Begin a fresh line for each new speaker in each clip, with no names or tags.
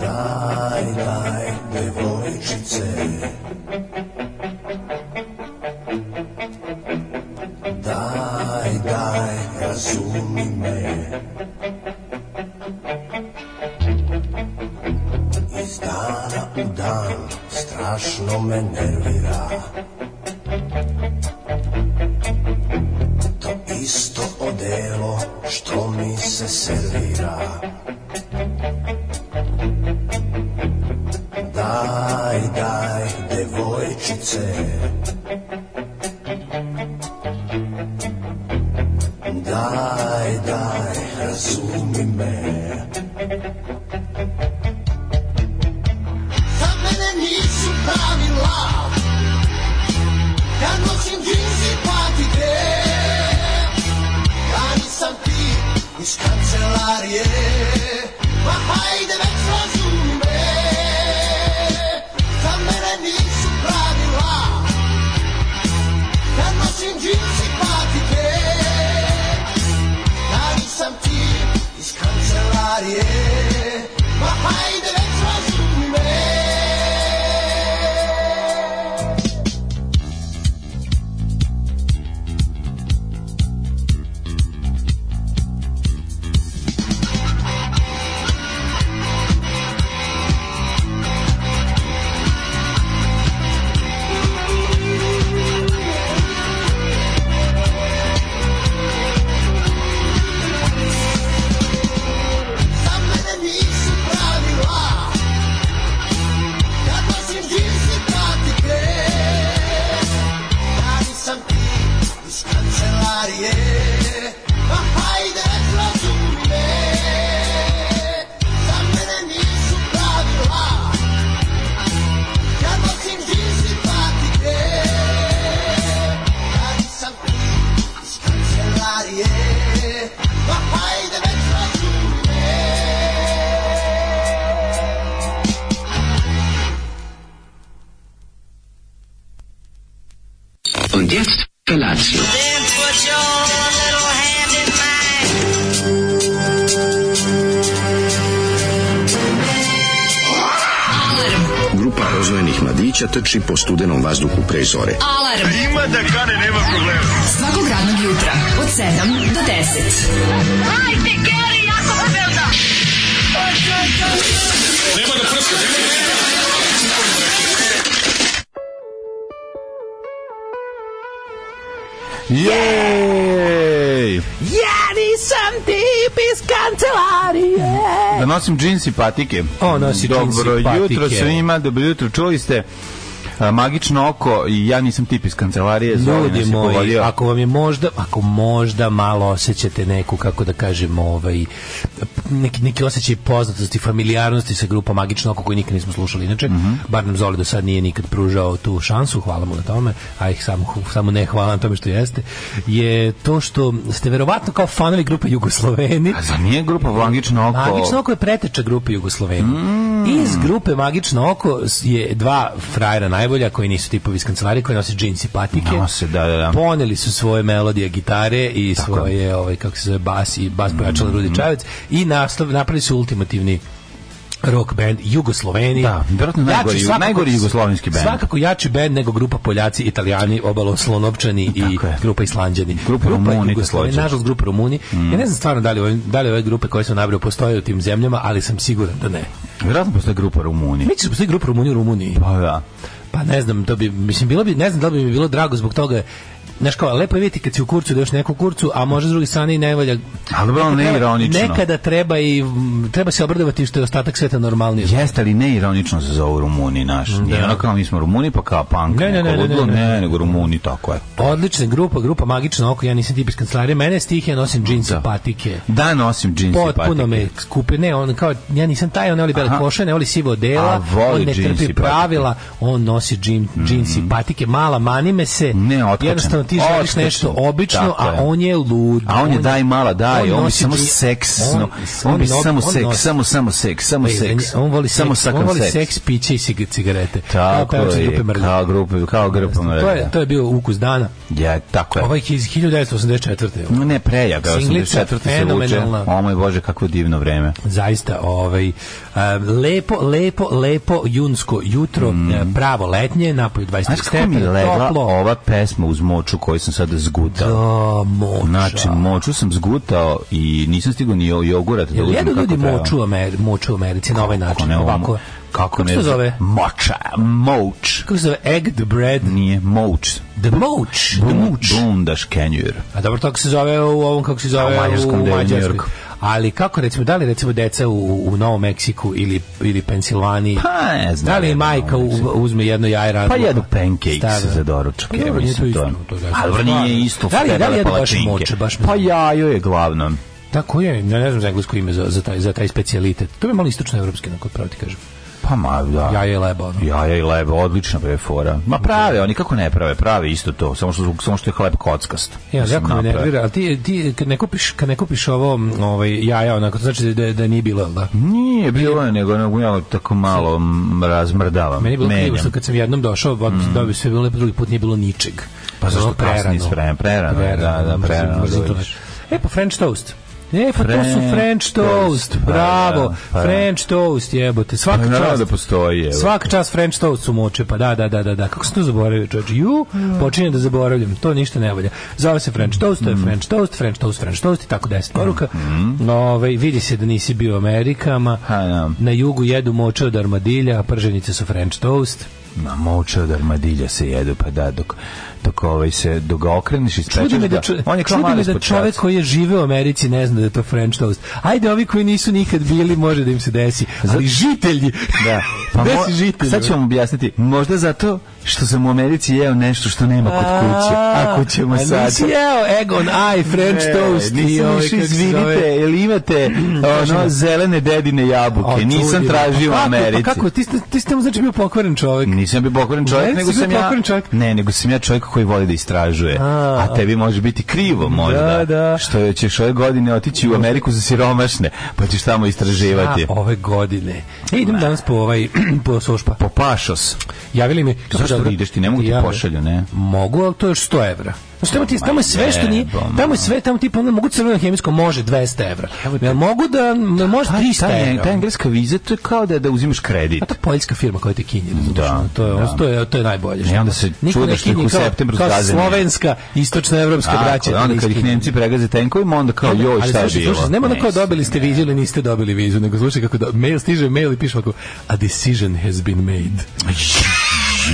Daj, daj, devojčice. Daj, daj, razumi me. Iz dana u dan strašno me nervira. To isto odelo što mi se servira. Daj, daj, devojčice Daj, daj, razumi me
Kad mene nisu pravila Kad nosim džinsi patike Ja nisam ti iz kancelarije Ma hajde već razumi me Kad mene nisu pravila Kad nosim džinsi patike Ja nisam ti iz kancelarije Ma hajde već razumi me Za mene nisu pravila Kad nosim džinsi patike Ja nisam ti iz kancelarije Pa hajde razumi me Za mene nisu pravila Kad nosim džinsi patike Ja nisam ti iz kancelarije Pa hajde već razumi me
Und jetzt Felatio.
Grupa rozvojenih mladića trči po studenom vazduhu pre zore.
Alarm. Ima da kane, nema problema. Svakog radnog jutra, od 7 do 10. Hajde, Geri, jako se velda.
Jej!
Ja nisam tip iz kancelarije.
Da nosim džins i patike.
O, nosi džins i
Dobro
patike.
jutro svima, dobro jutro. Čuli ste a, magično oko i ja nisam tip iz kancelarije. Zoli
Ljudi
nas je
moji,
pogodio.
ako vam je možda, ako možda malo osjećate neku, kako da kažem, ovaj, neki, neki osjećaj poznatosti, familijarnosti sa grupom Magično oko koju nikad nismo slušali. Inače, bar nam Zoli do sad nije nikad pružao tu šansu, hvala mu na tome, a ih samo, samo ne hvala na tome što jeste, je to što ste verovatno kao fanovi grupe Jugosloveni,
A za nije grupa magično oko?
Magično oko je preteča grupe Jugosloveni. Iz grupe Magično oko je dva frajera najbolja koji nisu tipovi iz kancelarije, koji nose džinsi patike.
Nose, da, da, da.
Poneli su svoje melodije gitare i svoje, ovaj, kako se zove, bas i
Mm.
bas pojačala Rudi Čavec i naslov, napravili su ultimativni rock band Jugosloveni.
Da, vjerojatno
Jači
najgori-
svakako-
najgori jugoslovenski band.
Svakako jači band nego grupa Poljaci, Italijani, Obalo Slonovčani i
Tako je.
grupa Islanđani.
Grupa Rumuni
Jugosloveni,
također. Mm.
nažalost grupe Rumuni. Ja ne znam stvarno da li ove, da li ove grupe koje sam nabrao postoje u tim zemljama, ali sam siguran da ne.
Vjerojatno postoje grupa Rumuni.
Mi ćemo postoji grupa Rumuni u Rumuniji.
Pa da.
Pa ne znam, to bi, mislim, bilo bi, ne znam da li bi mi bilo drago zbog toga Znaš kao, lepo je vidjeti kad si u kurcu da još neko u kurcu, a može s druge strane i ne valja.
Ali dobro,
Nekada treba-
neironično.
Nekada treba i mm, treba se obradovati što je ostatak sveta normalnije.
Jeste, ali ne ironično se zovu Rumuni, naš. Nije ono kao mi smo Rumuni, pa kao punk.
Ne, ne,
neko
ne, ne,
ludilo.
ne, ne.
nego Rumuni, tako je.
Odlična grupa, grupa Magično oko, ja nisam tip iz kancelarije, mene je stih, ja nosim džinsa, patike.
Da, nosim džins i patike.
Potpuno me skupe, ne, on kao, ja nisam taj, on ne voli bele
Aha.
koše, ne voli sivo odela,
A, voli
on ne
džins i
trpi
patike. Mm.
pravila, on nosi džin, džins i patike, mala, mani me se,
Ne, otkačen.
jednostavno ti želiš
Odskočno.
nešto obično,
Tako
a
je.
on je lud.
A on je daj mala daj, on, bi
nosi
samo
dži-
seksno. On,
on
bi
no-
samo
on
seks,
nosi-
samo samo seks, samo
Ej,
seks.
On voli
samo
seks, on
sakam
voli
seks.
seks, piće i cig- cigarete. Kao
Tako
pevač iz grupe
je,
Mrlja.
kao grupe, kao grupa mrlja.
To je, to Ovaj je bio ukus dana.
Ja, tako je.
Ovo je iz 1984.
No ne prejaga,
Singlica,
84. se vuče.
fenomenalna.
O moj Bože, kakvo divno vreme.
zaista ovaj em, lepo lepo lepo junsko jutro em, pravo letnje napolju 23
Mm. Znaš kako mi
stepena
je legla
toplo
ova pesma uz moču koju sam sada zgutao?
da moča
Znači, moču sam zgutao i nisam stigao ni jo- jogurat da
Jel
uzmem
jedu
kako
ljudi
treba.
moču u Ameri- moču u Americi na ovaj
Kako
način
ne, ovo-
ovako
Kako ne?
se to zove
Moča, moč.
kako se zove egg the bread
Nije moč.
the moč the moč
Bundaš kenjur.
a dobro tako se zove u ovom kako se zove
A u Mađarskom
u
delu,
Mađarskoj
Njujorku.
ali kako recimo da li recimo deca u, u Novom Meksiku ili ili Pensilvaniji
Pa ne znam.
Da li
ne znam,
majka
ne
u-
znam.
uzme jedno jaje razluka?
Pa jedu pancakes za doručak,
Pa
ja
dobro,
mislim,
nije to
to je-
isto, to je zaista
Ali dobro,
stvarno.
nije isto
Da li- da li
stebele
jedu baš
palačinke.
moče, baš me
Pa
zanima.
jajo je glavno.
Tako je, ne, ne znam za englesko ime za, za taj, za taj specijalitet. To je malo istočno evropski, na kod pravo ti kažem.
Pa ma, da.
Jaje je leba, ono.
Jaja i leba, odlična bre fora. Ma prave, oni kako ne prave, prave isto to, samo što, samo što je hleb kockast.
Ja,
Mislim,
jako me
naprave.
nervira, ali ti, ti kad ne kupiš, kad ne kupiš ovo m, ovaj, jaja, onako, to znači da, da nije bilo, jel da?
Nije bilo je, nego nego ja tako malo m, razmrdavam.
Pa Meni je bilo krivo
menjam.
što kad sam jednom došao, mm. dobio sve bilo lepo, drugi put nije bilo ničeg.
Pa zašto
Ono,
kasnije s vremenom? Prerano je, da, da,
mrzim-
prerano
mrzim to.
dobiješ.
E, pa French toast. E, pa to su
French
French
toast,
toast,
pa
bravo,
da, pa da.
French toast, jebote, svaka
Pa naravno
čast.
da postoji, evo.
Svaka čast French toast su moče, pa da, da, da, da, da. Kako sam to zaboravio, čovječ? Ju,
Mm.
počinjem da zaboravljam, to ništa ne valja. Zove se French toast, to
Mm.
je French toast, French toast, French toast i tako deset poruka. Ove, vidi se da nisi bio u Amerikama,
Ha, da.
na jugu jedu moče od armadilja, a prženice su French toast.
Ma moče od armadilja se jedu, pa da, dok, dok ovaj se, dok ga okreniš i spečeš
Čudi me da, čo,
on je kao
čudi me
mali
da
spočac.
čovek koji je živeo u Americi ne zna da je to French toast. Ajde, ovi koji nisu nikad bili, može da im se desi. Ali žitelji,
Da. Pa
Gde
mo,
si žitelj,
sad ću vam objasniti. Možda zato što sam u Americi jeo nešto što nema kod kuće. Ako ćemo
A
sad...
Nisi jeo egg on eye, French
Ne,
toast. i
Nisam
ovaj,
išao,
kako se zove.
izvinite, jel imate ono, zelene dedine
A,
jabuke?
čudi
Nisam
me.
tražio u
Pa kako-
Americi.
Pa kako, ti, ste- ti ste mu znači bio pokvaren čovek.
Nisam bio pokvoren čovjek,
Ne,
nego
si bio
sam ja...
pokvaren čovjek.
Ne, nego sam ja čovjek koji voli da istražuje. A,
A.
tebi može biti krivo, možda.
Da, da.
Što ćeš ove godine otići u Ameriku za siromašne, pa ćeš tamo istraživati.
A, ove godine. E, idem danas po ovaj, po sošpa.
Po pašos.
Javili mi...
Zašto
Dobro,
ne ideš ti? Ne mogu ti
jave.
pošalju, ne?
Mogu, ali to je još 100 evra. Znači, tamo, ti, tamo je sve što nije,
jebom.
tamo je sve, tamo tipa, onda mogu crveno hemijsko, može 200 evra. Ja mogu da, jel može
Pa,
300
ta, ta
evra.
engleska viza, to je kao da, da uzimaš kredit.
A to je poljska firma koja te kinje, razumiješ?
Da,
ono, to je,
da.
to je, to je najbolje. što
I onda
ima.
se
Niko ne
čudiš što ih
kinji
u
kao-
septembru
kao
zgaze.
slovenska, istočnoevropska
Tako,
braća.
onda
iz
kad ih
Kine.
Nemci pregaze tenkovima, onda kao joj
Ali
šta je
slušaj,
bilo.
Slušaj, nema
Ne,
ono kao dobili ste vizu ili niste dobili vizu, nego slušaj kako do, mail stiže, mail i piše ovako a decision has been made.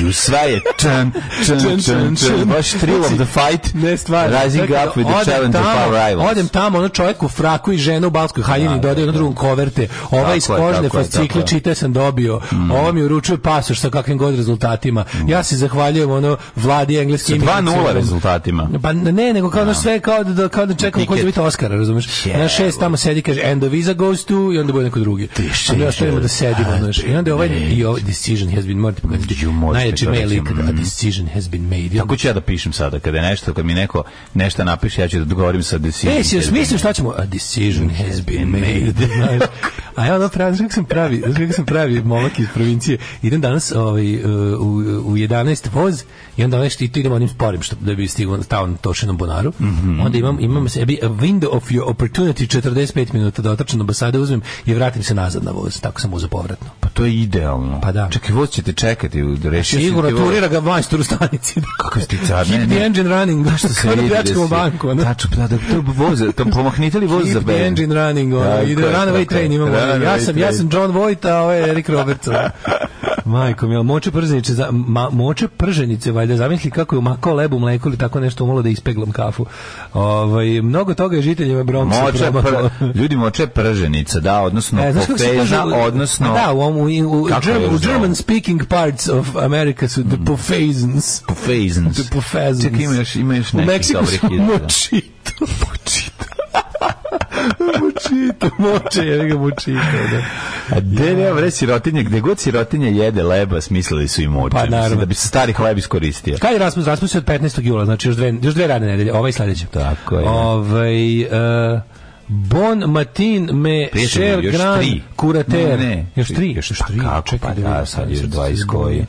I sve je čan, čan,
Čan,
čan,
čan,
čan.
čan. Znači,
Baš thrill of the fight.
Ne stvar.
Rising up with the challenge of our rivals.
Odem tamo, ono čovjek u fraku i žena u Balskoj haljini
Da,
dodaje
da,
na drugom koverte. Ova iz
Tako je,
kožne
tako je, tako je.
fascikle čite sam dobio. Ovo mi uručuje pasoš sa kakvim god rezultatima. Ja se zahvaljujem ono vladi
Sa
engleskim.
2-0 rezultatima.
Pa ne, nego kao da sve kao da, kao da čekamo ko će
Tiket.
biti Oscara, razumeš?
Jebo.
Na šest tamo sedi, kaže, and the visa goes to, i onda bude neko drugi. A mi
šećer.
ostavimo da sedimo, znaš. I onda je ovaj, i ovaj decision has been, morate pokazati,
You možete
najjači
to
mail
reći,
ikada, a decision has been made. I onda
Tako ću ja da pišem sada, kada je nešto, kad mi neko nešto napiše, ja ću da dogovorim sa decision.
E, si još mislio šta ćemo? A decision has been made. znaš. A ja ono pravi, znaš kako sam pravi, znaš kako sam pravi momak iz provincije. Idem danas ovaj, e, u, u 11 voz i onda onaj što i tu idem onim sporim što, da bi stigao stao na tošenom bunaru.
Mhm.
Onda imam, imam sebi a window of your opportunity 45 minuta da otrčam do basade uzmem i vratim se nazad na voz. Tako sam uzeo povratno.
Pa to je idealno.
Pa da.
Čak i voz ćete čekati, rešio sam
Igor,
ti voz.
turira ga majstor u stanici.
Kako si ti car, ne,
Keep the
ne.
engine running.
Što se
Kao da
vidi da
pljačkamo
si-
banku, ono.
Tačno, pa da, da, to voz, to pomahnite li voz za
Keep the
bend?
engine running, ono,
Tako
ide
je,
runaway
tako je.
train imamo.
Runaway
ja, sam, ja
train.
sam John Voight, a ovo je Rick Robertson. Majko mi, moče prženice, za, ma, moče prženice, valjda, zamisli kako je umakao lebu mleko ili tako nešto umalo da ispeglam kafu. Ovaj, mnogo toga je žiteljima Bronxa
Moče
promaklo.
pr, ljudi moče prženica, da, odnosno
E,
e,
znaš kako se kaže, u-
odnosno
Da, u, ovom- u, u, u,
Kako je
German,
još
u
zovu?
German speaking parts of America su the pofezens.
pofezens.
The pofezens.
Čekaj, ima još, ima još
U
nekih
Meksiku
dobrih
su
ideja.
močito. Močito. Čito, moče, ja ga mu čito. Da.
A gde ne, bre, sirotinje, gde god sirotinje jede leba, smislili su i moče.
Pa,
Mislim,
naravno.
Da bi se stari hleb iskoristio.
Kad je Rasmus? Rasmus je od 15. jula, znači još dve, još dve radne nedelje, ovaj sledeće.
Tako je.
Ovaj, e, bon Matin me
Prijatelji,
šer
još
gran
tri.
kurater.
Ne, ne,
Još tri?
još-
Pa
pa kako,
čekaj
pa
vidim,
da, sad još dva iz
se
koji.
bojim.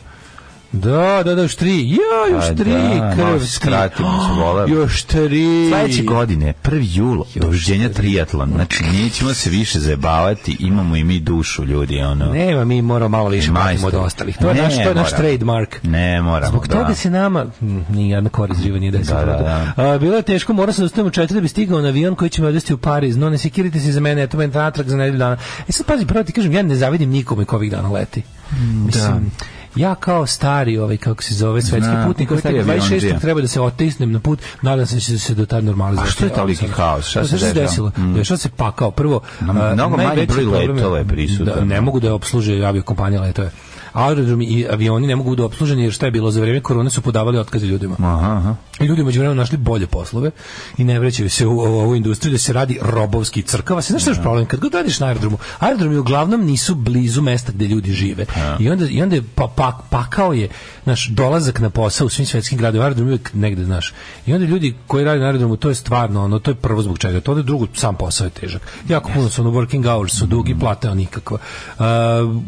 Da, da, da, još tri. Ja, još
Pa
tri,
da, malo
krvski.
se skratimo, se voleo.
Još tri.
Sledeće godine, 1. jul, doviđenja triatlon. Znači, nećemo se više zajebavati, imamo i mi dušu, ljudi, ono.
Nema, mi moramo malo više
Majstor.
patimo od ostalih. To je,
Ne
naš, to je naš
moramo.
trademark.
Ne moramo,
Zbog
da.
toga se nama hm, ni jedna korist živa nije desila.
Da, da, da.
A, bilo je teško, morao sam da ustajem u četiri da bi stigao na avion koji će me odvesti u Pariz. No ne sekirite se za mene, eto meni natrag za nedelju dana. E sad pazi, prvo ti kažem, ja ne zavidim nikome ko ovih dana leti.
Mm,
Mislim, ja kao stari, ovaj, kako se zove, svetski
Da,
putnik,
koji
ovaj,
ti je avion
26.
bio?
treba da se otisnem na put, nadam se da će se do tad normalizovati.
A što je toliki
Ovo sad.
haos? Šta
Pa
se
se
dešava?
desilo?
Mm.
Dešava se pakao. Prvo,
Na-
a,
mnogo manji
najveći
broj
problem
letova je prisutan.
Da, ne mogu da obsluže aviokompanija letove. Aerodromi i avioni ne mogu da obsluženi jer šta je bilo za vrijeme korone su podavali otkaze ljudima.
Aha, aha.
I ljudi među vremenu našli bolje poslove i ne vraćaju se u, u ovu industriju da se radi robovski crkava. Se, znaš što je problem? Kad god radiš na aerodromu, aerodromi uglavnom nisu blizu mesta gde ljudi žive. I onda, i onda je pa, pa- pakao je naš dolazak na posao u svim svetskim gradovima. Aerodrom je uvijek negde, znaš. I onda ljudi koji rade na aerodromu, to je stvarno, ono, to je prvo zbog čega. To onda je drugo, sam posao je težak. Jako puno su ono, working hours su dugi, plata nikakva. Uh,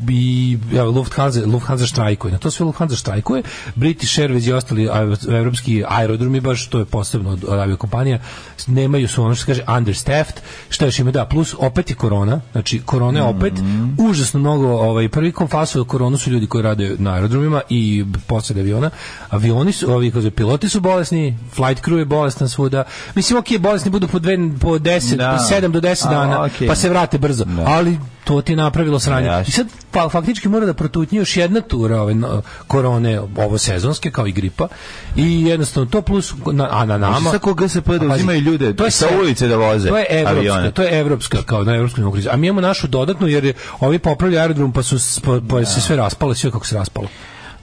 I ja, Lufthansa, Lufthansa štrajkuje. Na to sve Lufthansa štrajkuje. British Airways i ostali aer- evropski aerodromi, baš to je posebno od, od aviokompanija, s- nemaju su ono što se kaže understaffed, šta još ima da, plus opet i korona, znači korona je opet
Mhm.
užasno mnogo, ovaj, prvi konfasu koronu su ljudi koji rade na aerodromima i posade aviona, avioni su, ovi, kako se, piloti su bolesni, flight crew je bolestan svuda, mislim, ok, bolesni budu po, dve, po 10,
Da.
7 do 10
A,
dana,
okej.
pa se vrate brzo,
Da.
ali to ti je napravilo sranje.
Jasno.
I sad pa, faktički mora da protutnje još jedna tura ove no, korone, ovo sezonske, kao i gripa, i jednostavno to plus, na, a na nama...
Znači, sad ko GSP da
A Pa pazi,
uzimaju ljude
to je
sa
sve-
ulice da voze
To je evropska,
avione.
to je evropska, kao na evropskom imamo krizu. A mi imamo našu dodatnu, jer je ovi popravili aerodrom, pa su s- pa, pa se sve raspalo, sve kako se raspalo.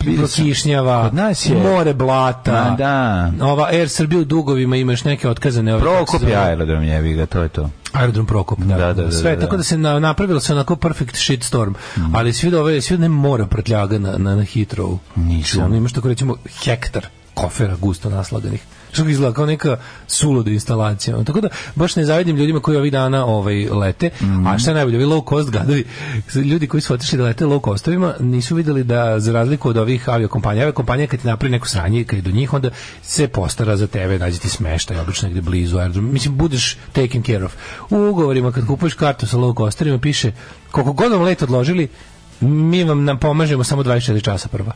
Vidio sam.
Kišnjava,
Kod nas je-
more blata,
Ma da.
ova Air Srbija u dugovima imaš neke otkazane... ove, kako se
Prokop je
zove?
aerodrom, jebi ga, to je to.
Aerodrom Prokop, da,
Da, da, da,
sve,
da, Mhm. da.
tako da se na, napravilo se onako perfect shitstorm, ali svi da ove, svi da ne mora prtljaga na, na, na Heathrow. Nisam. Ono imaš tako rećemo hektar kofera gusto naslaganih. Što ga izgleda kao neka suluda instalacija. ono. Tako da baš ne zavidim ljudima koji ovih dana ovaj, lete. A šta je najbolje, ovi low cost gadovi, ljudi koji su otišli da lete low costovima, nisu videli da za razliku od ovih aviokompanija, aviokompanija kad ti napravi neko sranje, kad je do njih, onda se postara za tebe, nađe ti smeštaj, obično negde blizu aerodrom. Mislim, budeš taken care of. U ugovorima kad kupuješ kartu sa low costerima piše koliko god vam let odložili, mi vam nam pomažemo samo 24 časa prva.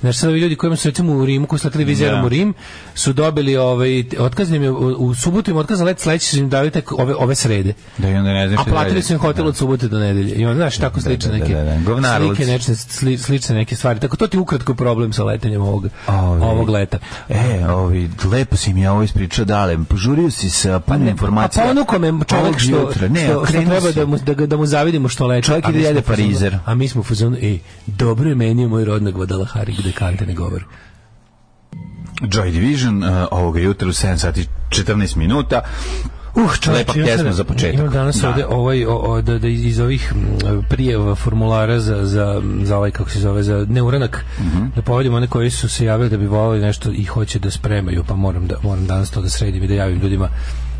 Znači, sad ovi ljudi kojima su recimo u Rimu, koji su leteli vizerom
Da.
u Rim, su dobili ovaj, otkazan im je, u, u subotu im otkazan let, sledeći su im dali tek ove, ove srede. Znači,
Da i onda ne znam
A
šta
platili
dalje.
su im hotel od subote do nedelje. I onda, znaš, tako
Da,
slične
da, da,
neke
da, da. Govnarluci.
slike, nečne, sli, slične neke stvari. Tako to ti je ukratko problem sa letenjem ovog,
Ovi.
ovog leta.
E, ovi, lepo si mi ja ovo ispričao, dale, požurio si sa par
Pa
informacija.
A ponuko me čovjek
Ovog
što,
jutra. ne,
što, što
krenuo
treba
si.
da mu, da, ga- da mu zavidimo što leče.
Čovjek
A
ide
mi smo
jede
u fazonu-
parizer.
A mi smo u fazonu, ej, dobro je meni je moj rodnog Guadalajara gde kante ne govori.
Joy Division uh, ovoga jutra u 7 sati 14 minuta.
Uh, čovječe,
Lepa
ja sam-
pjesma za početak.
Imam danas
Da.
ovde ovaj, o, o, da, da iz ovih m, prijava formulara za, za, za ovaj, kako se zove, za neuranak,
Mhm.
da povedim one koji su se javili da bi volali nešto i hoće da spremaju, pa moram, da, moram danas to da sredim i da javim ljudima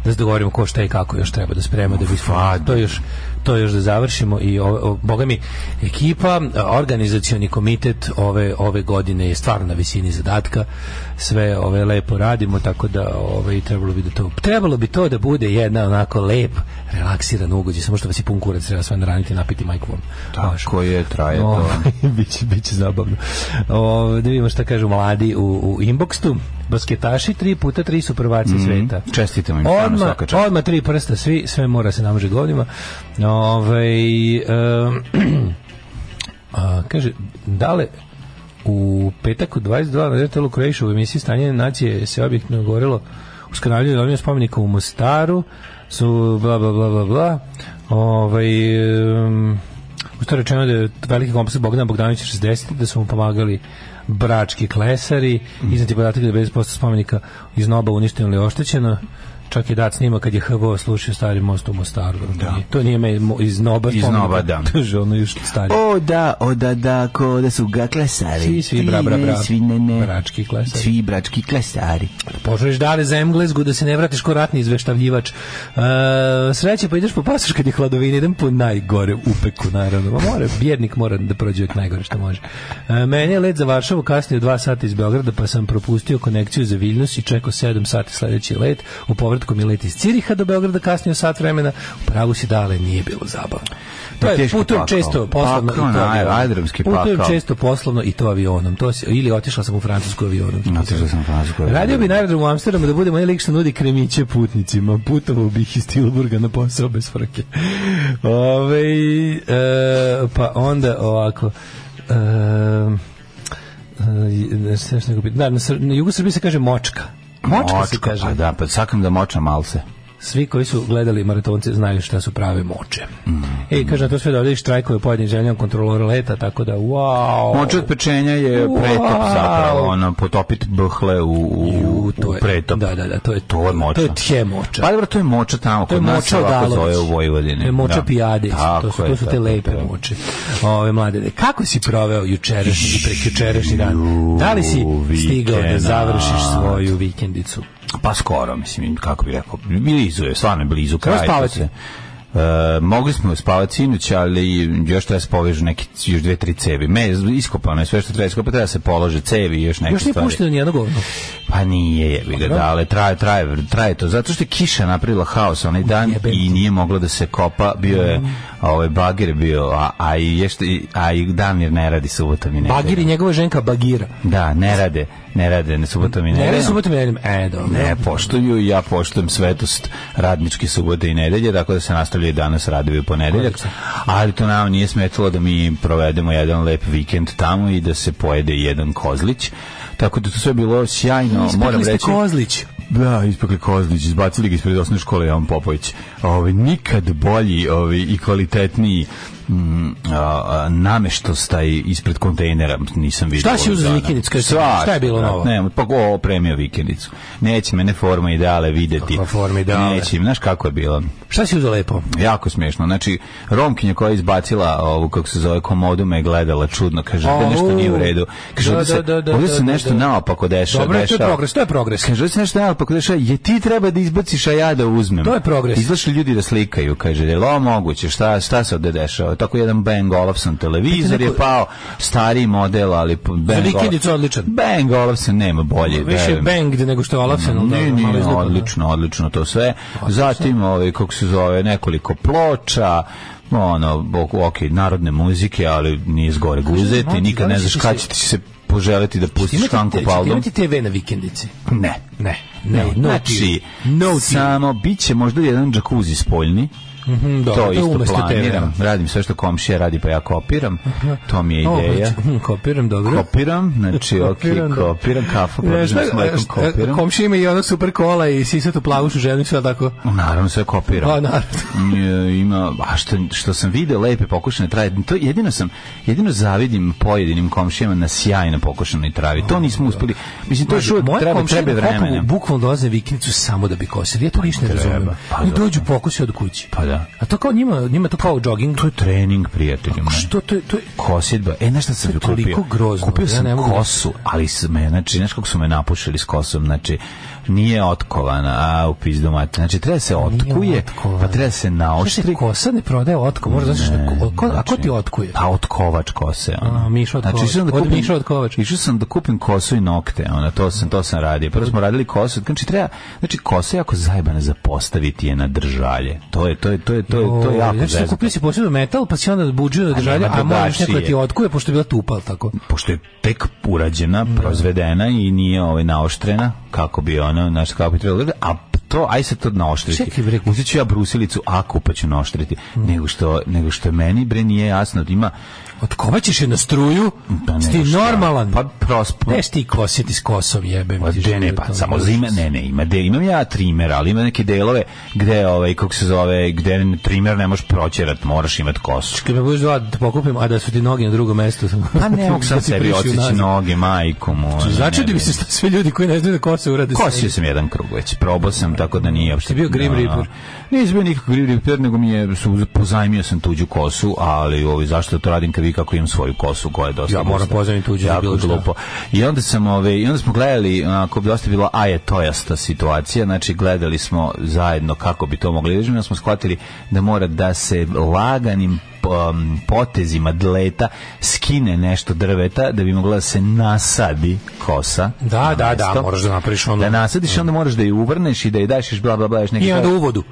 da se dogovorimo ko šta i kako još treba da sprema da bi to još to još da završimo i o, o, boga mi ekipa organizacioni komitet ove ove godine je stvarno na visini zadatka sve ove lepo radimo tako da ovaj trebalo bi da to trebalo bi to da bude jedna onako lep relaksiran ugođaj samo što vas i pun kurac treba sve naraniti i napiti majku vam
Tako je, traje to.
Ovaj, biće, biće zabavno. O, da vidimo šta kažu mladi u, u inboxtu. Basketaši tri puta tri su prvaci
Mhm.
sveta.
Čestitamo im stvarno
Odma,
svaka čast.
odma tri prsta, svi, sve mora se namže govnima. Ovaj, em, a, kaže, dale, u petak u 22 na Zrtelu Krojišu u emisiji Stanje nacije se objektivno govorilo u skanavljanju novim spomenika u Mostaru su bla bla bla bla bla ovaj um, usto rečeno da je veliki kompas Bogdan Bogdanović 60 da su mu pomagali
Mhm.
brački klesari iznati podatak da je 50% spomenika iz noba uništeno ili oštećeno Čak je dat snima kad je HVO slušao stari most u Mostaru. Da. To nije me mo- iz Noba.
Iz
spomenuo.
Noba, da.
Kaže ono još stari.
O da, o da, da, ko da su ga klesari.
Svi, svi, bra, bra, bra.
Svi, ne, ne.
Brački klesari.
Svi brački klesari.
Požuriš dare za Englesku da se ne vratiš ko ratni izveštavljivač. E, sreće pa ideš po pasoš kad je hladovina, idem po najgore upeku, naravno. Ma mora, bjednik mora da prođe uvijek najgore što može. E, meni je let za Varšavu kasnije dva sata iz Beograda, pa sam propustio konekciju za Viljnus i čekao 7 sati sledeći let. U povratku mi let iz Ciriha do Beograda kasnije sat vremena. U pravu si dale, nije bilo zabavno. To je,
teško
putujem
pakao.
često poslovno
Pakao
i to
na
avionom.
aerodromski
Putujem
pakao.
često poslovno i to avionom. To se, ili otišla sam u Francusku avionom.
Otišla sam u Francusku avionom.
Radio bi na aerodromu u Amsterdamu da budemo onaj lik što nudi kremiće putnicima. Putovao bih iz Tilburga na posao bez frke. Ove, e, pa onda ovako... E, e, ne znam šta nego pitam. da, na, Sr- na jugu Srbije se kaže močka. Močka, se kaže.
Pa da, pa sakam da močna malce.
Svi koji su gledali maratonce znaju šta su prave moče.
Mm.
E, kaže, na to sve dodali štrajkove pojedinih željom kontrolora leta, tako da, wow.
Moč od pečenja je pretop
Wow.
zapravo, ono, potopit bhle u, u,
U, to
u
je,
pretop.
Da, da, da, to je,
To je moča.
To je tje moča.
Pa dobro, to je moča tamo,
To je
kod nas se
moča
ovako
Odalović.
zove u Vojvodini.
To je moča
Da.
pijade.
Tako
To su, to
je,
su te
tako je,
lepe
tako je.
moče. Ove, mladene, kako si proveo jučerašnji i prekjučerašnji dan? Da li si
Ju,
stigao da
vikend.
završiš svoju vikendicu?
Pa skoro, mislim, kako bih rekao, blizu je, stvarno je blizu kraj. to
spavati?
se- E, mogli smo spavati sinoć, ali još treba se povežu neke, još dve, tri cevi. Me, iskopano je sve što treba iskopati, treba se polože cevi i još neke
Još nije
stvari.
pušteno nijedno govno.
Pa nije, jebi ga, da, ali traje, traje, traje to. Zato što je kiša napravila haos onaj dan
Jebe ti.
i nije moglo da se kopa. Bio je, ovaj, bagir je bio, a, a, i, ješte, a i Damir ne radi subotom i nedeljom.
Bagir i njegova ženka Bagira.
Da, ne rade, ne rade, ne subotom i
Ne,
nedeljom.
ne, subotom i nedeljom. E, dobro.
Ne, poštuju i ja poštujem svetost radničke subote i nedelje, tako da se nastavljaju danas radovi u ponedeljak, ali to nam nije smetalo da mi provedemo jedan lep vikend tamo i da se pojede jedan kozlić, tako da to sve bilo sjajno, moram
Ispekli ste
reći.
Kozlić.
Da, ispekli Kozlić, izbacili ga ispred osnovne škole Jovan Popović. Ove, nikad bolji ove, i kvalitetniji mm, a, a, nameštostaj ispred kontejnera nisam vidio.
Šta si
ovih
uzeo za
dana.
vikendicu, kaži, šta je bilo
brat,
novo?
Ne, pa go opremio vikendicu. Neće mene forma ideale videti.
Kakva forma ideale?
Neće, im, znaš kako je bilo?
Šta si uzeo lepo?
Jako smiješno. Znači, Romkinja koja je izbacila ovu, kako se zove, komodu, me je gledala čudno. Kaže, da nešto nije u redu. Kaže,
Da,
ovdje se,
da, da, da,
ovdje
da,
se
da,
nešto
da.
naopako deša,
Dobro, je, to je
dešava.
progres, to je progres.
Kaže, hoćeš nešto naopako pa dešava, je ti treba da izbaciš, a ja da uzmem.
To je progres.
Izašli ljudi da slikaju, kaže, je li ovo moguće, šta, šta se ovde dešava? Tako jedan Bang Olufsen televizor
Piti neko-
je pao, stariji model, ali p- Bang Olufsen-
vikendicu odličan.
Bang Olufsen nema bolje.
Više
verujem.
banged nego što je Olafsen. ali
Ne,
dobro,
ne,
malo izlupa, da.
odlično, odlično to sve. Zatim, ovaj, kako se zove, nekoliko ploča, ono, ok, ok, narodne muzike, ali nije zgore guzeti,
mlađi,
nikad
da
ne
li
znaš
ćete
kada
se-
će ti se poželiti da pustiš
Imate,
Franko
ćete
Paldom.
imati TV na vikendici?
Ne.
Ne. Ne, no
znači,
TV. No TV.
samo bit će možda jedan džakuzi spoljni,
Mhm, dobro,
to,
je
isto
umesto
planiram. Radim sve što komšija radi, pa ja kopiram. To mi je
TV-a. O,
ideja.
znači, hm, kopiram, dobro.
Kopiram, znači, ok,
Kopiram, da.
kopiram kafu,
Ne,
prođem
šta- e,
s majkom,
šta-
kopiram.
Komšija ima i ono super kola i sisatu plavušu ženu i sve tako.
Naravno, sve kopiram.
A, Pa, naravno.
E, ima a što, što sam video lepe pokušane trave to jedino sam jedino zavidim pojedinim komšijama na sjajno pokušanoj travi to nismo uspeli mislim to još uvijek
Moja
treba
komšija
treba
na Kopavu
vremena
Bukvalno dolaze vikendicu samo da bi kosili. Ja to ništa ne razumem.
pa
Oni
dobro.
dođu pokusi od kuće.
Pa da.
A to kao njima, njima to kao jogging.
to je trening prijatelju moj.
Što to je, to je,
kosidba e znaš šta sam
To je
kupio
toliko grozno,
kupio
ja
sam
ne mogu da-
kosu ali s me znači znaš kako su me napušili s kosom znači nije otkovana a u pizdu mate znači treba se otkuje
otkovana.
pa treba se
Znaš,
naoštri
kosa ne prodaje otko, možda znaš,
Ne,
ko, ko, a ko
znači,
ti otkuje?
Pa otkovač kose. Ono.
A, Miša Otkovač.
Znači, išao sam da
Od
kupim,
Miša Otkovač.
Išao sam da kupim kosu i nokte. Ono, to, sam, to sam radio. Prvo smo radili kosu. Znači, treba, znači kosa je jako zajebana za postaviti je na držalje. To je, to je, to je, to je, to je jako
znači,
zezno.
kupio si posebno metal, pa si onda odbuđio da držalje,
nema
a moraš neko da ti
drugačije.
otkuje, pošto je bila tupa, ali tako?
Pošto je tek urađena, prozvedena i nije ovaj, naoštrena, kako bi ono, znaš, kako bi trebalo da a to, aj se to naoštriti. Mm.
Čekaj, bre.
Uzet ću ja brusilicu, aku, pa ću naoštriti. Nego, što, nego što meni, bre, nije jasno, ima
Od koga ćeš je na struju?
Pa nego
ti
šta.
normalan.
Pa prosp-
Neš ti kositi s kosom, jebem
Pa
ti.
gde ne,
život,
pa
ono.
samo zime, ne, ne, ima de, imam ja trimer, ali ima neke delove gde, ovaj, kako se zove, gde trimer ne možeš proćerat, moraš imat kosu.
Kad me budeš zvao da te pokupim, a da su ti noge na drugom mestu.
Pa ne mogu
Da
sad
ti
sebi
prišiju
odsjeći
nazad.
noge, majku mu. ono,
Začudi
ne
mi se
vidim.
što sve ljudi koji ne znaju da kose urade.
Kosio sam jedan krug već, probao sam, tako da nije uopšte.
Jesi bio Grim
No, no.
Reaper?
Nisam bio nikakav Grim Reaper, nego mi je, su, pozajmio sam tuđu kosu, ali ovaj, zašto to radim kad vi kako imam svoju kosu koja je dosta...
Ja moram
gusta.
pozajmim tuđu za
Jako
bilo šta.
glupo. I onda sam, ovaj, i onda smo gledali, ako bi dosta bila aje tojasta situacija, znači gledali smo zajedno kako bi to mogli režim, onda smo shvatili da mora da se laganim um, potezima dleta skine nešto drveta da bi mogla da se nasadi kosa
Da,
na
da, da,
mesto.
moraš da napraviš ono-
da nasadiš onda moraš da je uvrneš i da je daš još bla bla bla još neke
I onda
stvari.
u vodu.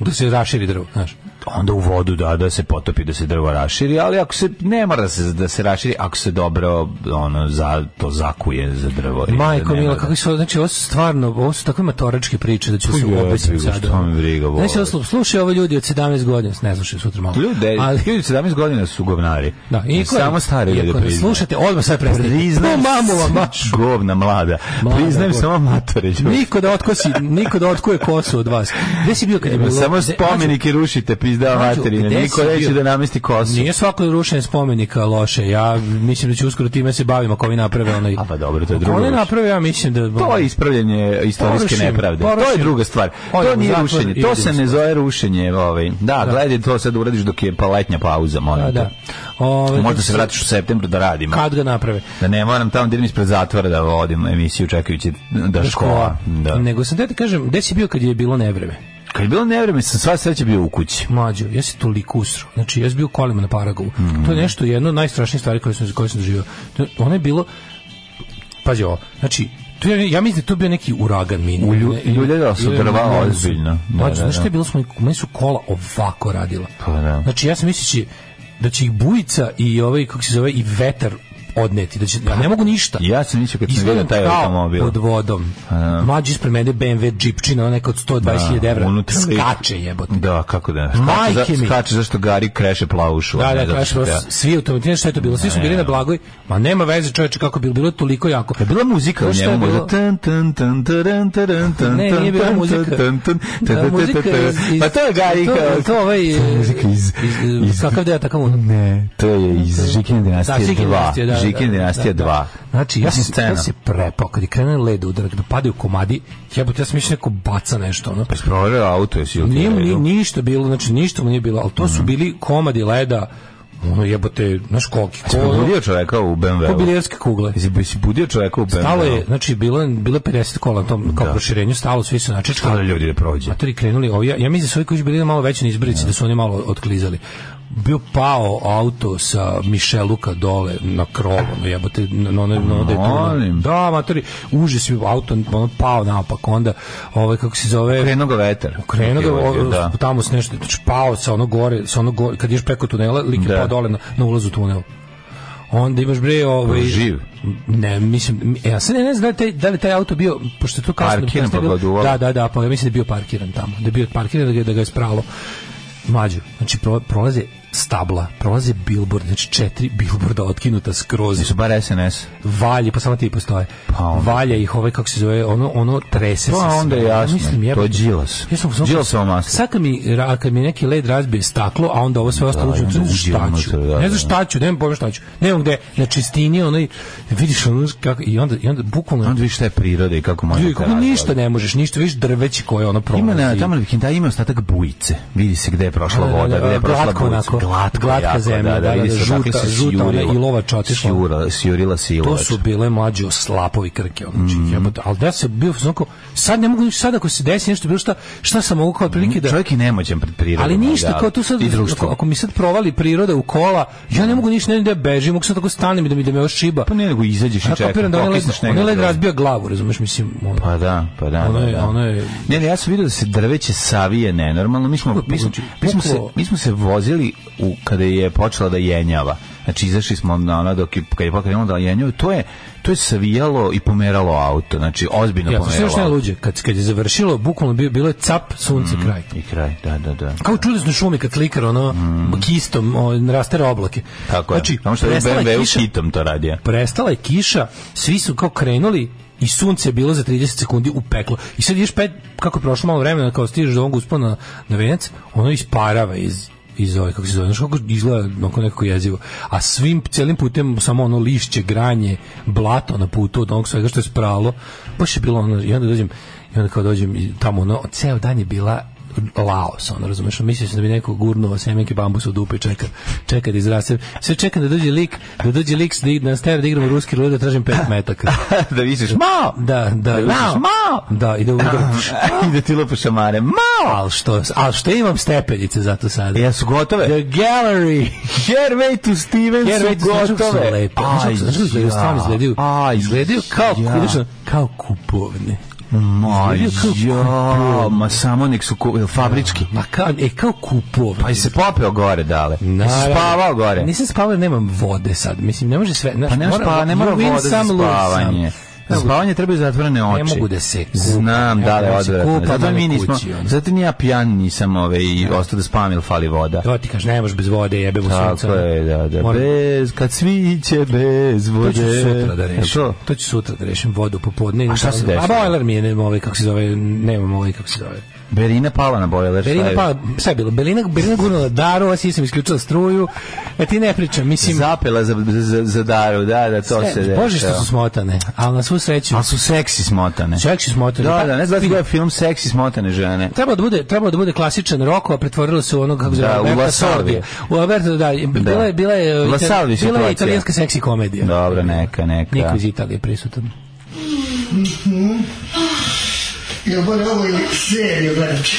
Da se raširi drvo, znaš.
onda u vodu da da se potopi da se drvo raširi ali ako se ne mora da se da se raširi ako se dobro ono za to zakuje za drvo ili da
Majko
ne
Mila,
mora
kako su, znači, ovo su stvarno, ovo su takve matoračke priče da ću se
Uj, jebi
obesim
ga,
sad.
šta me briga,
Ne
vole.
slušaj ovo ljudi od 17 godina, ne slušaj sutra malo.
da- Ljude,
Ali,
ljudi 17 godina su govnari. Znači,
da, i ko-
samo stari
i
ljudi
ako ne
priznaju.
Slušate, odmah sve prestanite.
Priznajem
Po mamu vam,
se,
maš.
govna mlada.
Mlada,
Priznajem
govna.
samo matore. ljudi.
Niko da otkosi, niko da otkuje kosu od vas. Gde si bio kad je bilo?
Samo
gde-
spomenike rušite, pizda
Mađo,
materine.
gde
Niko
si
neće
bio?
da namesti kosu.
Znači, Nije svako rušenje spomenika loše. Ja mislim da će uskoro time se bavimo ako ovi naprave onaj...
A pa dobro, to je
Ako
drugo
oni
rušenje.
naprave, ja mislim da...
To je ispravljanje istorijske
Porušim,
nepravde. To je
porušim.
druga stvar.
Odem
To
u
nije
zatvor
rušenje.
i
To
idem
se ne
spavati.
zove rušenje. Ovaj. Da, gledaj, to sad uradiš dok je pa letnja pauza. Molim
Pa Da,
te.
da. Ove,
Možda se vratiš u septembru da radimo.
Kad ga naprave.
Da ne moram tamo da idem ispred zatvora da vodim emisiju čekajući da škola. Da.
Nego sam te da kažem, gde si bio kad je bilo nevreme?
Kad je bilo nevreme, sam sva sreća bio u kući.
Mlađo, ja se toliko usro. Znači, ja sam bio kolima na Paragovu. To je nešto jedno od najstrašnijih stvari koje sam, koje sam doživio. To- Ono je bilo... Pazi ovo. Znači, tu je, ja mislim da je to bio neki uragan mini.
Ulju-
Ne,
ljuljala su
ljuljala
drva
su.
ozbiljno. Da,
Mlađo,
da,
znaš
da.
šta je bilo? Smo, meni su kola ovako radila.
Pa da.
Znači, ja sam misleći da će ih bujica i ovaj, kako se zove, i vetar odneti. Da će, ja ne mogu ništa.
Ja sam mislio kad sam vidio
Izgledam
taj
kao
automobil.
pod vodom.
da.
Mlađi ispred mene BMW džipčina, ona neka od 120.000 evra.
unutra lik.
Skače jebote.
Da, kako da. Skače,
Majke
za,
mi.
skače zašto Gari kreše plavušu. a
Da,
ne
da,
zato
kažeš,
što treba.
svi automobili, šta je to bilo? Svi su bili na blagoj, ma nema veze čoveče kako je bilo, bilo je toliko jako.
Je bila muzika u
Znaš šta
njemu,
je
možda
bilo?
tan, tan, tan, taran, taran, tan,
Ne,
tan,
nije bila
tan,
muzika.
tan, tan, ta, ta,
Da,
ta,
muzika
ta, ta.
iz- iz-
Pa to je Gari
to-
kao-
to ovaj,
je muzika iz-
iz-
iz-
kakav da je takav on?
Ne, to je iz Žikine dinastije
Da, Žikine
2.
dinastije, da,
Žikine
da, da,
dinastije
da,
2.
Znači, ja
Osim
sam,
scena.
ja se prepao, kad je krenuo led udarak, da padaju komadi, jebote, ja sam mišljeno neko baca nešto, ono.
Pa si provario auto, jesi li ti
Nije mu
u
ni,
redu?
ništa bilo, znači ništa mu nije bilo, ali to
Mhm.
su bili komadi leda, ono jebote, znaš koliki,
Jesi
ko, ono,
probudio čoveka u
ko
BMW-u?
bilijarske kugle.
Jesi jesi budio čoveka u BMW-u?
Stalo je, znači bilo je bilo je 50 kola na tom kao
Da.
proširenju, stalo svi su
Stalo je
načičkali.
ljudi da prođe.
Matori krenuli, ovi, ja, ja mislim da su ovi koji su bili na malo veći na izbrici, da su oni malo otklizali. Bio pao auto sa Mišeluka dole na krovu, ono jebote, na na onoj na onoj
Molim.
detuni. Da, matori, užas je auto, ono pao naopak, onda ovaj kako se zove
Krenuo ga vetar.
krenuo ga
Bilo je,
o-
da.
tamo s nešto znači, pao sa ono gore sa ono gore kad ješ preko tunela lik je
Da.
pao dole na, na ulazu u tunel onda imaš bre ovaj
Živ.
ne mislim e, ja se ne, ne znam da li, taj, da li taj auto bio pošto je to kasno
Parkiran,
kasno je
pa ga
bilo-
oduvalo.
da da da pa ja mislim da je bio parkiran tamo da je bio parkiran da ga, da ga je spralo mlađu znači pro- prolaze stabla prolaze billboard znači četiri billboarda otkinuta skroz
Nisu bar SNS.
valje, pa samo ti postoje.
Pa onda.
valja ih ovaj kako se zove, ono ono trese
Pa
se sve.
onda je
Ja
jasno, to je
jebote,
Đilas.
Ja sam u fazonu,
Đilasovo maslo.
Sad kad mi ra- kad mi neki led razbije staklo, a onda ovo sve ostalo uđe,
i onda
ne znam
uđe
šta
unutra,
ću.
ono da,
Ne
da,
znam šta ću, nemam pojma šta ću. Nemam gde, na čistini onaj vidiš ono kako i onda i onda bukvalno
Onda vidiš šta je priroda i kako možete
Ljudi, kako
razvoj.
ništa ne možeš, ništa, vidiš drveće koje ono prolazi.
Ima na tamo na vikendaji ima ostatak bujice. Vidi se gde je prošla
Da, da,
voda,
da,
gde je prošla
glatko
bujica.
onako,
Glatko,
glatka
jako,
zemlja, da,
vidi
da,
se
žuta-
odakle se
žuta, ona
sjurila.
i lovač otišla.
Sjura- sjurila se i
To
lovač.
su bile mlađe slapovi krke, ono, znači,
Mhm.
jebote, ali da se bio, znači, sad ne mogu ništa, sad ako se desi nešto, bilo šta, šta sam mogu kao otprilike da...
Čovjek je nemoćan pred prirodom.
Ali ništa, kao tu sad,
I društvo.
ako, ako mi sad provali priroda u kola, ja ne mogu ništa, ne znam gde bežim, mogu sad tako stanem i da mi da me još šiba.
Pa ne, nego izađeš i
Ja
čekaš,
kapiram da onaj led,
pokisneš
onaj
negdje
led
drugo.
razbija glavu, razumeš, mislim, ono,
Pa da, pa da.
Ono je-
da, da.
ono je-
Ne, ne, ja sam vidio da se drveće savije nenormalno. Mi smo,
Kako je
mi smo,
puklo?
mi smo se,
Puklo.
mi smo se vozili u, kada je počela da jenjava. Znači izašli smo na ono dok je kad je pokrenulo da jenju, to je to je savijalo i pomeralo auto. Znači ozbiljno
Ja, sve
pomeralo.
još ne
auto.
luđe, kad, kad je završilo, bukvalno bio, bilo je cap, sunce, kraj.
I kraj, da, da, da.
Kao u čudesnoj šumi kad slikar ono kistom o, rastera oblake.
Mhm. Tako je.
znači,
Samo što je
prestala je
BMW
kiša-
kitom to radio.
prestala je kiša, svi su kao krenuli i sunce je bilo za 30 sekundi upeklo. I sad vidiš pet, kako je prošlo malo vremena, kao stižeš do ovog uspona na venac, ono isparava iz iz ove, kako se zove, znaš kako izgleda onako nekako jezivo. A svim, celim putem samo ono lišće, granje, blato na putu od onog svega što je spralo. Baš je bilo ono, i onda dođem, i onda kao dođem i tamo, ono, ceo dan je bila Laos, ono, razumeš, mislio sam da bi neko gurnuo semenke bambusa u dupe i čeka, čeka da izraste. Sve čekam da dođe lik, da dođe lik s di- na ster da igramo ruski rulet, da tražim pet metaka.
da visiš, mao!
Da, da,
Da
mao,
visiš, mao!
Da, i da udaram.
I da ti lupa šamare, mao!
Al što, al što imam stepenice za to sada.
Ja su gotove.
The gallery.
Hervey to Steven
Jer
su
već znaš kako
gotove.
su lepe. Znaš kako su- znaš kako izgledaju, stvarno izgledaju.
Aj,
Izgledaju kao,
ja.
konačno, kao kupovne.
Ma,
Izgledaju
ja, ma samo nek su ku- jel fabrički.
Ma kao, e, kao kupovne.
Pa i se popeo gore, dale.
Na,
Jesi spavao gore.
Nisam spavao, jer nemam vode sad. Mislim, ne može sve...
Pa ne mora, spava, ne mora voda za spavanje. Za spavanje trebaju zatvorene oči.
mogu da se kupam.
Znam,
Ne
da, da,
mogu da se
odvratno.
kupam,
Zato mi
ono,
nismo,
kući, ono.
zato ni ja pijan nisam ove i ostao da spavam ili fali voda.
To ti kaže, ne možeš bez vode, jebe mu sunce. ono.
Tako je, da, da.
Moram-
Bez, kad sviće bez
To
vode.
ću sutra da
Jel
rešim.
to?
To ću sutra da rešim vodu popodne.
A šta se desilo?
A bojler mi je, nemam ovaj, kako se zove, nemam ovaj, kako se zove.
Berina pala na bojler. šta
Belina
je?
pa, šta je bilo? Belina, Belina gurnula daru, a si sam isključila struju. E ti ne pričam, mislim...
Zapela za, za, za daru, da, da, to
sve-
se dešava.
Bože što su smotane, ali na svu sreću.
Ali su seksi smotane.
Čovjek su smotane.
Da,
Pa,
da, ne znam da je film seksi smotane žene.
Trebao da bude, trebao da bude klasičan rok, a pretvorilo se u onog kako se
Da,
zove,
u
Alberta
La Salvi.
Sordi. U Alberto, da, i
Da.
bila je bila je
La
itali-
Salvi
bila
situacija.
je italijanska seksi komedija.
Dobro, neka, neka.
Niko iz Italije prisutan.
Jel bolje ovo ili seriju gledati?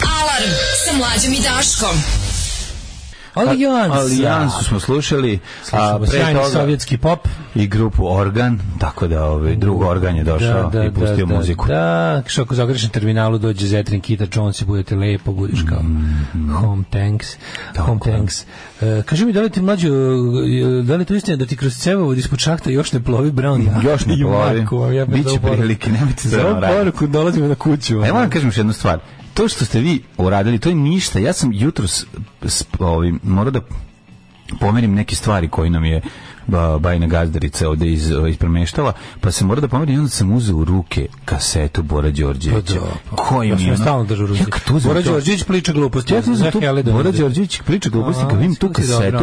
Alarm sa mlađom i Daškom.
Alijans.
Alijansu smo slušali, a pre
sjajni
toga
sovjetski pop.
i grupu Organ, tako da ovaj drug Organ je došao i pustio muziku.
Da, što ako zagrešim terminalu dođe Zetrin Kita Jones i budete lepo, budiš kao
Mm,
home tanks. home tanks. E, kaži mi, da li ti mlađo, e, da li je to istina da ti kroz cevovod ispod šahta još ne plovi brown?
Još ne plovi. Biće prilike, nemojte
Za
zaboraviti.
poruku dolazimo na kuću.
E, moram kažem još jednu stvar. To što ste vi uradili, to je ništa. Ja sam jutro s, s ovim, morao da pomerim neke stvari koje nam je ba, bajna gazdarica ovde iz, ispremeštala, pa sam morao da pomerim i onda sam uzeo u ruke kasetu Bora
Pa
Đorđevića. Koji
ja
mi
sam
je
je
ono-
stalno držao u ruci.
Ja kad uzmem
Bora
to-
Đorđević priča gluposti.
Ja kad uzmem tu Bora Đorđević priča gluposti, kad vidim tu kasetu,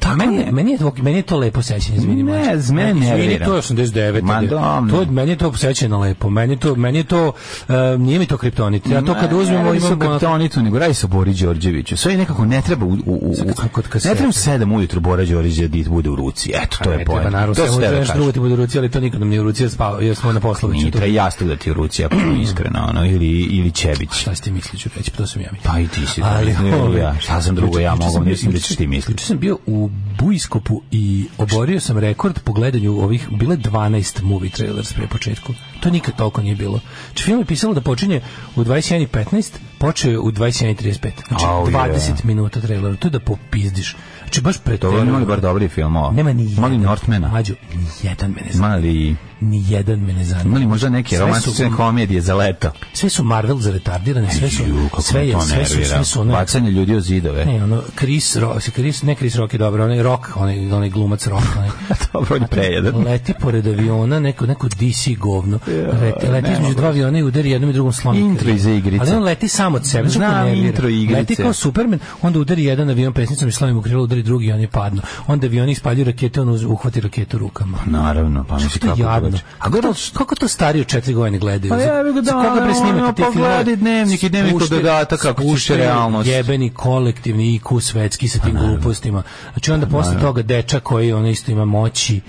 Pa
Tako meni, je. Meni je, to- meni je to lepo sećanje,
Ne,
izvini. mlađe.
z- mene
Izvini,
nervira.
To je 89.
Ma,
ide.
dobro.
To, je- meni je to sećanje lepo. Meni je to, meni je to, e, nije mi to kriptonit. Ja to kad
Ne,
uzmemo
radi se o
imam... ono-
Kryptonitu, nego radi se o Bori Đorđeviću. Sve nekako ne treba u, u, u,
Sad kad- kad
ne
kasete.
treba u sedam ujutru Bora Đorđević da bude u ruci. Eto, to je
Ne treba,
pojem.
pa naravno,
To
sve
se
može
tebe
nešto
kažem.
drugo ti bude u ruci, ali to nikad nam nije u ruci, jer, spava- jer smo na poslu već.
Nije
To-
treba jasno da ti je u ruci, ako smo iskreno, ono, ili, ili Čebić.
Šta si ti mislio ću reći, pa to sam ja mislio.
Pa i ti si to mislio, ja. Šta sam drugo
juče-
ja mogu,
juče ovaj, sam bio-
mislim da
juče
ćeš
sam-
ti misliti.
Juče sam bio u Buiskopu i oborio sam rekord po gledanju ovih, bile 12 movie trailers pre početku. To nikad toliko nije bilo. Znači, film je pisalo da počinje u 21.15, počeo je u 21.35. Znači,
Au, je.
20 minuta trailera. To je da popizdiš. Znači, baš pre
Dobro, imali bar dobri film, ovo.
Nema ni jedan.
Imali Northmana.
Mađo, ni jedan mene zanima.
Imali,
Ni jedan mene zanima.
imali možda neke
Sve su-
romantične komedije za leto.
Sve su Marvel za retardirane, sve su,
Ju, kako
sve
me
je,
to
sve su,
nervira.
sve su one,
Bacanje ljudi o zidove.
Ne, ono, Chris Rock, Chris, ne Chris Rock je dobro, onaj Rock, onaj, onaj glumac Rock, onaj.
Dobro, on je prejedan.
Leti pored aviona, neko, neko DC govno. leti leti između dva aviona i udari jednom i drugom slomi.
Intro
krila.
iz igrice.
Ali on leti sam od sebe. znaš kako
Znam,
nervira?
intro igrice.
Leti kao Superman, onda udari jedan avion pesnicom i slomi mu krilo, udari drugi i oni padnu. Onda avioni ispaljuju rakete, on uz- uhvati raketu rukama.
Naravno, pa
Što
misli
to je
kako
jadno.
drugačije.
Kako, to, kako to stariji od četiri godine gledaju?
Pa
Za-
ja bih ga
za
da,
koga bre snimate
ono,
te
pa
filmove?
gledi dnevnik i dnevnik od
Spušte-
dodatak, ako
spušte
kuće realnost. Pa
Jebeni kolektivni IQ svetski sa tim glupostima. Znači onda posle toga dečak koji on isto ima moći,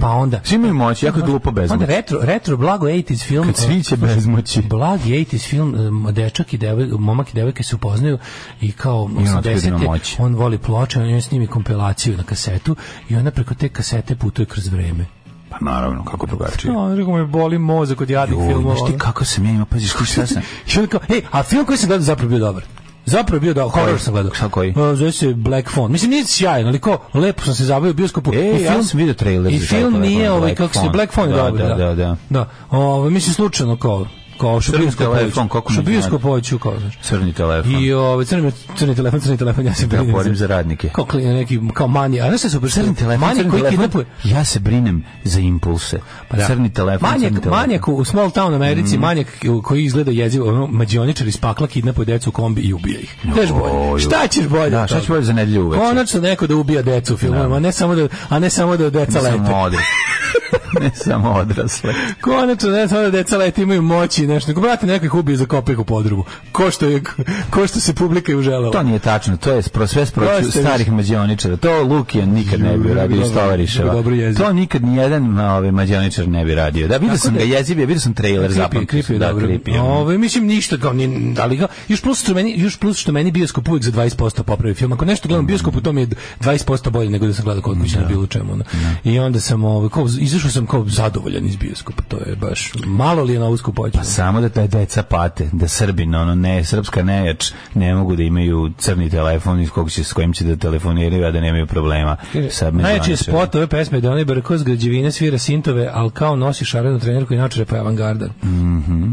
pa onda...
Mhm. Svi imaju moći, jako je glupo bez
Onda
moći.
retro, retro blago 80s film.
Kad sviće bez moći.
Blagi 80s film, em, dečak i devojka, momak i devojka se upoznaju i kao
I on otkriva da ima
80
moć.
on voli ploče, on snimi kompilaciju na kasetu i ona preko te kasete putuje kroz vreme.
Pa naravno, kako drugačije.
No, rekao me boli mozak od jadnih
Joj,
filmova.
znaš ti kako sam ja imao, paziš, ti šta sam...
I onda kao, ej, a film koji sam gledao zapravo bio dobar. Zapravo je bio da horor sam gledao.
Šta koji?
Uh, Zove se Black Phone. Mislim nije sjajan, ali ko lepo sam se zabavio u bioskopu.
E,
I
ja sam vidio trailer
I
za
film
Black
nije
Phone,
ovaj
Black
kako se
Phone.
Black Phone je
Da,
dobar,
da, da, da.
Da. Ovaj mislim slučajno kao kao što
Crni
bioskop
telefon,
hoću.
kako
Što
mi znate.
bioskop hoću, kao znaš.
Crni telefon.
I ovaj crni crni telefon, crni telefon, ja se
Ja
brinem
borim za radnike.
Kao klin- neki kao manje, a ne se super
Crni telefon,
manje
crni
koji
telefon.
kidnapuje.
Ja se brinem za impulse.
Da.
Pa Crni telefon,
manjak,
crni telefon. Mhm.
Manjak u small town Americi, manjak koji izgleda jezivo, ono, mađioničar iz pakla kidnapuje decu u kombi i ubija ih. Znaš bolje.
Joj.
Šta ćeš bolje?
Da, šta ćeš bolje za nedelju uveče?
Konačno neko da ubija decu u filmovima, a ne samo da, a ne samo da deca
Ne
lete.
samo odrasle. ne samo odrasle.
Konačno, ne samo da deca lete imaju moći i nešto. Nego, brate, neko ih ubije za kopih u podrumu. Ko što, je, ko što se publika i uželela.
To nije tačno, to je spro, sve
Proste
sproću
više.
starih mađioničara. To Lukijan nikad ne bi
Ju,
uradio iz
dobro,
Tovariševa.
dobro jezivo.
To nikad nijedan ovaj, mađioničar ne bi radio. Da, vidio
Tako
sam
da-
ga jeziv, je, vidio sam trailer
Kripi,
zapamtio.
kripi,
sam,
je
da, ono.
dobro.
Kripi, je.
Ove, mislim ništa kao ni ali ga, još plus što meni još plus što meni bioskop uvijek za 20% popravi film. Ako nešto gledam u bioskopu to mi je 20% bolje nego da sam gledao kod kuće na bilo čemu. ono. I onda sam ovaj kao izašao sam kao zadovoljan iz bioskopa. To je baš malo li je na usku pođe.
Samo da ta deca pate, da Srbin, ono ne, srpska nejač, ne mogu da imaju crni telefon iz kog će, s kojim će da telefoniraju, a da nemaju problema. Sad me
Najjači je
zvaničari.
spot ove pesme da onaj Brko s građevine svira sintove, ali kao nosi šarenu trenerku i naočare pa je avangarda. Mhm.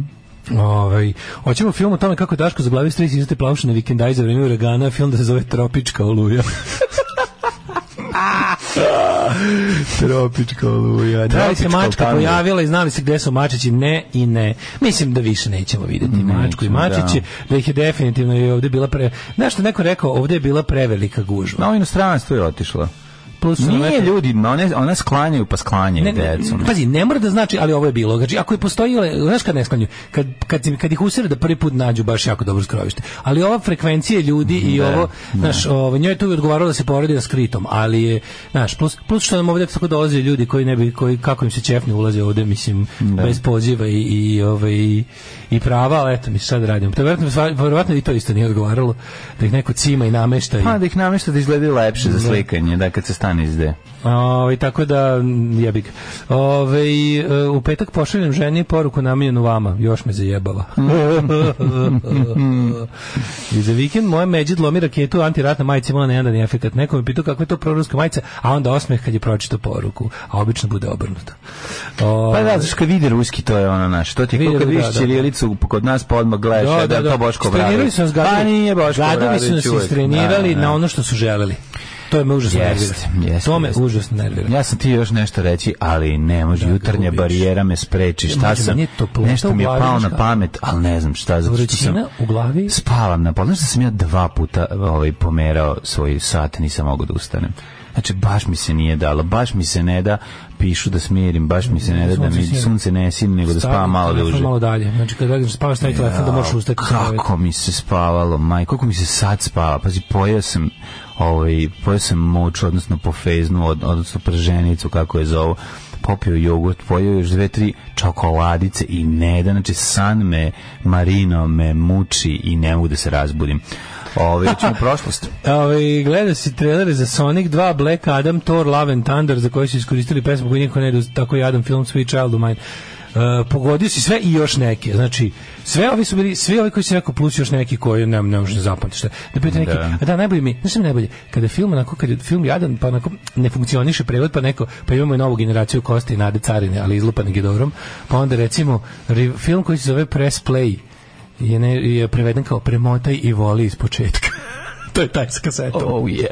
Ovaj, hoćemo film o tome kako je Daško zaglavio stris i izate plavuše na vikendaj za vreme uragana, film da se zove Tropička oluja. Tropička oluja. Da li se
Tropička
mačka
tango.
pojavila i znali se gde su mačići? Ne i ne. Mislim da više nećemo videti mačku i
Nećemo, da.
mačiće, da. ih je definitivno i ovde bila pre... Znaš što je neko rekao, ovde je bila prevelika gužva.
Na ovo inostranstvo je otišlo.
Plus,
Nije
ono-
ljudi, ma one, ona sklanjaju pa sklanjaju
Ne, ne,
decu.
pazi, ne mora da znači, ali ovo je bilo. Znači, ako je postojilo, znaš kad ne sklanju, kad, kad, kad ih usere da prvi put nađu baš jako dobro skrovište. Ali ova frekvencija ljudi i ovo, znaš, ovo, njoj je tu odgovaralo da se poredi na skritom, ali je, znaš, plus, plus što nam ovdje tako dolaze ljudi koji ne bi, koji, kako im se čefni ulaze ovdje, mislim, bez poziva i, i, ovaj, i, i prava, ali eto, mi sad radimo. To je verovatno, verovatno i to isto nije odgovaralo, da ih neko cima i namešta. i-
Pa da ih namješta da izgledaju lepše za slikanje, da kad se stane izde.
Ove, ovaj, tako da, m, jebi ga. Ove, e, u petak pošaljem ženi poruku namijenjenu vama. Još me zajebala. I za vikend moja međid lomi raketu antiratna majica imala nejandan efekat. Neko mi pitao kako je to proruska majica, a onda osmeh kad je pročito poruku. A obično bude obrnuto.
Pa
Ove,
da, zašto kad vidi ruski, to je ono naš. To ti je
Vidi,
kao kad
da,
vidiš
da, da.
Ćirilicu kod nas, pa odmah gledaš,
Da,
e,
da, da.
to Boško
Strenirali
Obradović.
su nas
Pa
gadovi.
nije Boško
Gadovi su nas
Obradović uvek.
istrenirali
Da, da.
na ono što su želeli. To je me užasno
Jeste,
nervira.
jeste,
to me
jeste.
užasno nervira.
Ja sam ti još nešto reći, ali ne može, jutarnja
ubiješ.
barijera me spreči, šta
Mlađe,
sam,
meni je toplota
nešto mi je
u glavi,
palo
znaš
na
kako?
pamet, ali ne znam šta, zato što sam,
Vrućina u glavi.
spavam na pol, znaš da sam ja dva puta ovaj, pomerao svoj sat, nisam mogao da ustanem. Znači, baš mi se nije dalo, baš mi se ne da pišu da smirim, baš mi se ne da da
Sunce
mi
sjedi.
sunce ne sini, nego da
Stavi
spavam malo
telefon
duže.
Malo dalje. Znači kad legneš da spavaš taj telefon da možeš ustati. sa krevetom.
Kako mi se spavalo, maj, koliko mi se sad spava. Pazi, pojao sam, ovaj, pojao sam moč, odnosno pofeznu, od, odnosno prženicu, kako je zovu, popio jogurt, pojao još dve, tri čokoladice i ne da, znači san me, marino me muči i ne mogu da se razbudim. Ove, ćemo u prošlost.
Ovaj gledao si trailere za Sonic 2, Black Adam, Thor, Love and Thunder za koje su iskoristili pesmu koju niko ne ide uz tako jadan film Sweet Child of Mine. Uh, pogodio si sve i još neke. Znači, sve ovi su bili, svi ovi koji si rekao plus još neki koji ne, ne možeš zapamtiti šta. je. Da pita neki,
Da.
a da najbolje mi, znaš šta mi je najbolje, kada je film onako, kada je film jadan, pa onako ne funkcioniše prevod, pa neko, pa imamo i novu generaciju Koste i Nade Carine, ali izlupan Gedorom, pa onda recimo, re- film koji se zove Press Play, je, ne, je preveden kao premotaj i voli iz početka. to je taj s kasetom.
Oh, yeah.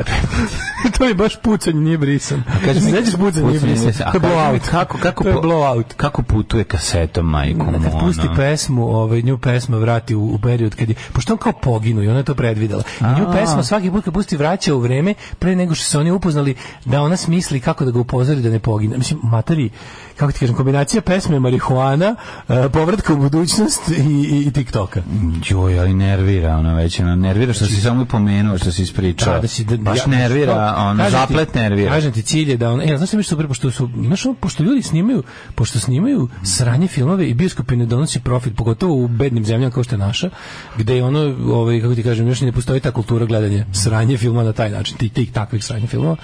to je baš pucanje, nije brisan.
Kaži mi-
Sećaš pucanje, nije
pucanje,
brisan.
a
To je
kaži mi
blowout.
Kako, kako,
to je
po-
blowout.
Kako putuje kasetom, majku?
Kad
mu,
pusti
ono?
pesmu, ovaj, nju pesma vrati u, u period kad je, pošto on kao poginu i ona je to predvidela. I nju pesma svaki put kad pusti vraća u vreme pre nego što se oni upoznali da ona smisli kako da ga upozori da ne pogine. Mislim, materi, kako ti kažem, kombinacija pesme marihuana, eh, povratka u budućnost i, i, i TikToka.
Joj, ali ono, nervira ona već, ona nervira što si samo i pomenuo ono što si ispričao.
Znači- Da, da si, da,
Baš
ja-
nervira,
što-
ono,
kažem ti-
zaplet nervira.
Kažem ti cilj je da on, e, znaš šta mi je super, pošto su, znaš ono, pošto ljudi snimaju, pošto snimaju sranje filmove i bioskopi ne donosi profit, pogotovo u bednim zemljama kao što je naša, gde je ono, ovaj, kako ti kažem, još ne postoji ta kultura gledanja sranje filma na taj način, tih, tih takvih sranje filmova.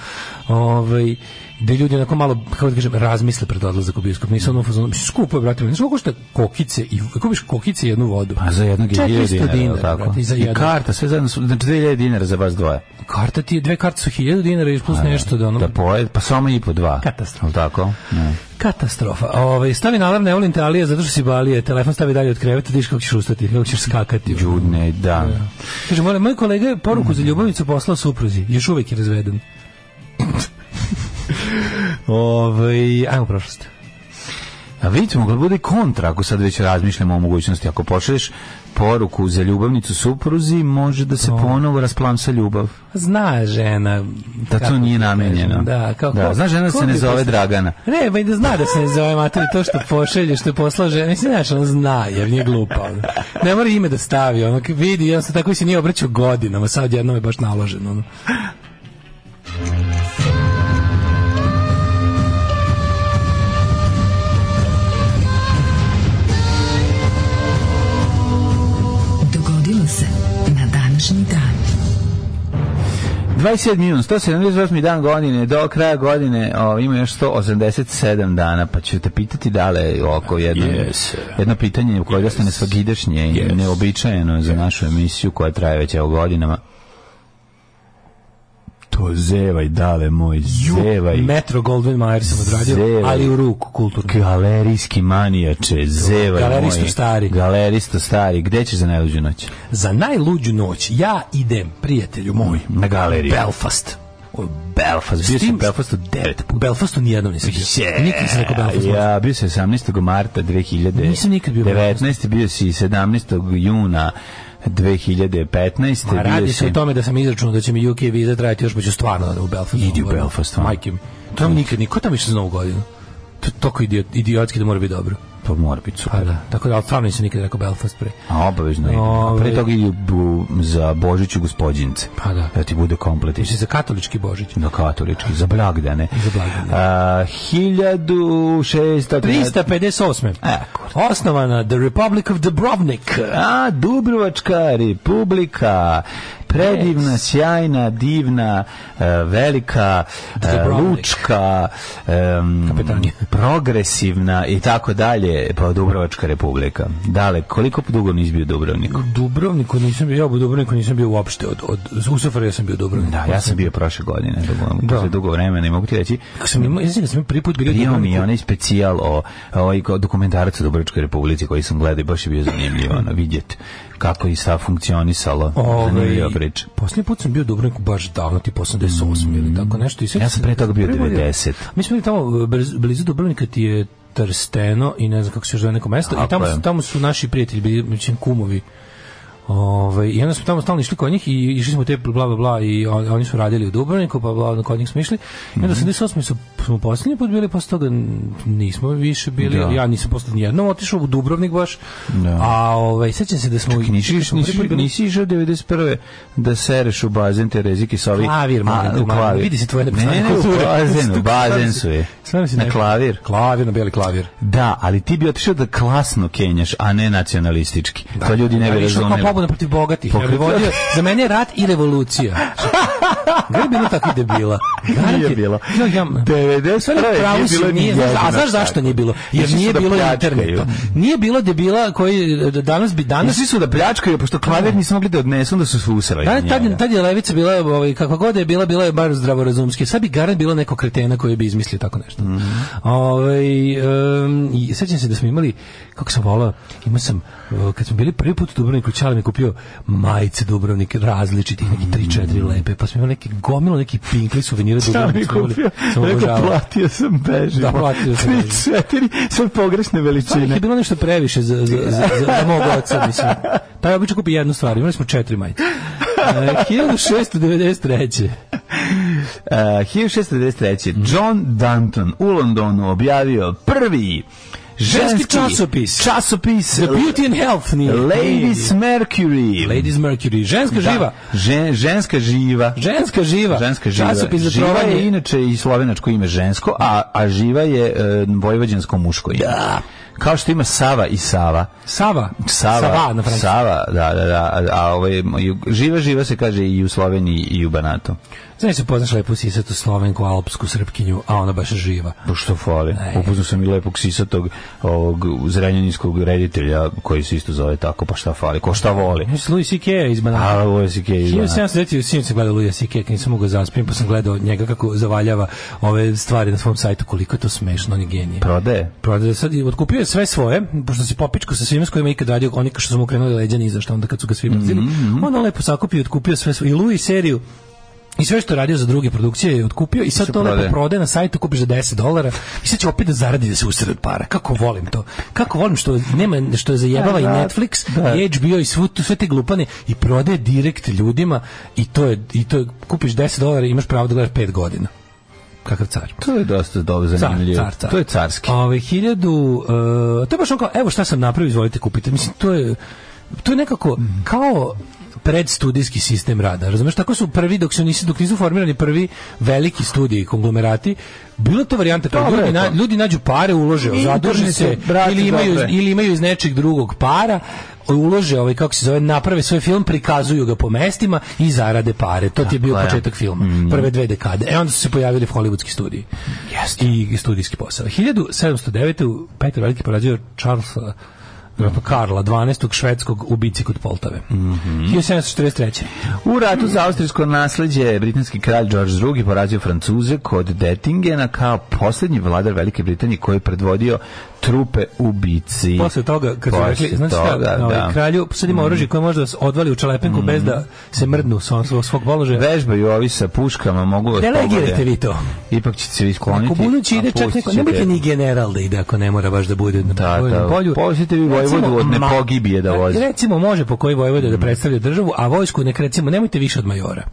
Ovaj, da ljudi onako malo, kako da kažem, razmisle pred odlazak u bioskop. Nisam ono, u fazonu, mislim, skupo je, brate, znaš koliko šta kokice, i, kupiš kokice i jednu vodu.
Pa za jednog je
400
1000 dinara, je li
dinara,
tako?
brate, i za
I
jednog.
karta, sve zajedno, su- znači 2000 dinara za vas dvoje.
Karta ti je, dve karte su 1000 dinara i plus nešto da ono...
Pa Da pojed, pa samo i po dva.
Katastrofa.
Jel tako? Ne.
Katastrofa. Ovaj stavi na alarm, ne volim te Alija, zato što si balije, telefon stavi dalje od kreveta, diš kako ćeš ustati, kako ćeš skakati.
Judne, da.
Kaže, mole, moj kolega je poruku za ljubavicu poslao supruzi, još uvek je razveden. Ovaj, ajmo u prošlost.
A vidite, moglo bude i kontra, ako sad već razmišljamo o mogućnosti. Ako pošalješ poruku za ljubavnicu supruzi, može da se ponovo rasplamsa ljubav.
Zna žena.
Da
kako
to nije
ti kažem,
namenjeno.
Da, kao,
da.
ko-
Znaš, žena
ko
se ne
bi
zove
posla-
Dragana.
Ne, pa i da zna da se ne zove mater to što pošalje, što je poslao žena. Mislim, znaš, ona zna, jer nije glupa. Ona. Ne mora ime da stavi, ono, k- vidi, jednostavno se tako se nije obraćao godinama, sad jednom je baš naloženo. Ono.
Dogodilo se na današnji dan.
27 minus, 178 dan godine, do kraja godine o, ima još 187 dana, pa ću te pitati dale oko jedno,
Yes.
jedno pitanje u koje yes. ne svagidašnje i
Yes.
neobičajeno za našu emisiju koja traje već evo godinama. To zevaj, dale moj, zevaj.
Metro Goldwyn Mayer sam odradio,
Zevaj.
ali u ruku, kulturno.
Galerijski manijače, zevaj
Galeristo
moj.
stari.
Galeristo stari. Gde ćeš za najluđu noć?
Za najluđu noć ja idem, prijatelju moj,
Na galeriju.
Belfast.
U Belfast. Bio
S tim-
sam u Belfastu devet
U Belfastu nijednom nisam bio.
Je,
Nikad nisam rekao Belfast.
Ja, bio sam 18. marta 2000.
Nisam nikad bio u
19. bio si 17. juna 2015.
A
bio
radi
si-
se o tome da sam izračunao da će mi UK viza trajati još, pa ću stvarno da u Belfast.
Idi u Belfast, stvarno.
Majke mi. To mi nikad niko tamo išao za novu godinu. To je toliko idiot, idiotski da mora biti dobro.
Pa mora biti
Pa
super.
da. Tako da, ali stvarno nisam nikad rekao Belfast pre.
A obavezno idem. A
Ovaj.
pre toga idi u- za Božiću gospodince.
Pa da.
Da ti bude komplet.
Mislim, za katolički Božić.
Na katolički, za blagdane.
Za blagdane.
A, 1600...
358.
E, kurde.
Osnovana The Republic of Dubrovnik.
A, Dubrovačka republika, predivna, sjajna, divna, e, velika, e,
Dubrovnik.
lučka, em,
Kapetanija.
progresivna i tako dalje, pa Dubrovačka republika. Dale, koliko dugo nisi bio u Dubrovniku?
U Dubrovniku nisam bio, ja u Dubrovniku nisam bio uopšte. Od, od, u Sofariju sam bio u Dubrovniku.
Da, ja sam bio prošle godine, dugo,
Da.
posle dugo vremena i mogu ti reći,
Kad sam imao, ja sam, kad sam imao prvi put bili u
Imao mi
Dubrovniku,
je onaj specijal o, ovaj kao dokumentarac o Dubrovačkoj republici koji sam gledao i baš je bio zanimljivo ono, vidjeti kako je sad funkcionisalo.
Ovaj,
Zanimljiva priča. Mm.
Posljednji put sam bio u Dubrovniku baš davno, tipa 88 ili tako nešto. I sad-
Ja sam pre toga bio
Prvi put je-
90.
Mi smo bili tamo, e, brz- blizu Dubrovnika ti je Trsteno i ne znam kako se još zove neko mesto. I
Tako
tamo,
je.
su- tamo su naši prijatelji, bili, mislim, kumovi. Ovaj i onda smo tamo stalno išli kod njih i išli smo u te bla bla bla i on- oni su radili u Dubrovniku, pa bla, onda kod njih smo išli. I
Mhm.
onda 88. su, smo posljednji put bili, posle toga n- nismo više bili,
Da.
ja nisam posle nijednom otišao u Dubrovnik baš, a ovaj, sećam se da smo...
Čekaj, nisi,
čekaj,
nisi,
smo prvi put
nisi,
bili-
nisi išao 91. da sereš u bazen Terezi Kisovi.
Klavir, molim te,
u
molim te, vidi se tvoje
Ne, ne,
nepoznanje
ne, u
kulture.
bazen, u
Stvarno
bazen
si-
su je.
stvarno si
Na
neko.
klavir.
Klavir na beli klavir.
Da, ali ti bi otišao da klasno kenjaš, a ne nacionalistički. to ljudi ne bi
Ali išao kao
razumeli.
pa pobuna protiv bogatih. Ja
Pokretio-
bih vodio, za mene je rat i revolucija. Gde je bilo tako debila? Garant
Nije
je-
bilo.
Ja, ja,
91.
Sve na pravu
nije
si,
bilo ni
nije, znaš- a
jednog
znaš zašto
tako.
nije bilo? Jer
Išli su
nije
da
bilo
pljačkaju.
interneta. Nije bilo debila koji e, danas bi danas
Svi su da pljačkaju, pošto klavir nisu mogli da odnesu, onda su se usrali.
Da,
na
tad,
njega.
je- tad je levica bila, ovaj, kakva god je bila, bila je bar zdravorazumski. Sad bi garant bilo neko kretena koji bi izmislio tako nešto.
Mhm.
Mm sećam se da smo imali, kako sam volao, imao sam, e, kad smo bili prvi put u Dubrovniku, Čale mi je kupio majice Dubrovnik različitih, neki 3-4 lepe, pa smo imali neki gomilo, neki pinkli suvenira
Mhm. Šta mi je
Dubrovnik. smo imali.
kupio?
Sam
Rekao,
obožavao.
platio sam bežimo.
Da, platio sam bežimo.
Tri, četiri, sve pogrešne
Stvarno Pa ih
veličine.
je bilo nešto previše za, za, za, za, za mog oca, mislim. Taj obično kupi jednu stvar, imali smo četiri majice. E, 1693.
Uh, 1693. John Danton u Londonu objavio prvi
Ženski časopis.
Časopis.
The Beauty and Health nije.
Ladies Mercury.
Ladies Mercury. Ženska
Da.
živa.
Žen, ženska živa.
Ženska živa.
Ženska živa.
Časopis za
živa je
trovanje.
inače i slovenačko ime žensko, a, a živa je e, vojvođansko muško ime. Da. Kao što ima Sava i Sava.
Sava.
Sava,
Sava na francuskom.
Sava, da, da, da. A, a ovaj, ju- živa, živa se kaže i u Sloveniji i u Banatu.
Znaš se poznaš lepu sisatu slovenku, alpsku srpkinju, a ona baš živa.
Pa što fali? Upoznao sam i lepog sisatog ovog zrenjaninskog reditelja koji se isto zove tako, pa šta fali? Ko šta voli?
Mislim, Louis C.K. iz Banana.
A, ovo je si kej, da.
1790 u sinoć sam gledao Luja Sike, kad nisam mogao da zaspim, pa sam gledao njega kako zavaljava ove stvari na svom sajtu, koliko je to smešno, on je genije.
Prodaje.
Prodaje Pa sad i otkupio je sve svoje, pošto se popičko sa svima s kojima je ikad radio, oni što su mu krenuli leđa ni zašto, onda kad su ga svi mrzili, on je lepo sakupio i otkupio sve svoje. I Louis seriju I sve što je radio za druge produkcije je otkupio i sad
se
to lepo
prodaje.
prodaje na sajtu, kupiš za 10 dolara i sad će opet da zaradi da se usred para. Kako volim to. Kako volim što nema što je zajebava i Netflix, i HBO i svu tu sve te glupane i prodaje direkt ljudima i to je i to je, kupiš 10 dolara i imaš pravo da gledaš 5 godina. Kakav car.
To je dosta dobro
Car,
zanimljivo.
car, car.
To je carski.
Ove, 1000, e, to je baš on kao, evo šta sam napravio, izvolite kupite. Mislim, to je, to je nekako kao predstudijski sistem rada. Razumeš, tako su prvi, dok, su nisi, dok nisu formirani prvi veliki studiji, konglomerati, bila to varijanta kao
Dobro je
ljudi, na-
to.
ljudi nađu pare, ulože,
Interne
zaduže se,
se, brate,
ili, imaju,
dobro je.
ili imaju iz nečeg drugog para, ulože ovaj kako se zove naprave svoj film prikazuju ga po mestima i zarade pare to ti je bio
Tako je. Mhm.
početak filma prve dve dekade e onda su se pojavili hollywoodski studiji i studijski posao 1709 Petar Veliki porađuje Charlesa
Mhm.
vjerojatno Karla 12. švedskog ubici kod Poltave.
Mhm.
1743.
U ratu za austrijsko nasleđe britanski kralj George II porazio Francuze kod Dettingena kao posljednji vladar Velike Britanije koji je predvodio trupe ubici.
Posle toga, kad su
Posle
rekli, znaš šta,
toga,
ovaj,
da. Mhm.
kralju, sad ima oružje koje može da se odvali u čelepenku bez da se mrdnu sa svog, svog položaja.
Vežbaju ovi sa puškama, mogu vas
Delegirajte
pogode.
vi to.
Ipak ćete se vi skloniti.
Ako budući
a
ide čak
pustit
neko,
ćete.
nemojte ni general da ide ako ne mora baš da bude na
Da, pa
vojnom
da.
polju.
Pustite vi
Recimo,
vojvodu od
ma-
nepogibije da vozi.
Recimo može po koji vojvoda
Mhm.
da predstavlja državu, a vojsku nek recimo nemojte više od majora.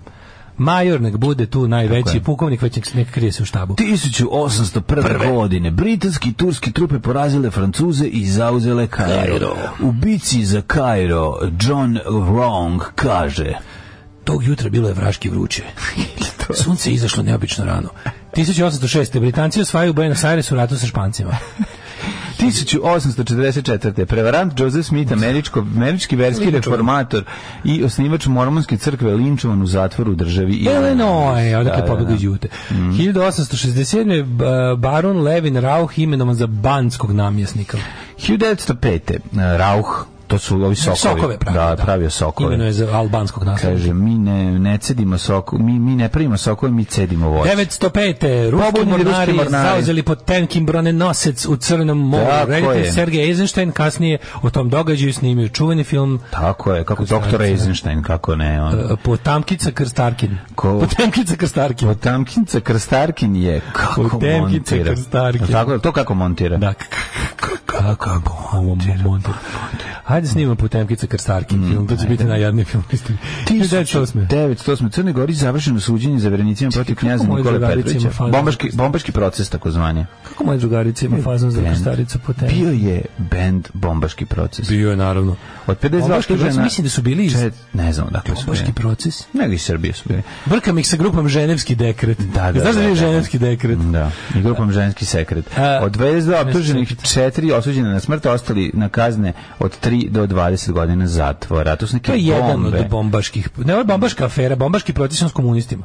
Major nek bude tu najveći, pukovnik već nek- nek krije se u štabu.
1801. godine britanski i turski trupe porazile Francuze i zauzele Kairo. U bici za Kairo John Wrong kaže
Tog jutra bilo je vraški vruće. Sunce je izašlo neobično rano. 1806. Britanci osvajaju Buenos Aires u ratu sa Špancima.
1844. Prevarant Joseph Smith, američko, američki verski reformator i osnivač mormonske crkve linčovan u zatvoru u državi
Illinois, odakle
Da,
da,
da, Mhm.
pobegao iz Jute. 1867. je ba- baron Levin Rauch imenovan za banskog namjesnika.
1905. eh, Rauch, to su ovi sokovi.
Sokove pravio,
da,
da.
pravio sokove.
Imeno je za albanskog nasljednika.
Kaže, mi ne, ne cedimo soko, mi, mi ne pravimo sokove, mi cedimo voće.
905. Ruski
Pobunjeni ruski
mornari,
mornari.
zauzeli pod tenkim bronenosec u Crnom moru.
Tako je.
Reditelj Sergej Eisenstein kasnije o tom događaju snimio čuveni film
Tako je, kako doktor Eisenstein, kako ne, on.
e, Potamkica Krstarkin.
Ko-
Potamkica Krstarkin.
Potamkinca Krstarkin je kako
Potemkinca
montira.
Krstarkin.
Tako je, to kako montira.
Da, k- k- k- kako ovo montir. Hajde snimamo Potemkica Krstarkin
Mm,
film, to će biti najjadniji film. 1908.
1908. u Crnoj Gori završeno suđenje za verenicima protiv
kako
knjaza
moje
Nikole
drugarice
Petrovića.
ima fazon?
Bombaški, bombaški proces, takozvanje.
Kako moja drugarica ima fazon za Krstaricu Potemkicu?
Bio je band Bombaški proces.
Bio je, naravno.
Od 52
Bombaški proces,
optužena-
mislim da su bili iz-
Čet- ne znam dakle su
Bombaški
bili.
proces?
Nego iz Srbije su bili.
Brkam ih sa grupom Ženevski dekret.
Da, da,
Znaš da,
da,
je
da.
Ženevski dekret?
Da, i grupom ženski sekret.
A,
Od 22 optuženih
sekret.
četiri osuđene na smrt, ostali na kazne od 3 do 20 godina zatvora. To su neke
To je
bombe.
jedan od bombaških, ne ovo je bombaška afera, bombaški proces s komunistima.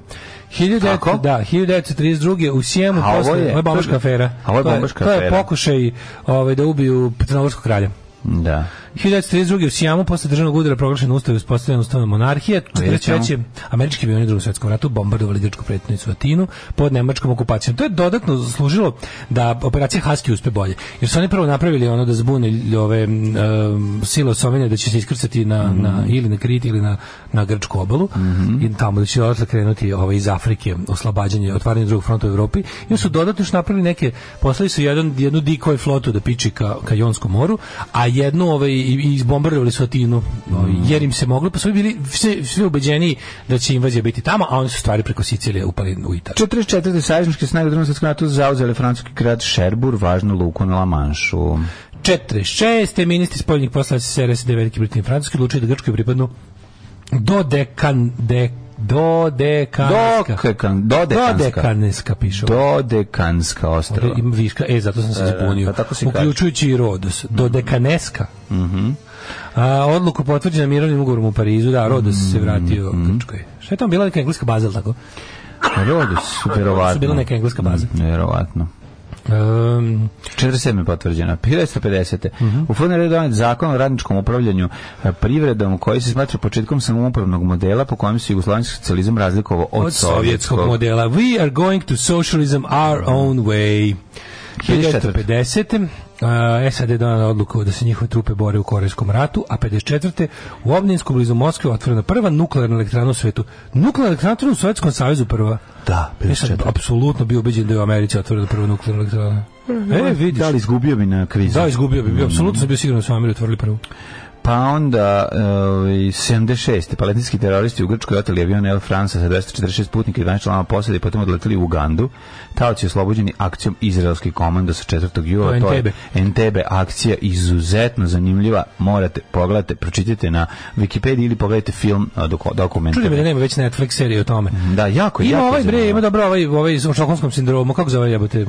1900,
Kako?
da, 1932. u Sijemu
A ovo
posle,
je-
ovo je bombaška afera.
a ovo je
To
bombaška
To je
afera.
pokušaj ovaj, da ubiju Crnogorskog kralja.
Da.
1932. u Sijamu posle državnog udara proglašen ustav i uspostavljena ustavna monarhija.
Vidjet
43. američki avioni u drugom svjetskom ratu bombardovali grčku pretnicu Atinu pod nemačkom okupacijom. To je dodatno služilo da operacija Husky uspe bolje. Jer su oni prvo napravili ono da zbune lj- ove um, sile osovene da će se iskrcati na, na, ili na Krit ili na, na grčku obalu i tamo da će odatle krenuti ovaj, iz Afrike oslobađanje, otvaranje drugog fronta u Evropi. I onda su dodatno još napravili neke, poslali su jedan, jednu dikoj flotu da piči ka, ka Jonskom moru, a jednu ovaj, i, i izbombardovali su Atinu, Ovaj, jer im se moglo, pa su ovi bili svi, svi ubeđeni da će invazija biti tamo, a oni su stvari preko Sicilije upali u Italiju.
44. savezničke snage u drugom svetskom ratu zauzele francuski grad Šerbur, važnu luku na La Manšu.
46. ministri spoljnih poslova SRS i Velike Britanije i Francuske odlučili da Grčkoj pripadnu do dekan, de, do dekanska.
Dodekan, dodekanska.
Dodekanska piše. ovdje.
Dodekanska ostrava.
Ovdje Ima viška, e, zato sam se zbunio.
pa tako se kaže. Mhm.
Uključujući i Rodos. Dodekaneska. A, odluku potvrđena mirovnim ugovorom u Parizu, da, Rodos se vratio
Mhm.
Grčkoj. Šta je tamo bila neka engleska baza, ili tako?
Pa Rodus, verovatno.
Su bila neka engleska baza.
Mm, Verovatno. Ehm,
Um,
47. je potvrđena. 1950.
Mhm.
U fond redu donet zakon o radničkom upravljanju e, privredom koji se smatra početkom samoupravnog modela po kojem se jugoslovenski socijalizam razlikovao od,
od sovjetskog modela. We are going to socialism our own way. 1950. Uh, SAD je donala odluku da se njihove trupe bore u Korejskom ratu, a 54. u Obninsku blizu Moskve otvorena prva nuklearna elektrana u svetu. Nuklearna elektrana otvorena u Sovjetskom savezu prva.
Da, e,
Ja sam
54.
apsolutno bio ubeđen da je u Americi otvorena prva nuklearna elektrana. E, vidiš.
Mm, Da li Mm. izgubio bi na krizu?
Da, izgubio bi. bio, Apsolutno sam bio siguran da su u Americi otvorili prvu.
Pa onda, e, 76. Palestinski teroristi u Grčkoj oteli avion Air France sa 246 putnika i 12 članova posade i potom odleteli u Ugandu. Taoci oslobođeni akcijom izraelskih komanda sa 4. jula.
To je
Entebbe akcija izuzetno zanimljiva. Morate, pogledajte, pročitajte na Wikipediji ili pogledajte film dokument.
Čudi me da nema već Netflix serije o tome.
Da, jako,
Ima
jako
ovaj bre,
zanimljivo.
ima dobro ovaj, ovaj o štokholmskom sindromu, kako zove jebote?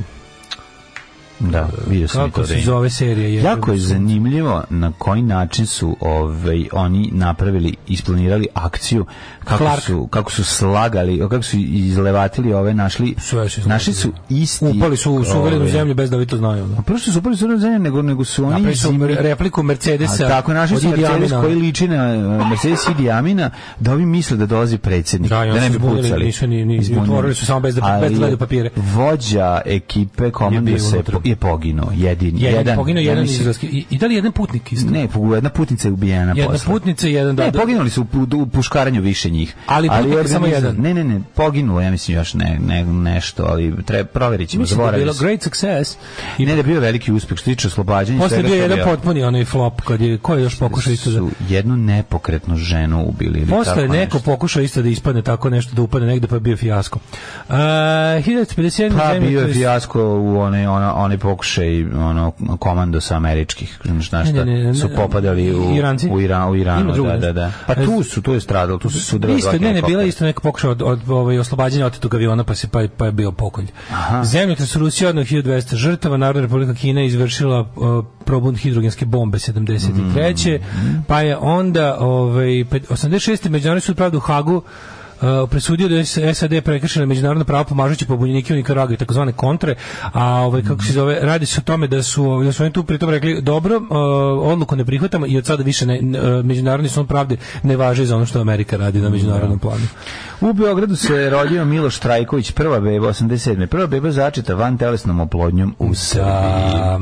Da, vidio sam i to
Kako
da
se
ima.
zove serija? jebote?
Jako je zanimljivo na koji način su ovaj oni napravili isplanirali akciju kako
Clark.
su kako su slagali, kako su izlevatili ove našli
Sve su
našli su isti
Upali su u suverenu
ovaj,
zemlju bez da vi to znaju. Da.
Prvo što su upali u suverenu zemlju nego nego su oni
Napravili su
izimili-
mer- repliku
A
Mercedesa.
tako našli
od
su
Idi
Mercedes
Amina.
koji liči na e, Mercedes Idi Amina da ovi misle da dolazi predsjednik
Da, i
da,
oni
ne
su
bi
zbunili,
pucali
nisu ni- ni-
Izbunili.
otvorili su samo bez da- bez da
Ali
gledaju papire.
vođa ekipe komanda
bio
se
unutra.
je poginuo jedini
Jedan,
jedan
poginuo,
ja
jedan
mislim-
izraelski. I, I da li jedan putnik isto?
Ne, pogu- jedna putnica je ubijena
Jedna
posle.
putnica i jedan da.
ne,
da-
poginuli su u, pu- u puškaranju više njih.
Ali putnik je
organizam-
samo jedan.
Ne, ne, ne, poginulo, ja mislim još ne, ne, nešto, ali treba proverit ćemo,
Mislim da je
zaboravili
bilo
smo.
great success. I
Ne, da je bio veliki uspjeh što se tiče oslobađanja. i
posle je
svega
bio
što
jedan potpuni onaj flop kad je ko je još pokušao isto da
su jednu nepokretnu ženu ubili ili
Posle je
tako
neko
nešto.
pokušao isto da ispadne tako nešto, da upadne negde, pa je bio fijasko. Uh, 1957.
Pa
zemlje,
bio
to
je
jest-
Pa fijasko u one, ona, one pokušaj ono, komandosa američkih, znaš na šta,
Ne, ne, ne,
su
ne,
popadali u,
Iranci?
u, Ira, u
Ima
Iranu.
drugo
da,
nešto.
da, da. Pa
E,
tu su, tu je stradalo, tu su sudrali
Isto,
dva
ne, ne, bila
helikoptera.
je isto neka pokušaj od, od ovaj, oslobađanja otetog aviona, pa, se, pa, je- pa je bio pokolj. Zemljotres Rusija odno 1200 žrtava, Narodna republika Kina je izvršila uh, probun hidrogenske bombe 73. Pa je onda ovaj, pet- 86. Međunarodni sud pravdu u Hagu uh, presudio da je SAD prekršila međunarodno pravo pomažući pobunjenike u Nikaragvi, takozvane kontre, a ovaj, kako se zove, radi se o tome da su, ovaj, da su oni tu pritom rekli, dobro, uh, odluku ne prihvatamo i od sada više ne, ne, uh, međunarodni sud pravde ne važi za ono što Amerika radi na međunarodnom planu.
U Beogradu se rodio Miloš Trajković, prva beba 87. Prva beba začeta van telesnom oplodnjom u Srbiji.
Da.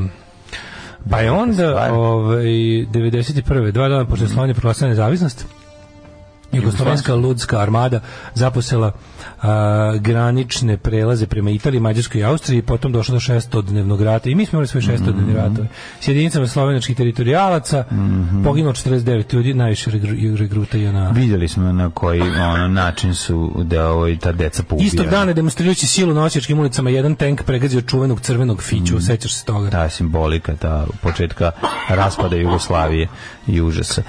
Pa je onda
stvar.
ovaj, 91. dva dana pošto je Slovenija proglasila nezavisnost, Jugoslovenska ludska armada zaposela a, granične prelaze prema Italiji, Mađarskoj i Austriji i potom došlo do šestodnevnog rata. I mi smo imali svoje šestodnevne ratove. S jedinicama slovenačkih teritorijalaca poginulo 49 ljudi, najviše regru- regruta je na...
Vidjeli smo na koji ono, način su da ovaj, ta deca poubijena.
Istog dana demonstrirajući silu na osječkim ulicama jedan tank pregazio čuvenog crvenog fiću, sećaš se toga.
ta simbolika, ta početka raspada Jugoslavije i užasa.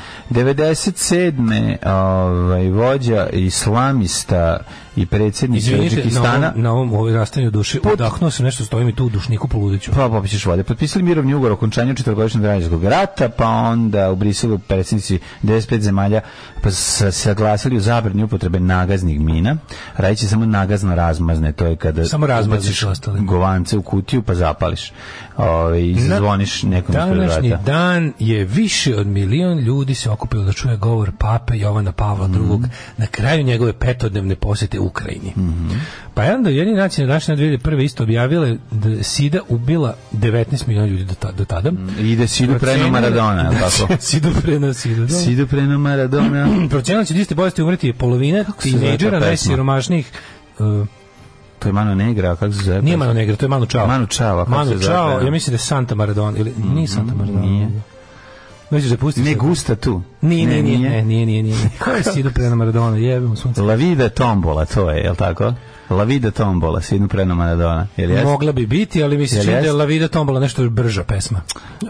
97. Ovaj, vođa islamista i predsjednik
Izvinite, na
Tadžikistana
ovom, na ovom ovaj rastanju duše udahnuo sam nešto, stoji mi tu u dušniku poludeću.
Pa popićeš vode. Potpisali mirovni ugovor o okončanju četvrogodišnjeg građanskog rata, pa onda u Briselu predsjednici 95 zemalja pa se saglasili u zabrani upotrebe nagaznih mina. Radit će samo nagazno razmazne, to je kada
Samo razmazniš
ubaciš
ostale.
govance u kutiju pa zapališ. Ove, I zazvoniš nekom ispred
Današnji
vrata.
dan je više od milion ljudi se okupilo da čuje govor pape Jovana Pavla
Mhm.
II na kraju njegove petodnevne posjete Ukrajini.
Mhm.
Pa je onda jedini način na 2001. isto objavile da je Sida ubila 19 miliona ljudi do, ta- do tada.
Ide Mhm. Sidu preno Maradona, je li tako?
Sidu preno Sida, da.
Sidu preno Maradona.
Procenila će da iste bolesti umreti
se
polovina
zove ta
tinejdžera
pesma?
najsiromašnijih uh,
To je Mano Negra, a kako se zove? Pa
Nije Manu Negra, to je Manu Čao.
Manu Čao, kako
Manu
se zove?
Čao, ja mislim da je Santa Maradona, ili nije Santa Maradona.
Nije.
Hoćeš da pustiš?
Ne
to?
gusta tu.
Nije,
Ne,
nije, nije,
nije.
ne, nije, nije, nije. Ko je Sido Prena Maradona? Jebemo sunce.
La vida tombola, to je, jel tako? La vida tombola, sinu preno Maradona. Jel jeste?
Mogla bi biti, ali mi se
Jel
čini da je
jest?
La Vida Tombola nešto brža pesma.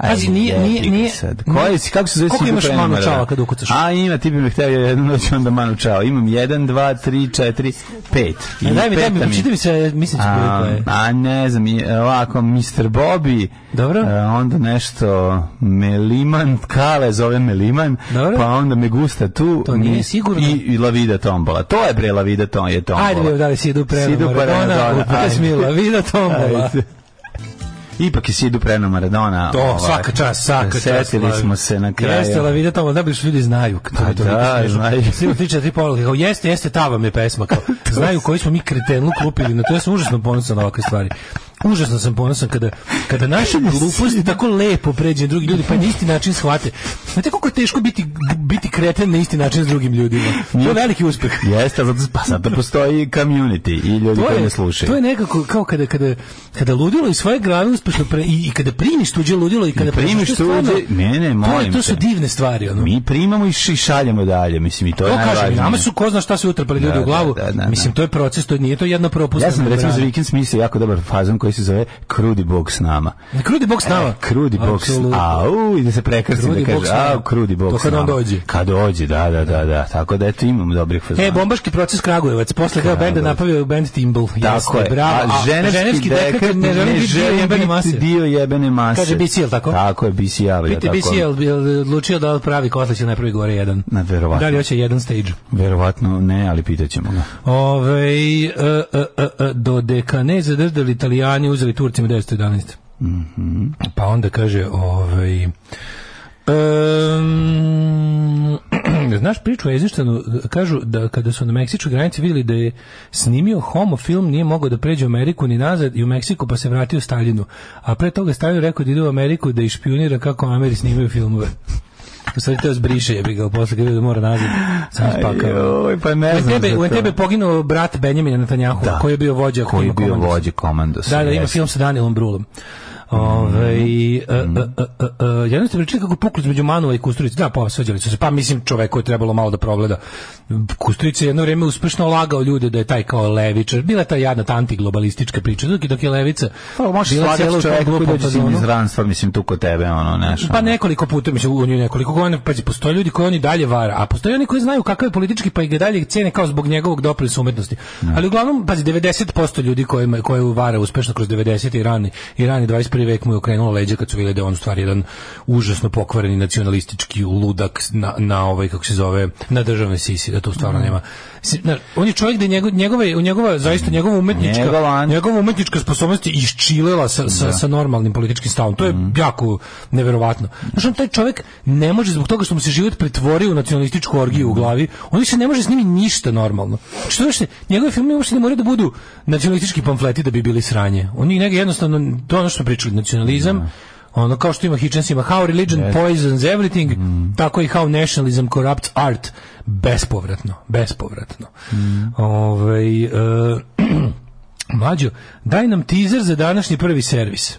Aj,
Pazi, nije,
jebi
nije,
ga
nije...
sad. Koji si, kako se zove
Koliko
Sidu
imaš
Prena
manu
Maradona?
čala kad ukucaš?
A ima, ti bi me hteo jednu noć onda manu čao. Imam 1, 2, 3, 4, 5.
Ne, daj mi, daj mi, pročitaj mi se, mislim će koliko
A,
je.
a ne znam, i- ovako, Mr. Bobby,
Dobro.
e, onda nešto Meliman, Kale zove Meliman,
Dobro.
pa onda me gusta tu.
To nije
mi-
sigurno.
I, i La Vida Tombola. To je bre La Vida Tom, je Tombola.
Ajde, vidimo da li Sido
Sidu
Prena
Prena
Maradona,
Maradona,
u pesmi
ajde.
La Vida Tombola.
Ajde. Ovaj. Ipak je Sidu Preno Maradona.
To,
ovaj,
svaka čast, svaka čast.
setili
Lavi.
smo se na kraju.
Jeste, ali vidite tamo, da bi što ljudi znaju. kad
Pa
to toliko
da,
smešno.
znaju.
Svi imaju tri, četiri poruke, kao jeste, jeste, ta vam je pesma. Kao, znaju koji smo mi kretenluk lupili na to. Ja sam užasno ponosan na ovakve stvari. Užasno sam ponosan kada, kada naše gluposti tako lepo pređe drugi ljudi, pa na isti način shvate. Znate koliko je teško biti, biti kreten na isti način s drugim ljudima? To je veliki uspeh.
Jeste, zato, pa zato postoji community i ljudi koji ne slušaju.
To je nekako kao kada kada kada ludilo iz svoje glave uspešno pre, i, i kada primiš tuđe ludilo i kada
primiš
to je
tuđe-
stvarno-
ne, ne,
to je-
molim
To su
te.
divne stvari, ono.
Mi primamo i ši- šaljemo dalje, mislim, i to,
To
je
kažem, i
najvažnije.
nama su ko zna šta su utrpali ljudi
Da,
u glavu.
da, da, da, da.
Mislim, to je proces, to nije to jedna propustna.
Ja sam recimo
dobrana.
za vikend smislio jako dobar fazon koji se zove Krudi Bog s nama.
Na Krudi bok s nama.
E, krudi Bog s
Apsolutno.
Au, i da se prekrsti
Krudi
da
Bog s
kaže,
nama.
au, Krudi Bog
To
s
kad on
nama.
dođe.
Kad dođe, da, da, da, da. Tako da, eto, imamo dobrih fazona.
E, bombaški proces Kragujevac. Posle deo benda napravio bend Timbal.
Tako je.
bravo.
A ženevski,
dekret ne želim biti dio jebene mase.
dio jebene mase.
Kaže BC, jel tako?
Tako je, BC javlja.
Pite BC, jel bi odlučio da pravi kotlić ili ne pravi gore jedan?
Na, verovatno.
Da li hoće jedan stage?
Verovatno ne, ali pitaćemo ga.
Ove, e, e, e, e, do dekane zadržali italijani, uzeli Turcima 911. Pa onda kaže, ovaj... Um, znaš priču o Ezinštanu, kažu da kada su na Meksičkoj granici vidjeli da je snimio homo film, nije mogao da pređe u Ameriku ni nazad i u Meksiku pa se vratio Staljinu. A pre toga je Stalin rekao da ide u Ameriku da išpionira kako Ameri snimaju filmove. Sad te zbriše, je bi ga ali posle kada da mora nazad. Sam spakao.
Joj, pa ne
U
znam
tebe,
za
u
to.
tebe je poginuo brat Benjamina Netanjahu,
Da.
koji je bio vođa
koji je
Kuma
bio
Komandosa.
vođe komandosa.
Da, da, ima
jeste. Mhm.
film sa Danielom Brulom. Ove, e, e, e, e, e, jedno ste pričali kako pukli između Manula i Kusturice. Da, pa svađali su se. Pa mislim čoveku je trebalo malo da progleda. Kusturica je jedno vrijeme uspešno lagao ljude da je taj kao levičar. Bila je ta jadna ta antiglobalistička priča. Dok, je- dok je levica...
Pa možeš
bila cijela u
slagati čovjek
tom
koji
glupom
dođe iz
fazonu.
inostranstva, mislim, tu kod tebe, ono, nešto.
Pa nekoliko puta, mislim, u nju nekoliko godina, pa postoje ljudi koji oni dalje vara, a postoje oni koji znaju kakav je politički, pa i ga dalje cene kao zbog njegovog doprinosa umetnosti. Ali uglavnom, pazi, 90% ljudi koji, koje vara uspešno kroz 90. i rani, i rani 21. vek mu je okrenulo leđa kad su vidjeli da je on u stvari jedan užasno pokvareni nacionalistički ludak na, na ovaj, kako se zove, na državnoj sisi, da tu stvarno nema. Mislim, znaš, on je čovjek da je njego, njegova, njegova, zaista njegova umetnička,
Njegova-
njegova umetnička sposobnost je isčilela sa, sa, sa normalnim političkim stavom. To je jako neverovatno. Znaš, on taj čovjek ne može, zbog toga što mu se život pretvorio u nacionalističku orgiju u glavi, on više ne može s njimi ništa normalno. Što još, njegove filme uopšte ne moraju da budu nacionalistički pamfleti da bi bili sranje. Oni negdje jednostavno, to je ono što smo pričali, nacionalizam, ono kao što ima Hitchens, ima How Religion Poisons Everything, tako i How Nationalism Corrupts Art. Bespovratno, bespovratno. Ovaj, e, Mlađo, daj nam teaser za današnji prvi servis.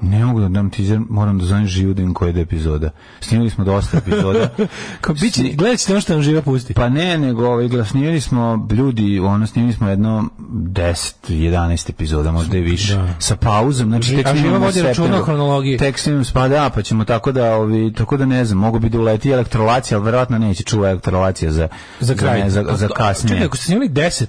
Ne mogu da dam tizer, moram da zovem živu da im koja je da epizoda. Snimili smo dosta epizoda.
Kao biće, gledat ćete ono što nam živa pusti.
Pa ne, nego ovaj, gle, snimili smo ljudi, ono, snimili smo jedno 10, 11 epizoda, možda i više.
Da.
Sa pauzom, znači
Ži-
tek
a Živa
snimamo u
vodi računa o
septembru.
hronologiji.
Tek snimamo, pa da, pa ćemo tako da, ovi, tako da ne znam, mogu bi da uleti elektrolacija, ali verovatno neće čuva elektrolacija za,
Za kraj. Pa,
ne, za, za kasnije.
Čekaj, ako ste snimali 10,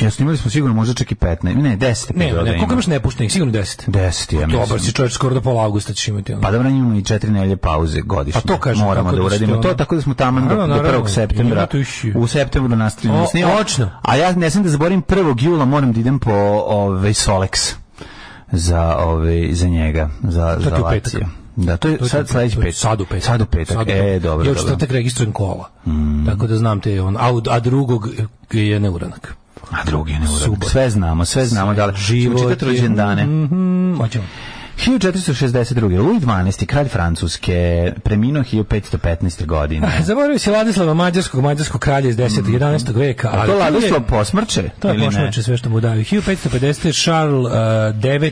Ja snimali smo sigurno možda čak i 15, ne, 10
ne,
epizoda.
ne, koliko
ima.
imaš nepuštenih, sigurno 10.
10 ja mislim.
Dobar si čovječ, skoro do pola augusta ćeš imati ono.
Pa dobro, imamo i četiri nelje pauze godišnje.
Pa to kažem,
Moramo
tako
da
da ćete
uradimo
ono-
to, tako da smo taman do,
Naravno,
do
naravno.
1. septembra.
Imate uši.
U septembru nastavljamo.
O,
snimamo.
odlično.
A ja ne sam da zaborim 1. jula, moram da idem po ovaj, Solex za, ovaj, za njega, za,
je
za
u petak.
Laciju. Da, to je
To
Pa,
je
sad
to-
sledeći
to je
petak.
Sad u petak.
Sad u petak, e, dobro, Mm.
Ja u
dobro.
četvrtak registrujem kola. Tako da znam te on. A, u- a drugog je neuranak.
A drugi je neurak.
Subota.
Sve znamo, sve znamo. Da li,
Život
ćemo čitati
je-
rođendane.
Mhm, hoćemo.
1462. Louis XII, kralj Francuske, preminuo 1515. godine.
Zaboravio si Ladislava Mađarskog, Mađarskog kralja iz 10. 11. veka.
Mhm. A
ali
to
je-
Ladislav posmrče?
To je
ili ne?
pošmače sve što mu daju. 1550. Charles uh,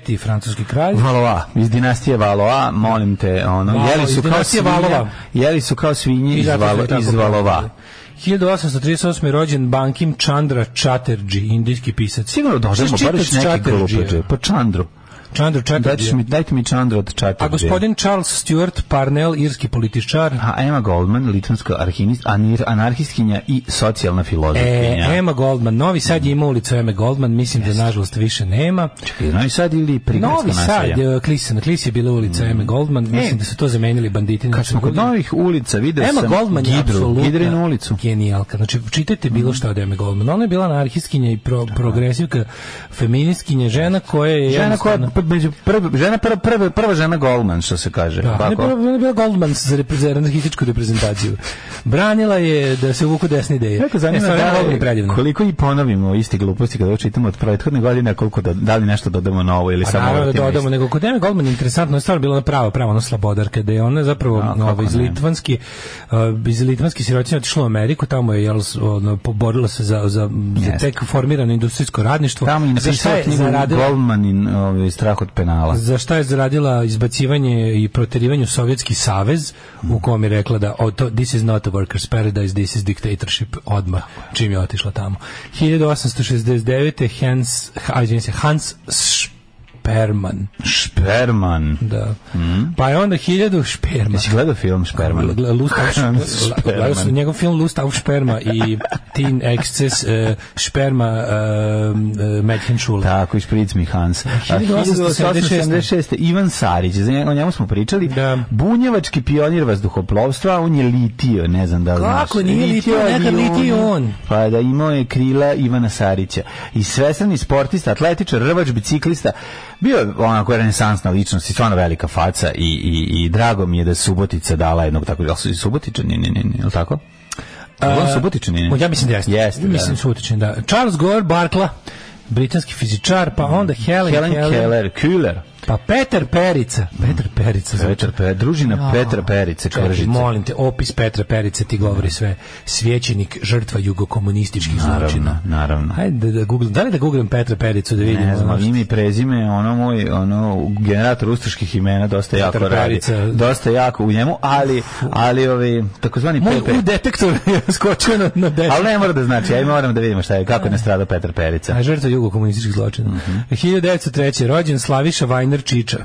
IX. francuski kralj.
Valova, iz dinastije Valova, molim te, ono,
Valo,
jeli
iz
su kao
dinastije
svinje,
Valova.
jeli su kao svinje iz,
zato su
Valo,
tako
iz Valova.
1838. je rođen Bankim Chandra Chatterjee, indijski pisac.
Sigurno dođemo,
Znaš čitav
bariš neki
Chatterjee?
glupeđe, pa Čandru.
Chandra
Dajte
Chatterjee.
mi, dajte mi Čandru od Čatrdžije.
A gospodin Charles Stuart Parnell, irski političar.
A Emma Goldman, litvanska arhinist, anir, anarhistkinja i socijalna filozofkinja.
E, Emma Goldman. Novi Sad je ima ulicu Emma Goldman, mislim da nažalost više nema.
Čekaj, Novi Sad ili prigradsko
Novi Sad,
naselje?
e, Klisa, na Klisi je bila ulica Emma Goldman, mislim da su to zamenili banditi.
Mm. E. Kad smo kod novih ulica, video
Emma
sam
Goldman je
Gidru,
apsolutna
Gidrinu ulicu.
Genijalka. Znači, čitajte bilo šta od Emma Goldman. Ona je bila anarhistkinja i pro, progresivka, feministkinja, žena koja je...
Žena koja,
jednostavno-
pr- među prv- žena prva, prva, prva žena Goldman, što se kaže.
Da, ona je
Tako?
bila- ona je bila Goldman za, repre- za anarhističku reprezentaciju. Branila je da se uvuku desne ideje.
Jako
E,
zanima
stvarno,
da,
Goldman je
li-
predivna.
koliko i ponovimo iste gluposti kada ovo čitamo od prethodne godine, a koliko da, da li nešto dodamo novo ili
Pa
samo
naravno da
vratimo
dodamo, nego kod Eme Goldman je interesantno, je stvar bila ona prava, prava ona slobodarka, da je ona zapravo
A,
no,
kako
iz
ne.
litvanski, uh, iz litvanski sirotinje otišla u Ameriku, tamo je jel, s- ono, poborila se za, za, za
Jeste.
tek formirano industrijsko radništvo.
Tamo i
za šta
napisao
je
knjigu
zaradila-
Goldman i ovaj, strah od penala.
za šta je zaradila izbacivanje i proterivanje u Sovjetski savez u kom je rekla da o, to, this is not a workers paradise, this is dictatorship odmah čim je otišla tamo 1869. Hans, a, izvinim se, Hans Sperman
Šperman.
da. Pa je onda 1000 Sperman
Mhm. Jesi gledao film Šperman?
Gle- Lustav Šperman. Gledao sam njegov film Lustav Šperma i Teen Excess eh, Šperma uh, Schule.
Tako, i špric mi Hans. A
1876.
1876. Ivan Sarić, za njega, o njemu smo pričali.
Da.
Bunjevački pionir vazduhoplovstva, on je litio, ne znam da li znaš.
Kako nije litio, nekad
avione.
litio on.
Pa da imao je krila Ivana Sarića. I svestrani sportista, atletičar, rvač, biciklista. Bio je onako renesansna ličnost i stvarno velika faca i, i, i drago mi je da je Subotica dala jednog tako. Jel su i Subotičan? Ne, ne, ne, ne, jel tako? Jel on Subotičan? Ne, ne?
O, Eh, Ja mislim da jeste.
Jeste, da.
mislim da. Subotičan, da. Charles Gore Barkla, britanski fizičar, pa onda Helen,
Mhm. Helen Keller,
Keller,
Kühler.
pa Petar Perica. Petar Perica. zvuči.
Petar Pe, družina Petra Perice,
Čekaj,
Kržice.
molim te, opis Petra Perice ti govori sve. Svjećenik žrtva jugokomunističkih
Naravno,
zločina.
naravno.
Hajde da, da googlam, da li da googlam Petra Pericu da vidimo?
Ne znam,
ono
ali
što-
ime i prezime, ono moj, ono, generator ustaških imena dosta jako radi.
Perica.
Dosta jako u njemu, ali, ali ovi, takozvani
Moj
Pepe.
u detektor je skočio na, na deset.
Ali ne mora da znači, aj moramo da vidimo šta je, kako je nastradao Petar Perica.
A žrtva jugokomunističkih zločina.
Mhm.
1903. rođen Slaviša Vajner Čiča.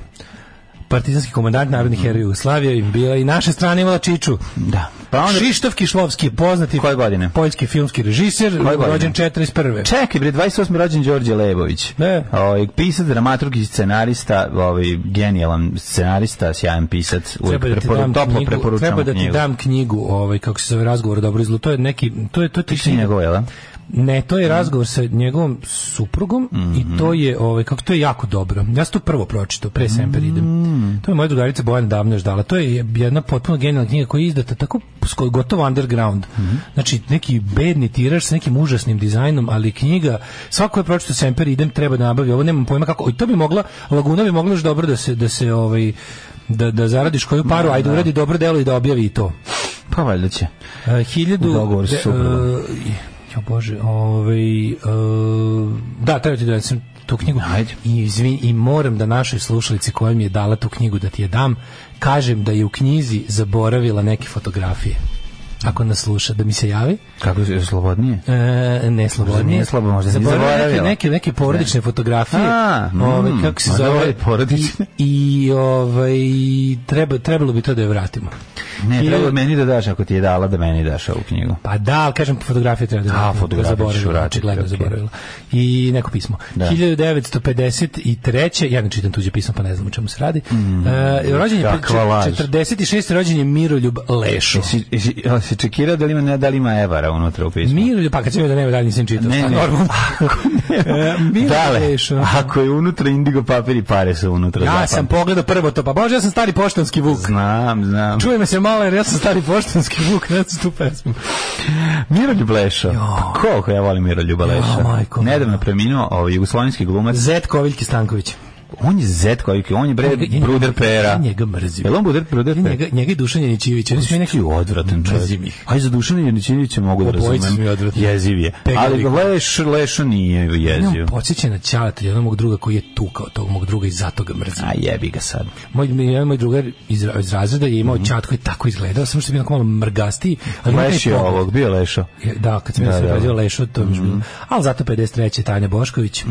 Partizanski komandant Narodnih heroja Jugoslavije i bila i naše strane imala Čiču.
Da. Pa onda,
Šištov Kišlovski je poznati
Koje godine?
poljski filmski režiser,
Koje godine?
rođen 41.
čekaj bre, 28. rođen Đorđe Lebović.
Ne.
Ovaj, pisac, dramaturg i scenarista, ovaj, genijalan scenarista, sjajan pisac, uvijek
Treba da ti
preporu-
dam
toplo
knjigu,
preporučam
treba da ti
knjigu.
dam knjigu, ovaj kako se zove razgovor o dobro i zlo. To je neki to je to je ti
Ti njegove, jel da?
Ne, to je razgovor sa njegovom suprugom i to je ovaj kako to je jako dobro. Ja sam to prvo pročitao pre Semper idem. To je moja drugarica Bojana davno još dala. To je jedna potpuno genijalna knjiga koja je izdata tako sko- gotovo underground. Znači neki bedni tiraž sa nekim užasnim dizajnom, ali knjiga svako je pročitao Semper idem treba da nabavi. Ovo nemam pojma kako. I to bi mogla Laguna bi mogla još dobro da se da se ovaj da, da zaradiš koju paru, ajde uradi dobro delo i da objavi i to.
Pa valjda će.
E, hiljadu...
U dogovoru sa
de-
suprugom.
e, jo bože, ovaj... e, da, treba ti da sam tu knjigu.
Ajde.
I, izvin, I moram da našoj slušalici koja mi je dala tu knjigu da ti je dam, kažem da je u knjizi zaboravila neke fotografije. Ako nas sluša, da mi se javi.
Kako je slobodnije?
E, ne
Možda
slobodnije.
nije slabo, možda nije
Zaboravila neke-
zaboravila.
Neke, neke porodične fotografije.
A, mm,
ovaj, kako se
možda
zove.
voli porodične.
I, i ovaj, treba, trebalo bi to da je vratimo.
Ne,
Hiljadu-
treba meni da daš ako ti je dala da meni daš ovu knjigu.
Pa da, ali kažem fotografije treba da
A,
vratimo,
fotografije ću
zaboravila,
vratiti,
očigledno
okej.
zaboravila. I neko pismo.
Da.
1953. Ja ne čitam tuđe pismo, pa ne znam o čemu se radi. E, rođen je
Mm, kakva laž.
46. rođen je Miroljub Lešo.
Si, si, si čekirao da li ima, ne, da li ima Evara unutra u pismu?
Miroljub, pa kad sam joj da nema dalje nisam čitao.
Ne,
a
ne.
Normalno. E, Miroljub
Dale,
Lešo.
ako je unutra indigo papir i pare su unutra.
Ja
zapamti.
sam pogledao prvo to, pa bože, ja sam stari poštanski vuk.
Znam, znam.
Čuje me se malo jer ja sam stari poštanski vuk, ne znam tu pesmu.
Miroljub Lešo. Pa koliko ja volim Miroljuba Leša.
majko moja.
Nedavno preminuo ovaj jugoslovenski glumac.
Zet Koviljki Stanković.
On je zet kojki, on je bre
Ja njega-
bruder pera.
ja njega mrzim.
Jel on bruder, bruder
Ja
pera?
njega, njega i Dušan Janićević. Oni su mi neki
neki odvratan čovjek.
Mrzim ih.
Aj za Dušana Janićevića mogu da
Obojica su mi
razumem.
odvratni.
Jeziv je.
Pegali
Ali ga
ga.
leš, lešo nije
Ne,
jeziv.
on podsjeća na Ćaleta i onog mog druga koji je tukao tog mog druga i zato ga mrzim.
A jebi ga sad.
Moj, mi- jedan moj drugar iz, ra- iz razreda je
Mhm.
imao mm Ćat koji je tako izgledao, samo što je bio onako malo mrgastiji. Ali ima taj
Leš je
pogled.
ovog, bio lešo.
Je, Da, kad sam ja
Da,
se
da. Mhm.
razio Lešo, to je još bilo. Ali zato 53. Tanja Bošković.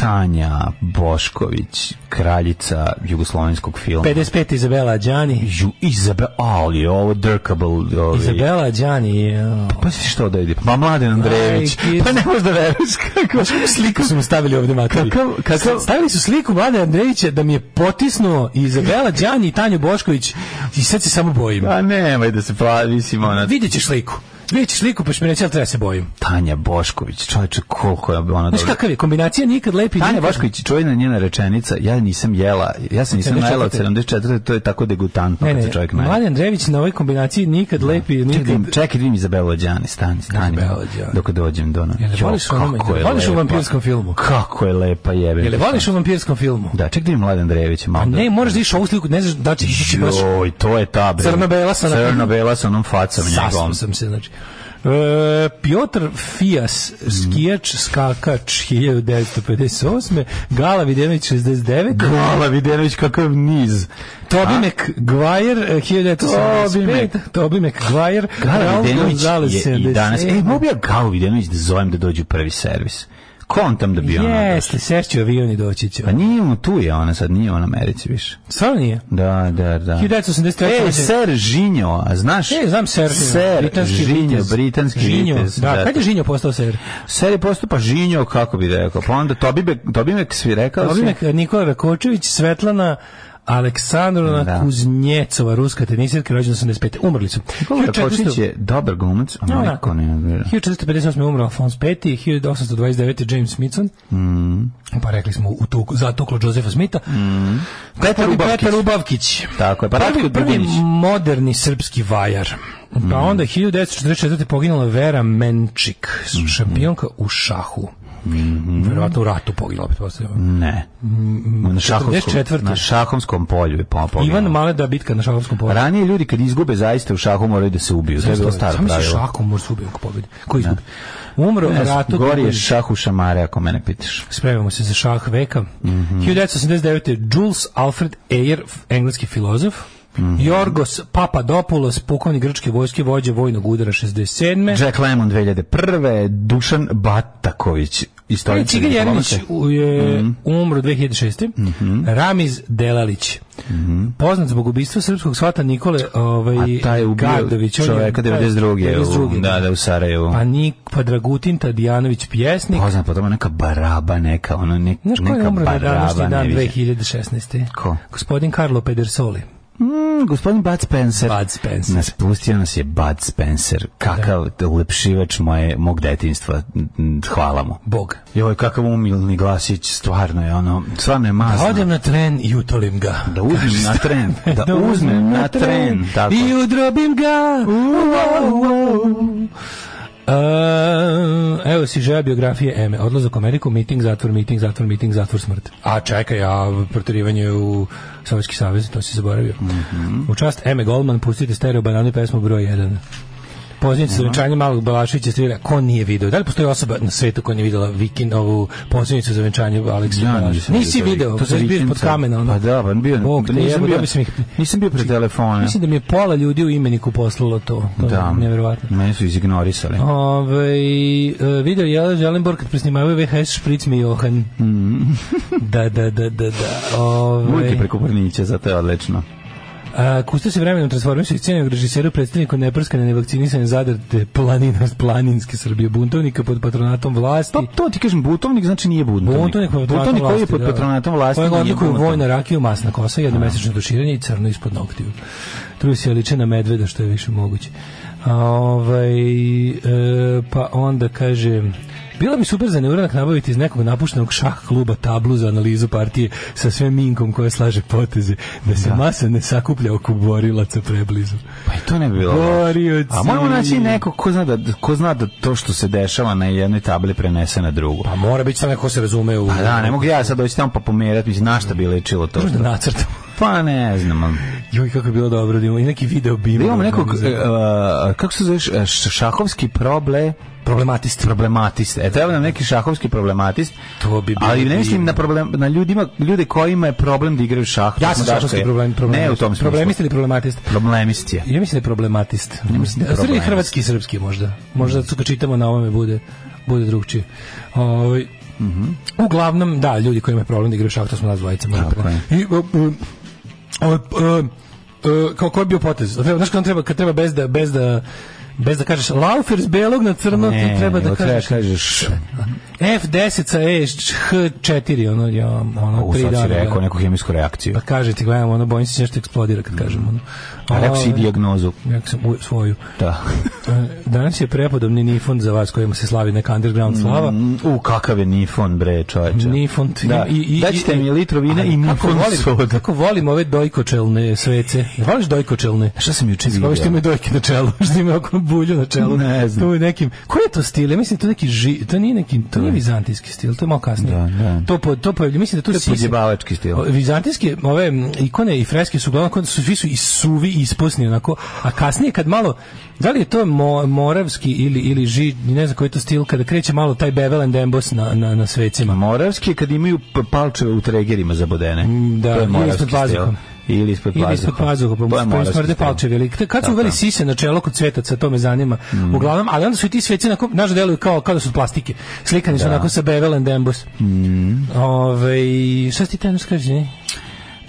Tanja Bošković, kraljica jugoslovenskog filma.
55. Izabela Đani.
Ju, Izabel, ali je ovo drkable. Ovi.
Izabela Đani. jao.
Pa si što da ide? Pa Mladen Andrejević.
Aj, kid.
Pa ne možeš da veruješ kako.
Sliku su mu stavili ovde materi.
Kakav- kakav-
Stavili su sliku Mlade Andrejića da mi je potisnuo Izabela Đani i Tanju Bošković i sad se samo bojim.
A Pa nemoj da se plavi, mislim, ona...
Vidjet ćeš sliku. Vidjet ćeš sliku pa ćeš mi reći, ali treba se bojim.
Tanja Bošković, čovječe, koliko je ona
Znaš
dobra.
kakav je, kombinacija nikad lepi.
Tanja
nikad-
Bošković, čuvena njena rečenica, ja nisam jela, ja se nisam
74.
najela od 74. To je tako degutantno
Ne,
kad se
ne,
čovjek naje.
Mladen Andrejević na ovoj kombinaciji nikad lepi,
Čekaj, da
nikad...
im- čekaj, vidim Izabelu Đani, stani, stani.
Izabela Đani.
Dok dođem do ono, nas.
Jel je voliš u onome- jel voliš u vampirskom filmu?
Kako je lepa jebe.
Jel je voliš u vampirskom filmu?
Da, čekaj, da vidim Mladen Drejević malo.
A
da-
ne, moraš da iš ovu sliku, ne znaš znači, da će ići baš...
Joj, to je ta bre.
Crno-bela sa-
Crno-bela sa onom facom
Sasno
njegovom.
sam se, znači. E, Piotr Fijas,
Mhm.
skijač, skakač 1958. Gala Videnović 69.
Gala Videnović kakav niz.
Tobi McGuire e, 1975. Tobi McGuire.
Gala
Raul
Videnović
Gonzalez,
je i danas.
77.
E, mogu bi ja Galu Videnović da zovem da dođu u prvi servis. Ko on tam da bi ono- ona došla?
Jeste, sešću avion i doći će.
Pa nije on tu je ona sad, nije ona u Americi više.
Stvarno nije?
Da, da, da.
1983.
E, Ser Žinjo, a znaš?
E, znam ser.
Ser
britanski
Žinjo,
vitez.
britanski
Žinjo,
vitez.
Da, kad je Žinjo postao ser?
Ser je postupa Žinjo, kako bi rekao. Pa onda Tobi, Be, Tobi Mek svi rekao si.
Novinak Nikola Rakočević, Svetlana Aleksandrovna
Da.
Kuznjecova, ruska tenisirka, rođena 85. Umrli su.
Nikola Rakočić
1400
je dobar glumac, a
Da, da.
majko ne.
1458. je umro Alfons V, 1829. James Smithson,
Mm.
pa rekli smo u tuku, zatuklo Josefa Smitha,
Petar
Prvi
Ubavkić.
Petar Ubavkić.
Tako je, pa Ratko Mm.
prvi, prvi
Duginić.
moderni srpski vajar. Pa onda 1944. poginula Vera Menčik,
Mhm.
šampionka u šahu. Verovatno u ratu poginula, pretpostavljam.
Ne. Na šahovskom,
44..
na šahovskom polju je po- poginuo.
Mm, Ivan Maleda bitka na šahovskom polju.
Ranije ljudi kad izgube zaista u šahu moraju da se ubiju. To je bilo staro
Samo se
pravilo.
šakom može se ubije ako pobedi. Ko izgubi? Umro
Ne znam,
Rato
Gori je
Dugonić.
šahu šamare ako mene pitaš.
Spremamo se za šah veka.
Mhm.
1989. Jules Alfred Ayer, f- engleski filozof.
Mhm.
Jorgos Papadopoulos, pukovnik grčke vojske, vođe vojnog udara 67.
Jack Lemmon 2001. Dušan Bataković.
E,
Istoričan
Čiga Jeremić u-
Mhm.
je umro 2006. Ramiz Delalić. Poznat zbog ubistva srpskog svata Nikole ovaj,
Mhm. A taj je ubio
Gardović. On je- pa
čoveka 92. u-
92..
da, da, u Sarajevu.
Pa, Nik, pa Dragutin Tadijanović, pjesnik.
Poznat po tome neka baraba, neka ono ne,
Znaš ko je
Pa, neka
umro na današnji
baraba.
dan
neviđena.
2016.
Ko?
Gospodin Carlo Pedersoli.
Mm, gospodin Bud Spencer.
Bud Spencer.
Nas pustio nas je Bud Spencer. Kakav ulepšivač moje, mog detinjstva. Mm, Hvala mu.
Bog.
Joj, kakav umilni glasić, stvarno je ono, stvarno je
Da
mazno.
odem na tren i utolim ga.
Da uzmem na tren, da, uzmem na tren, tako.
I udrobim ga. E, evo si želja biografije Eme. Odlazak u Ameriku, miting, zatvor, miting, zatvor, miting, zatvor, smrt. A čekaj, a protirivanje u Sovjetski savez, to si zaboravio.
Mhm.
U čast Eme Goldman pustite stereo banane pesmu broj 1. Poznice sa venčanjem malog Balaševića strila. Ko nije video? Da li postoji osoba na svetu koja nije videla vikin ovu pozivnicu za venčanje Aleksa
Ja
Balaševića?
nisam
Nisi
vidio
video,
to
to
za
se bio pod
vikend sam-
kamena. Ono.
Pa da, pa bio,
Bog te
nisam,
jebe,
bio,
da bi sam ih-
nisam bio pre telefona.
Mislim da mi je pola ljudi u imeniku poslalo to. pa To
da,
je nevjerovatno.
Mene su izignorisali.
Ove, Ovaj, e, video je Jela Želenborg kad presnimavaju VHS Špric mi Johan.
Mm.
da, da, da, da, da. Ovaj,
Uvijek
Ove,
je preko Brnića, zato je odlično.
a, kuste e, se vremenom transformiše iz cijenog režiseru predstavniku neprskane nevakcinisane zadarte planinost planinske Srbije buntovnika pod patronatom vlasti.
Pa to ti kažem, butovnik znači nije budovnik.
Buntovnik, pod patronatom
Butovnik koji je
vlasti,
pod
da.
patronatom vlasti
Kojeg
nije
odlikuju
butovnik.
vojna rakija, masna kosa, jednomesečno duširanje i crno ispod noktiju. Truju se liče na medveda što je više moguće. A, ovaj, e, pa onda kaže Bilo bi super za neuranak nabaviti iz nekog napuštenog šah kluba tablu za analizu partije sa sve minkom koja slaže poteze, da se masa ne sakuplja oko borilaca preblizu.
Pa i to ne bi bilo.
Gorioci.
A moramo naći neko ko zna, da, ko zna da to što se dešava na jednoj tabli prenese na drugu.
Pa mora biti samo neko ko se razume u...
Pa da, ne mogu ja sad doći tamo pa pomerati, mislim, na šta bi ličilo to?
Možda
što-
nacrtam.
Pa ne znam. ali-
Joj, kako je bilo dobro, da imamo i neki video bim.
Da imamo nekog, e, a, kako se zoveš, e, š- šahovski proble... Problematist. Problematist. E, treba nam neki šahovski problematist.
To bi bilo
Ali ne mislim
divno.
na, problem, na ljudima, ljude kojima je problem da igraju šah.
Ja
To
sam
smo
šahovski
dašli.
problem, problematist.
Dakle, Ne u tom smislu.
Problemist ili problematist?
Problemist je.
Ja mislim da je problematist.
Ja mislim da je
A, u stvari
problematist.
hrvatski i srpski možda. Možda su kad čitamo na ovome bude, bude drugčije. Ovaj,
Mhm.
Uglavnom, da, ljudi koji imaju problem da igraju šah, to smo nas dvojica. možda
Tako
pre-
je.
I, e, o, o, o, o, e, kao koji je bio potez? Treba- Znaš kad treba, kad treba bez da, bez da, bez da kažeš laufer s belog na crno,
Ne,
ti treba da
nego
kažeš
kažeš
F10 sa E, H4, ono, ja, ono,
Pa, u
tri
sad si
dana.
rekao
da.
neku hemijsku reakciju.
Pa kaže ti, gledam, ono, bojim se nešto eksplodira kad kažem, ono.
A rekao si i
Ovaj,
dijagnozu.
Rekao sam u- svoju.
Da.
E, Danas je prepodobni Nifon za vas kojima se slavi neka underground slava.
Mm, U, kakav je nifon, bre, čoveče.
Nifon.
Da. Daćete mi litru vina i nifon
volim,
soda.
Kako volim ove dojkočelne svece. Voliš dojkočelne?
Šta sam juče vidio?
Ovo što imaju dojke na čelu, što imaju oko bulju na čelu.
Ne znam.
To je nekim, koji je to stil? Ja mislim da je to neki ži, to nije neki, to nije vizantijski stil, to je malo kasnije.
Da, da.
To, po, to pojavlja, mislim da tu
To je
sise-
podjebavački stil.
O, Vizantijske ove m, ikone i freske su uglavnom kod su svi su i suvi i isposni onako, a kasnije kad malo da li je to mo- moravski ili ili ži, ne znam koji je to stil kada kreće malo taj bevel and emboss na na na svecima.
Moravski je kad imaju p- palčeve u tregerima zabodene.
Mm, da,
to je
ili
moravski
ispod
stil.
pazuhom.
Ili ispod pazuha.
Ili ispod pazuha, pa mu smrde palčevi. Ili, kad su uveli sise na čelo kod cvetaca, to me zanima.
Mm.
Uglavnom, ali onda su i ti sveci, onako, znaš, deluju kao, kao da su od plastike. Slikani su onako sa bevel and emboss.
Mm.
Ove, šta si ti tajno skrađeni?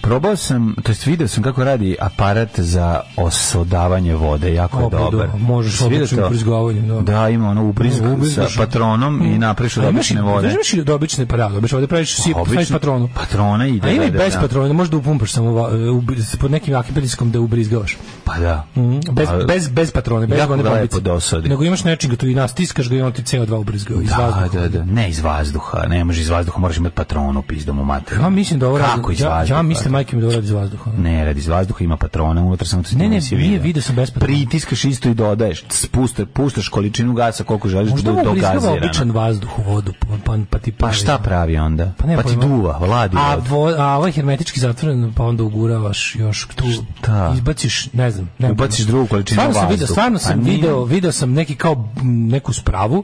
Probao sam, to jest video sam kako radi aparat za osodavanje vode, jako je
Obradu,
dobar.
možeš
Jesi vidio
odličnim
to?
ubrizgavanjem, da.
Da, ima ono ubrizg
Da, ubrizgaš,
sa
da.
patronom i napriš od
Mm. A imaš i-
obične vode.
Znaš, imaš i od obične, pa da, obično, ovde praviš sip,
Obično-
staviš patronu.
Patrona ide.
A ima i
da,
bez
da.
patrona, možda upumpaš samo va- u- pod nekim jakim pritiskom da ubrizgavaš.
Pa da.
Mm, Bez,
A-
bez, bez patrone, bez
Pa, Jako
one
ga
bombice.
lepo dosadi.
Nego imaš nečega tu i nastiskaš ga i on ti CO2 ubrizgava iz
Da,
vazduha.
da, da. Ne iz vazduha, ne može iz vazduha, moraš imati patronu pizdom u materiju.
Ja mislim da ovo radi-
Kako iz
ja,
vazduha?
ja mislim majke mi da ovo radi iz vazduha. ono.
Ne, radi iz vazduha, ima patrona unutra, samo to si
Ne,
ti
ne,
nisi
nije, video sam besplatno.
Pritiskaš isto i dodaješ, spuštaš, puštaš količinu gasa koliko želiš
Možda
da
mu
bude to
ubrizgava
gazirano.
običan vazduh u vodu, pa, pa, pa ti
Pa šta pravi onda?
Pa
Pa,
ne,
ti
pojma.
duva, vladi.
A,
od-
vo, a ovo je hermetički zatvoren, pa onda uguravaš još tu,
Šta?
izbaciš, ne znam. Ne
Ubaciš drugu količinu
stvarno sam
vazduha.
video, stvarno sam
Pa nije.
video, video sam neki kao mm, neku spravu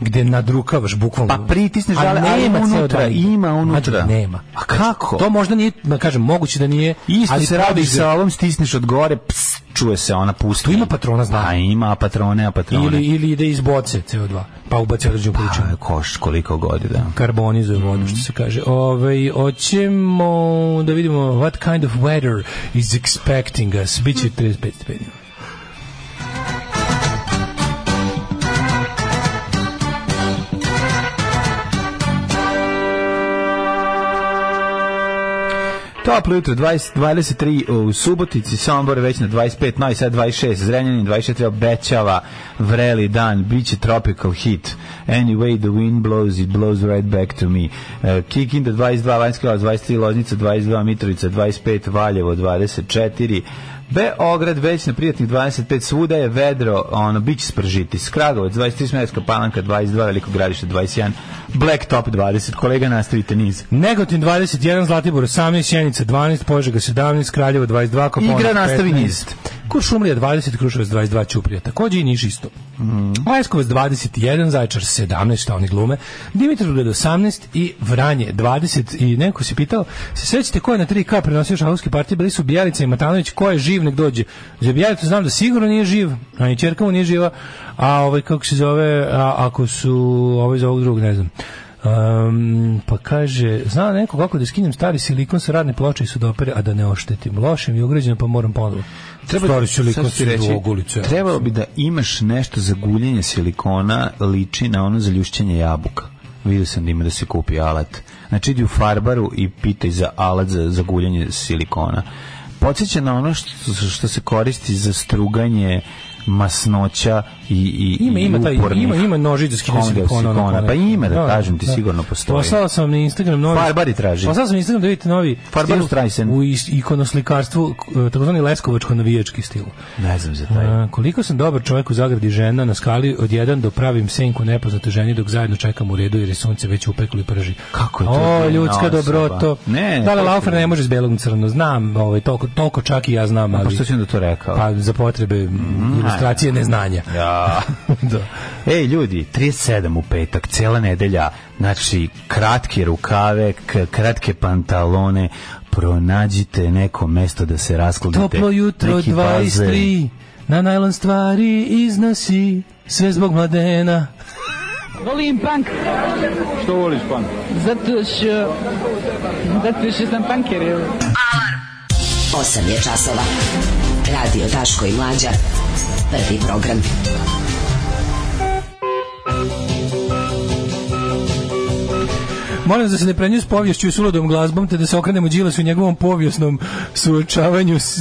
gde nadrukavaš bukvalno.
Pa pritisneš, ali- ali
nema
ima unutra,
CO2 nigde.
ima unutra.
Mađo, nema.
A kako?
To možda nije, ma kažem, moguće da nije.
Isto
ali
se
praviš
radi
ga-
sa ovom, stisneš od gore, ps, čuje se ona pusti.
Tu ima patrona, znam.
A Pa ima patrone, a patrone.
Ili, ili ide iz boce CO2, pa ubaci određenu količinu.
Pa, koš koliko god da.
karbonizuje vodu, što se kaže. Ove, hoćemo da vidimo what kind of weather is expecting us. Biće 35 stepeni.
Toplo jutro, 20, 23 u Subotici, Sombor već na 25, no i sad 26, Zrenjanin 24, obećava vreli dan, bit će tropical hit. Anyway, the wind blows, it blows right back to me. Uh, Kikinda 22, Vanjska Lava 23, Loznica 22, Mitrovica 25, Valjevo 24, Beograd već na prijatnih 25, svuda je vedro, ono, bit će spržiti. Skragovac 23, Smerska palanka 22, Veliko gradište 21, Blacktop 20, kolega nastavite niz.
Negotin 21, Zlatibor 18, Sjenica 12, Požega 17, Kraljevo 22, Koponik
Igra
15.
nastavi niz.
Kuršumlija 20, Kruševac 22, Ćuprija takođe i Niš isto. Leskovac 21, Zaječar 17, šta oni glume, Dimitrovgrad 18 i Vranje 20. I neko se pitao, se sećate ko je na 3K prenosio šahovske partije, bili su Bijelica i Matanović, ko je živ nek dođe. Za Bijelicu znam da sigurno nije živ, a ni čerka mu nije živa, a ovaj kako se zove, a, ako su ovaj za ovog drugog, ne znam. Um, pa kaže, zna neko kako da skinem stari silikon sa radne ploče i sudopere, a da ne oštetim. Loše mi je ugrađeno, pa moram ponovo. stari silikon
sad ću ti
su
reći,
dvogulice.
Trebalo bi da imaš nešto za guljenje silikona liči na ono za ljušćenje jabuka. Vidio sam da ima da se kupi alat. Znači idi u farbaru i pitaj za alat za, za guljenje silikona. Podsjeća na ono što, što se koristi za struganje masnoća i i
Ima,
i
ima, taj,
upornih
ima, ima nožić za skidanje
konda
silikona. ono,
silikona.
ono.
Pa ima, da kažem ti, sigurno postoji.
Poslao sam vam na Instagram novi...
Farbari traži.
Poslao sam na Instagram da vidite novi
Farbaru
stil
Streisand.
u is- ikonoslikarstvu, k- takozvani leskovačko-navijački stil.
Ne znam za taj.
A, koliko sam dobar čovjek u zagradi žena na skali od 1 do pravim senku nepoznate ženi dok zajedno čekam u redu jer je sunce već upeklo i prži.
Kako je to
O,
divna
ljudska
osoba.
dobroto.
Ne,
da li
kako
Laufer
je?
ne može s belom u crno? Znam, ovaj, toliko, toliko čak i ja znam. Ali,
Pa što si onda to rekao?
Pa za potrebe ilustracije neznanja.
Ja. da. Ej, ljudi, 37 u petak, cijela nedelja, znači, kratke rukave, k- kratke pantalone, pronađite neko mesto da se rasklonite.
Toplo jutro
Neki bazen.
23, na najlon stvari iznosi, sve zbog mladena.
Volim punk. Što voliš punk? Zato što... Zato što sam punker, evo.
8 je časova. Radio Daško i Mlađa. Prvi program.
Molim vas da se ne prenju s povješću i suludom glazbom, te da se okrenemo Đilasu i njegovom povijesnom suočavanju s,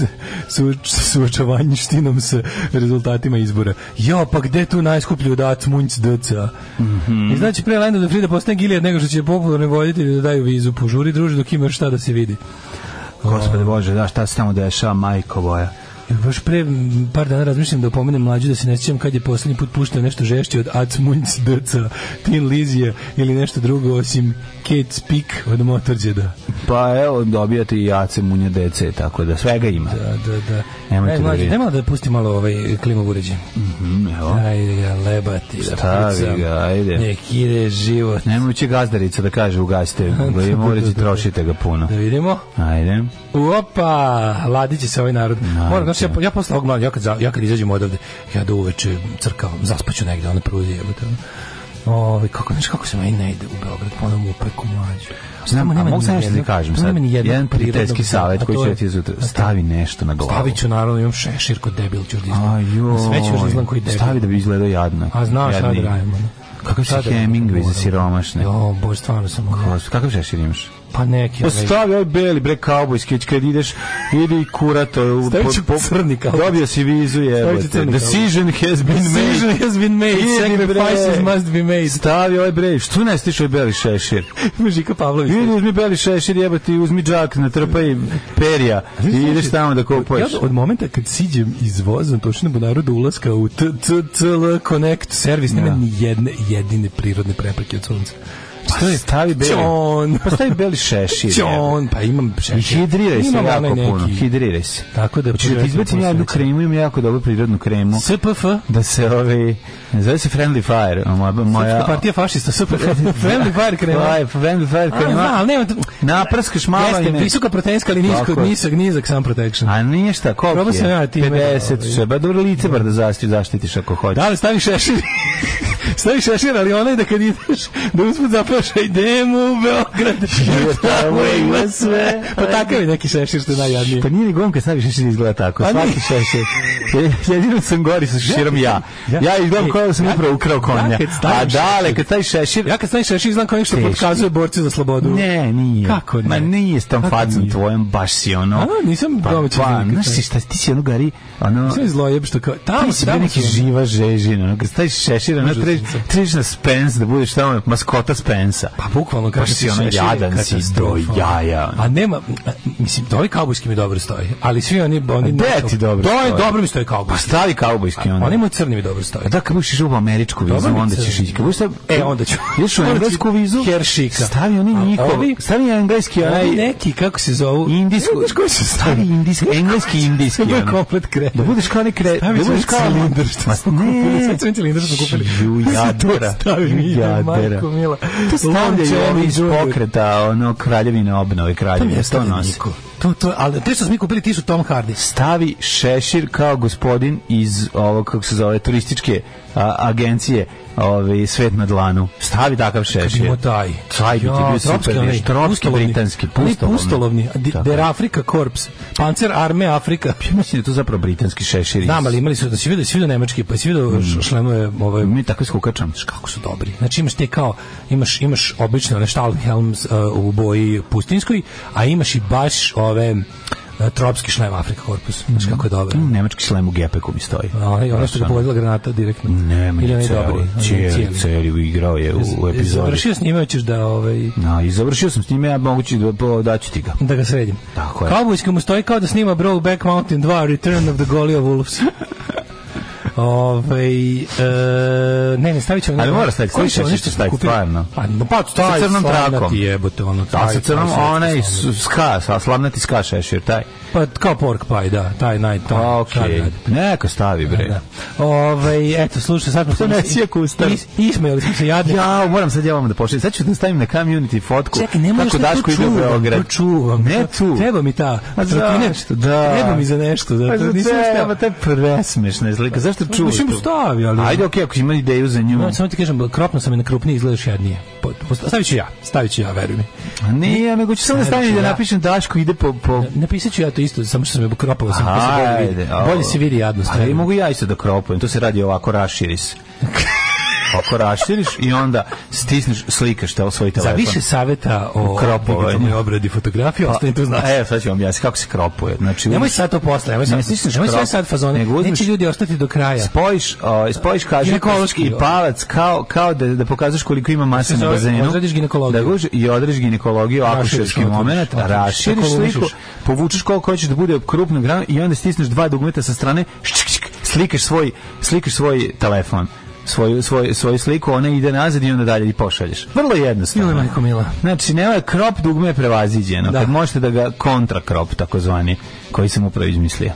suoč, suočavanjštinom s rezultatima izbora. Jo, pa gde tu najskuplju odac munc dca?
Mhm.
I znači, pre Lajna do Frida postane gilijad nego što će popularni voditelji da daju vizu. Požuri, druže, dok ima još šta da se vidi.
Gospode Bože, da, šta se tamo dešava, majko boja.
Baš pre m, par dana razmišljam da opomenem mlađu da se ne sjećam kad je posljednji put puštao nešto žešće od Ac Munc Dca, Tin Lizija ili nešto drugo osim Kate Speak od Motorđeda.
Pa evo, dobijate i jace munje dece, tako da svega ima.
Da, da, da.
Nemojte
Aj,
da
mlađe,
brinete.
daj malo da pusti malo ovaj klimov uređaj.
Mm, evo.
Ajde ga, lebati. da
Stavi
pucam.
ga, ajde.
Nek ide život.
Nemojući gazdarica da kaže ugasite, ga, morat će trošite ga puno.
Da vidimo.
Ajde.
Opa, ladić će se ovaj narod.
Naravno.
Moram, znači, ja, ja posle ovog mlađa, ja kad, za- ja kad izađem odavde, ja do uveče crkavam, zaspaću negde, ono pruzi jebote. ono. Ovaj kako znači kako se meni ne ide u Beograd, pa ponovo u peku mlađu.
Znam,
Tamo
a
nema
mogu
ni
sam nešto ti
jednog-
kažem
tamo
sad.
nema ni jednog
Jedan
prirodnog-
prijateljski savjet
a
koji
to
ću
je-
ja ti izutri.
a to-
Stavi nešto na glavu.
Stavit ću, naravno, imam šešir kod debil ću da izgledam.
Ajoj,
Sve ću da izgledam koji debil.
Stavi da bi izgledao jadno.
A znaš šta
Jadni.
da radim. ono.
Kakav si
Šta da radim,
Hemingway za
moram.
siromašne?
Jo, bož, stvarno sam ono.
Kos- Kakav šešir imaš?
Pa neki.
Pa
ovaj-
stavi ovaj beli, bre, kaubojski, kad ideš, idi i kurato. u-
Stavit ću crni kaubojski.
Dobio si vizu,
Stavit ću
jebote.
crni
Decision has been made.
Decision has been made,
Idi, bre.
sacrifices must be made.
Stavi ovaj brej, što ne stiš ovaj beli šešir?
Žika Pavlović.
Idi uzmi beli šešir, jebati, uzmi džak, natrpaj perja i ideš tamo da
Ja
kopuješ.
od momenta kad siđem iz voza, točno po narodu ulaska u TCL Connect servis, nema
Da.
ni jedne jedine prirodne prepreke od sunca.
Pa stavi beli.
Ćon.
Pa stavi beli šešir. jebote.
Ćon, pa imam
I
šešir.
hidriraj se
Imam
jako
onaj neki.
puno. Hidriraj se.
Tako da
Hoćeš da ti
poželim
izbacim
puno
ja jednu
sreće.
kremu, imam jako dobru prirodnu kremu.
SPF,
Da se ovi, zove se Friendly Fire, a moja...
Srpska
moja
partija fašista, SPF, Friendly Fire krema.
Fire, Friendly Fire
A,
krema.
zna, ali nema... tu-
Naprskaš malo i
Jeste,
ne...
visoka proteinska, ali nisko,
Tako je.
nizak, nizak sam protection.
A nije šta, koliko
Probao
je?
sam ja time,
50,
ovaj.
sve, ba dobro lice bar da zaštiti, zaštitiš ako hoćeš.
Da li staviš šešir? staviš šešir, ali onaj da kad ideš, da usput zapraša, idemo u Beograd.
tamo ima sve.
Pa takav je neki šešir što je najjadnije.
Pa nije ni gomka, stavi šešir izgleda tako.
Pa
Svaki
nije.
šešir. Jedino sam gori sa šeširom ja.
Ja-
Ja izgledam
Ej,
kao da sam
ja-
upravo ukrao konja.
ja kad stavim
A dale,
šešir-
kad staviš šešir...
Ja kad stavim šešir, znam kao nešto
Teško.
podkazuje borci za slobodu.
Ne, nije.
Kako ne?
Ma nije s tom
Kako
facom
nije?
tvojom, baš si ono...
A, nisam
pa,
domaći
pa,
nikad,
znaš
ne.
ti šta, ti si ono gari, ono...
Sve zlojeb što kao... Tamo,
Ti si bio
tamo
neki
su-
živa žežina, ono, kad staviš šešira, ono,
Užasno
trebaš-
sam.
trebaš na Spence, da budeš tamo maskota Spensa.
Pa bukvalno
Baš
kaže
si ono jadan si do jaja.
A nema, a, mislim, da ovi kaubojski mi dobro stoji, ali svi oni... oni
A gde ti dobro
To je
stoji?
dobro mi stoji
Pa
kaubojski.
stavi kaubojski onda.
Oni moj crni mi dobro stoji.
A da, kad budeš išao u američku vizu,
Dobar mi
onda
se.
ćeš ići. Kad budeš sad-
E, onda ću.
Ideš u
Onda ću
englesku vizu,
Hershika.
stavi oni
A
njihov,
ovi-
stavi engleski, onaj
Oni neki, kako se zovu?
indijsku,
Znaš koji se
stavi
stavi?
indijski, engleski indijski.
Stavi
ono.
komplet krem.
Da budeš kao nekre, da
Stavi
budeš
svoj
kao...
cilindar što
Ma,
smo kupili,
ne,
sve svoj cilindar što smo kupili.
Ju,
To
jadra.
stavim,
ju,
ide,
jadra.
majko mila.
To stavljaju
Lončevi
ovi iz
đubre.
pokreta, ono, kraljevine obnove,
To mi
kraljevine,
je
to
stavljeno
nosi.
niko. To, to, ali te što smo mi kupili, ti su Tom Hardy.
stavi šešir kao gospodin iz ovo kako se zove turističke a, agencije ove svet na dlanu stavi takav šešir
Imamo taj.
taj bi ti bio super
onaj,
nešto tropski
pustolovni.
britanski
Onaj
pustolovni
pustolovni. a di-
Tako.
Der Afrika Korps. Pancer Arme Afrika.
Ja mislim da je to zapravo britanski šešir iz-
Znam, ali imali su, da si vidio, si vidio nemački, pa si vidio mm. šlemove, ovaj,
mi tako skukačam
kako su dobri. Znači imaš te kao imaš imaš e, obično one Stahlhelms uh, u boji pustinjskoj, a imaš i baš ove tropski šlem Afrika korpus. Znaš kako je dobro.
Mm, Nemački slem u gepeku mi stoji.
Ona i ono što ga pogodila granata direktno.
Ne, meni
Ili onaj dobri, onaj
cijeli, cijeli, cijeli igrao je u, u epizodi.
Završio s njima hoćeš da ovaj
No, i završio sam s njime, ja mogući da po- daću ti ga.
da ga sredim.
Tako je.
Kaubojska mu stoji kao da snima Brokeback Mountain 2 Return of the Goliath Wolves. Ove, e, ne, ne, stavit ćemo...
Ali mora staviti,
Koji
stavit
ćemo
ćeš,
nešto
stavit,
kupili?
stvarno.
A, no, pa, taj,
crnom
slavna
trakom.
Ti jebote, ono,
Da, sa crnom,
taj
onaj
slavni.
s- ska, sa slavnati ska šešir, taj.
Pa, kao pork pie, da, taj naj... taj,
Pa, okej.
šta radi.
Neka stavi, bre.
Da. Ovaj, eto, slušaj, sad smo...
Što ne sije kustar?
Is- Ismejali smo se jadni.
Ja, moram sad ja vam da pošaljem. Sad ću da stavim na community fotku.
Čekaj, ne možeš
kako
da
Daško
to
ide u
čuvam,
Beograd.
to čuvam.
Ne
To-
tu.
Treba mi ta.
A
trotinet.
zašto? Da.
Treba mi za nešto. Da,
Pa za
nisam
treba,
uspeo.
to je presmešna slika. Zašto čuvaš
Mislim,
to?
stavi, ali-
Ajde, okej, ako ima ideju za nju.
No, samo ti kažem, kropno sam je na krupniji, izgledaš jadnije. Po- po- Stavit ću ja, stavit ću ja, veruj mi.
A Nije, nego ću samo da stavim
Znači,
da
ja-
napišem Daško ide po... po...
Napisat ću ja to isto, samo što sam je kropalo, sam pa se bolje vidi.
Ajde. a-
Bolje se vidi jadnost.
Ali mogu ja isto da kropujem. To se radi ovako, raširi se. Ako raširiš i onda stisneš, slikaš te svoj
Za
telefon.
više saveta o
Kropovanje.
digitalnoj obradi fotografije, ostane tu znaš.
E, sad ću vam jasniti kako se kropuje. Znači,
Nemoj
uzmeš-
sad to posle, nemoj sad,
Ne stisneš
nemoj sve
krop,
sad fazone.
nego uzmeš-
Neće ljudi ostati do kraja.
spojiš, o, spojiš kažu
Ginekološki,
i
ovo.
palac kao, kao da, da pokazuješ koliko ima mase
Što se
na
zove,
bazenu.
odradiš ginekologiju.
Da guž, I odradiš ginekologiju,
Raširiš
akušerski
kao to,
moment,
otvoriš,
raširiš
tako
sliku,
lupiš.
povučeš koliko hoćeš da bude krupno grano i onda stisneš dva dugmeta sa strane, ščik, ščik, slikaš svoj, slikaš svoj telefon svoju, svoju, svoju sliku, ona ide nazad i onda dalje i pošalješ. Vrlo jednostavno.
Joj, majko mila.
Znači, nema je krop dugme je prevaziđeno.
Da.
Kad možete da ga kontra krop, takozvani, koji sam upravo izmislio.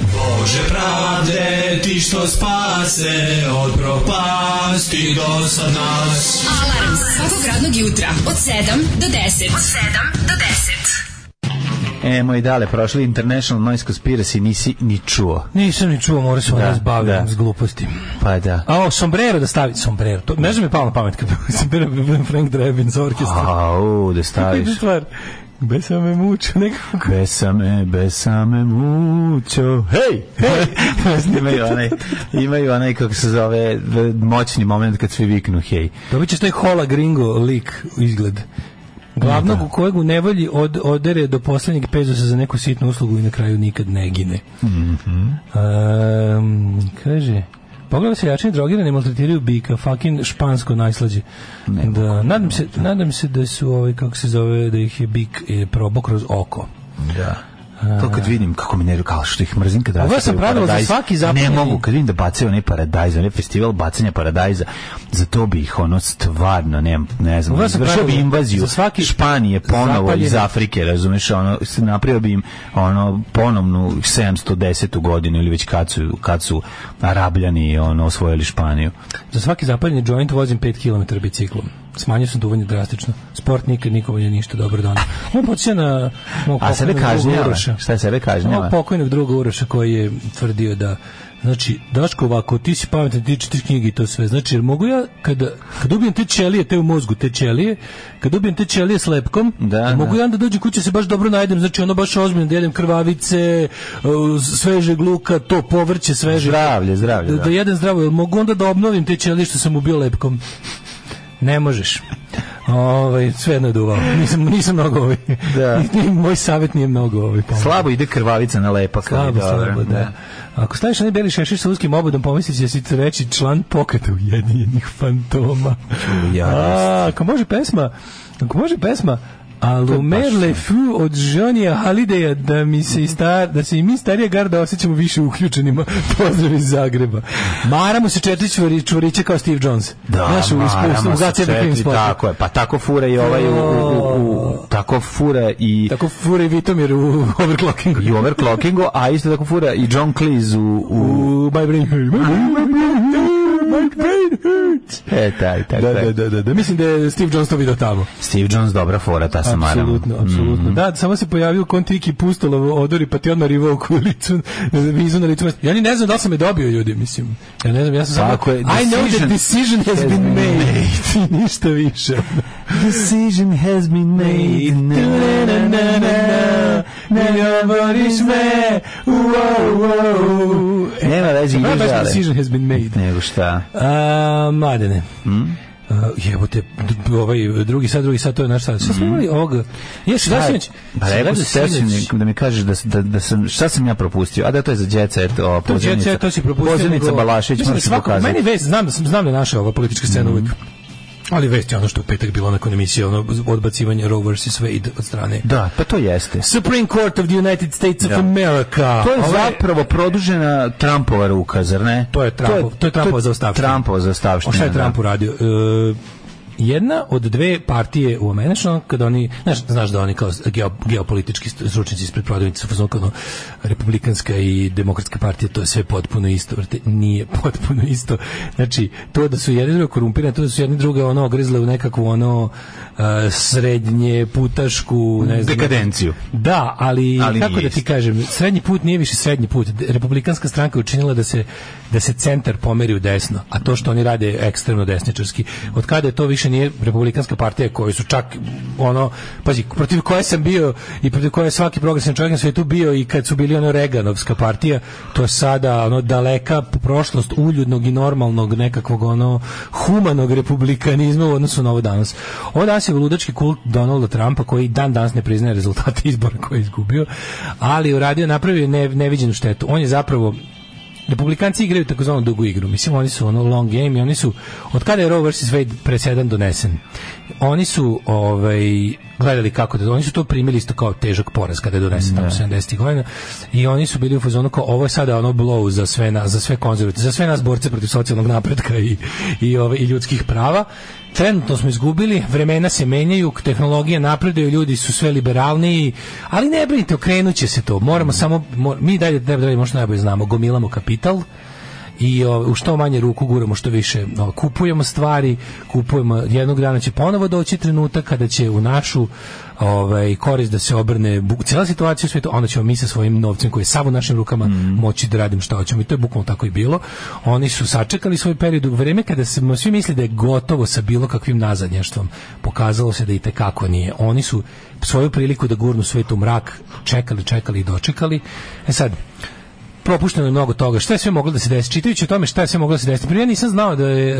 Bože pravde, ti što spase od propasti do sad nas.
Alarm svakog radnog jutra od 7 do 10. Od 7 do 10.
E, moj dale, prošli International Noise Conspiracy, nisi ni čuo.
Nisam ni čuo, morao sam
Da,
da, zbaviti
da.
s glupostima.
Pa da.
A o, sombrero da stavi, sombrero. To, ne znam mi je palo na pamet kad sam bio Frank Drebin za orkestra.
Au, da
Vidiš
staviš.
stvar. Besa me muče, nekako.
Besame, besame mucho. Hej! Hej! imaju onaj, imaju onaj, kako se zove, moćni moment kad svi viknu hej.
Dobit ćeš taj hola gringo lik izgled. Glavnog u kojeg u nevolji od, odere do poslednjeg pezosa za neku sitnu uslugu i na kraju nikad ne gine. Ehm, kaže... Pogledaj se jačini drogirani maltretiraju bika, fucking špansko najslađe. Da, nadam, se, nadam se da su ovaj, kako se zove, da ih je bik e, probao kroz oko.
Da. To kad vidim kako mi nervira, kao što ih mrzim kad
Ovo
rasipaju
sam pravilo za
paradajz.
svaki
Ne
zapadni-
mogu, kad vidim da bacaju onaj paradajz, onaj festival bacanja paradajza, za to bi ih ono stvarno, ne, ne znam,
Ovo sam
izvršio bi
pravilo
invaziju
za svaki
Španije ponovo iz
zapaljeni-
Afrike, razumeš, ono, s- napravio bi im ono ponovnu 710. godinu ili već kad su, kad su Arabljani ono, osvojili Španiju.
Za svaki zapaljeni joint vozim 5 km biciklom. Smanjio sam duvanje drastično. Sport nikad nikome nije ništa dobro donio. On podsjeća na mog
A sebe
pokojnog druga
kažnjava?
Uroša.
Šta sebe
Mog
kažnjava?
pokojnog druga Uroša koji je tvrdio da Znači, Daško, ovako, ti si pametan, ti čitaš knjige i to sve. Znači, jer mogu ja, kada, kad ubijem te ćelije, te u mozgu, te ćelije, kad ubijem te ćelije s lepkom,
Da,
mogu
da.
ja onda dođu kuće se baš dobro najdem, znači ono baš ozbiljno, da jedem krvavice, uh, svežeg luka, to povrće sveže.
Zdravlje, zdravlje.
Da, da jedem zdravo, jel mogu onda da obnovim te ćelije što sam ubio lepkom? Ne možeš. Ovaj sve jedno je duvao. Nisam, nisam mnogo ovaj.
Da.
Moj savjet nije mnogo ovaj. pomoć.
Slabo ide krvavica na lepak. ali
Slabo,
dobro,
slabo, da. Ako staviš onaj beli šešir sa uskim obodom, pomislit će da si treći član pokreta ujedinjenih fantoma.
Ja,
A, ako može pesma, ako može pesma, Alumer le fou od Žonija Halideja da mi se i star, da se i mi starija garda osjećamo više uključenima. Pozdrav iz Zagreba. Maramo se četiri čvori, čvoriće kao Steve Jones.
Da,
Znaš, u
maramo
ispustvu, u
se
zacjepi
četiri,
krim spotu.
Tako je, pa tako fura i ovaj, u, u, u, u- tako fura i
Tako furi Vitomir u overclockingu.
i u overclockingu, a isto tako fura i John Cleese u... u
U my brain hurt. My brain hurt. My brain hurts.
e, taj, taj,
Da,
taj.
da, da, da, da. Mislim da je Steve Jones to video tamo.
Steve Jones, dobra fura, ta se maram.
Apsolutno, apsolutno. Da, samo se pojavio kontiki pustolov odori, pa ti odmah rivao u licu, vizu na licu. Ja ni ne znam da li sam je dobio, ljudi, mislim. Ja ne znam, ja sam samo...
Tako je,
I know
decision
the decision has
has
been
been
made. I Ništa više.
Decision has been made. Na, na, na, na, na, na, ljuboriš me. Wow, wow. Nema veze,
Moja pesma
igraš
Decision has been made.
Nego šta?
A, mladene. Uh, jebote, d- ovaj drugi sad, drugi sad, to je naš sad. Šta smo imali ovoga? Jes, da sinoć.
Mm-hmm. Pa rekao si sinoć da mi kažeš da, da, da sam, šta sam ja propustio? A da to je za Jet Set, o,
To je
pozivnica.
to si propustio.
Pozivnica
nego-
Balašević,
Mislim da Mhm.
moraš se
svako-
pokazati.
Meni vest, znam da, sam, znam da je naša ova politička scena uvijek. Ali vest je ono što je u petak bilo nakon emisije, ono odbacivanje Roe vs. Wade od strane.
Da, pa to jeste.
Supreme Court of the United States of
Da.
America.
To je
Ovo
zapravo produžena Trumpova ruka, zar ne?
ovaj- To je Trumpov- to je Trumpova zaostavština.
Trumpova zaostavština,
O šta je
da.
Trump uradio? E, jedna od dve partije u Američno, kad oni, znaš, znaš da oni kao geo, geopolitički stručnici ispred prodavnice su fazon kao ono, republikanska i demokratska partija, to je sve potpuno isto, vrte, nije potpuno isto. Znači, to da su jedni drugo korumpirani, to da su jedni druga ono ogrizle u nekakvu ono e, srednje putašku, ne znam.
Dekadenciju.
Da, ali,
Ali
kako
nije
da ti kažem, srednji put nije više srednji put. De- Republikanska stranka je učinila da se da se centar pomeri u desno, a to što oni rade je ekstremno desničarski. Od kada je to više nije republikanska partija koju su čak ono, pazi, protiv koje sam bio i protiv koje je svaki progresivni čovjek na svetu bio i kad su bili ono Reganovska partija, to je sada ono daleka prošlost uljudnog i normalnog nekakvog ono humanog republikanizma u odnosu na ovo danas. Ovo danas je ludački kult Donalda Trumpa koji i dan danas ne priznaje rezultate izbora koje je izgubio, ali je uradio napravio ne, neviđenu štetu. On je zapravo Republikanci igraju takozvanu dugu igru. Mislim, oni su ono long game i oni su, od kada je Roe vs. Wade presedan donesen, oni su ovaj, gledali kako da, oni su to primili isto kao težak poraz kada je donesen tamo 70. godina i oni su bili u fazonu kao ovo je sada ono blow za sve, na, za sve konzervativce, za sve nas borce protiv socijalnog napretka i, i, ovaj, i ljudskih prava. Trenutno smo izgubili, vremena se menjaju, tehnologije napreduju, ljudi su sve liberalniji, ali ne brinite, okrenut će se to. Moramo samo, mor- mi dalje treba da radimo što najbolje znamo, gomilamo kapital, i o, u što manje ruku guramo što više o, kupujemo stvari kupujemo jednog dana će ponovo doći trenutak kada će u našu ovaj korist da se obrne bu- cijela situacija u svijetu onda ćemo mi sa svojim novcem koji je samo u našim rukama moći da radimo šta hoćemo i to je bukvalno tako i bilo oni su sačekali svoj period u vreme kada smo svi mislili da je gotovo sa bilo kakvim nazadnjaštvom pokazalo se da i kako nije oni su svoju priliku da gurnu svet u mrak čekali čekali i dočekali e sad propušteno je mnogo toga. Šta je sve moglo da se desi? Čitajući o tome šta je sve moglo da se desi. Prije ja nisam znao da je,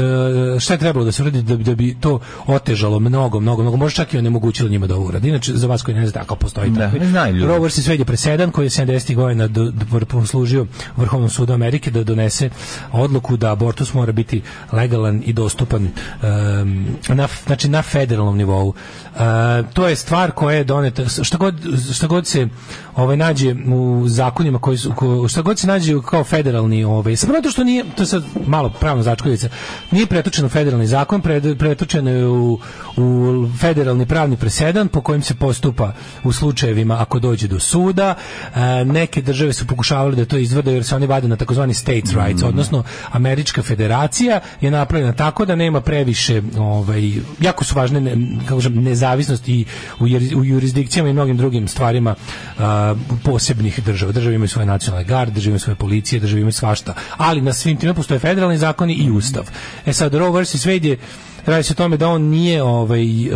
e, šta je trebalo da se uradi da, bi- da bi to otežalo mnogo, mnogo, mnogo. Možda čak i onemogućilo njima da ovo uradi. Inače, za vas koji ne znate, ako postoji
Da,
takvi.
ne znaju ljudi.
Roe vs. Wade je presedan koji je 70. godina do- do- poslužio Vrhovnom sudu Amerike da donese odluku da abortus mora biti legalan i dostupan em, na, f- znači na federalnom nivou. E, to je stvar koja je doneta s- šta god, šta god se ovaj nađe u zakonima koji su ko, šta god se nađe kao federalni ovaj samo zato što nije to je sad malo pravno začkoljica nije pretočeno u federalni zakon pred- pretočeno je u, u federalni pravni presedan po kojem se postupa u slučajevima ako dođe do suda. E, neke države su pokušavale da to izvrde jer se oni vade na takozvani states rights, odnosno američka federacija je napravljena tako da nema previše, ovaj, jako su važne ne, kako kažem, nezavisnost i u, juri- u jurisdikcijama i mnogim drugim stvarima a, posebnih država. Države imaju svoje nacionalne garde, države imaju svoje policije, države imaju svašta, ali na svim time postoje federalni zakoni i ustav. E sad, Roe vs. Wade je Radi se o tome da on nije ovaj e,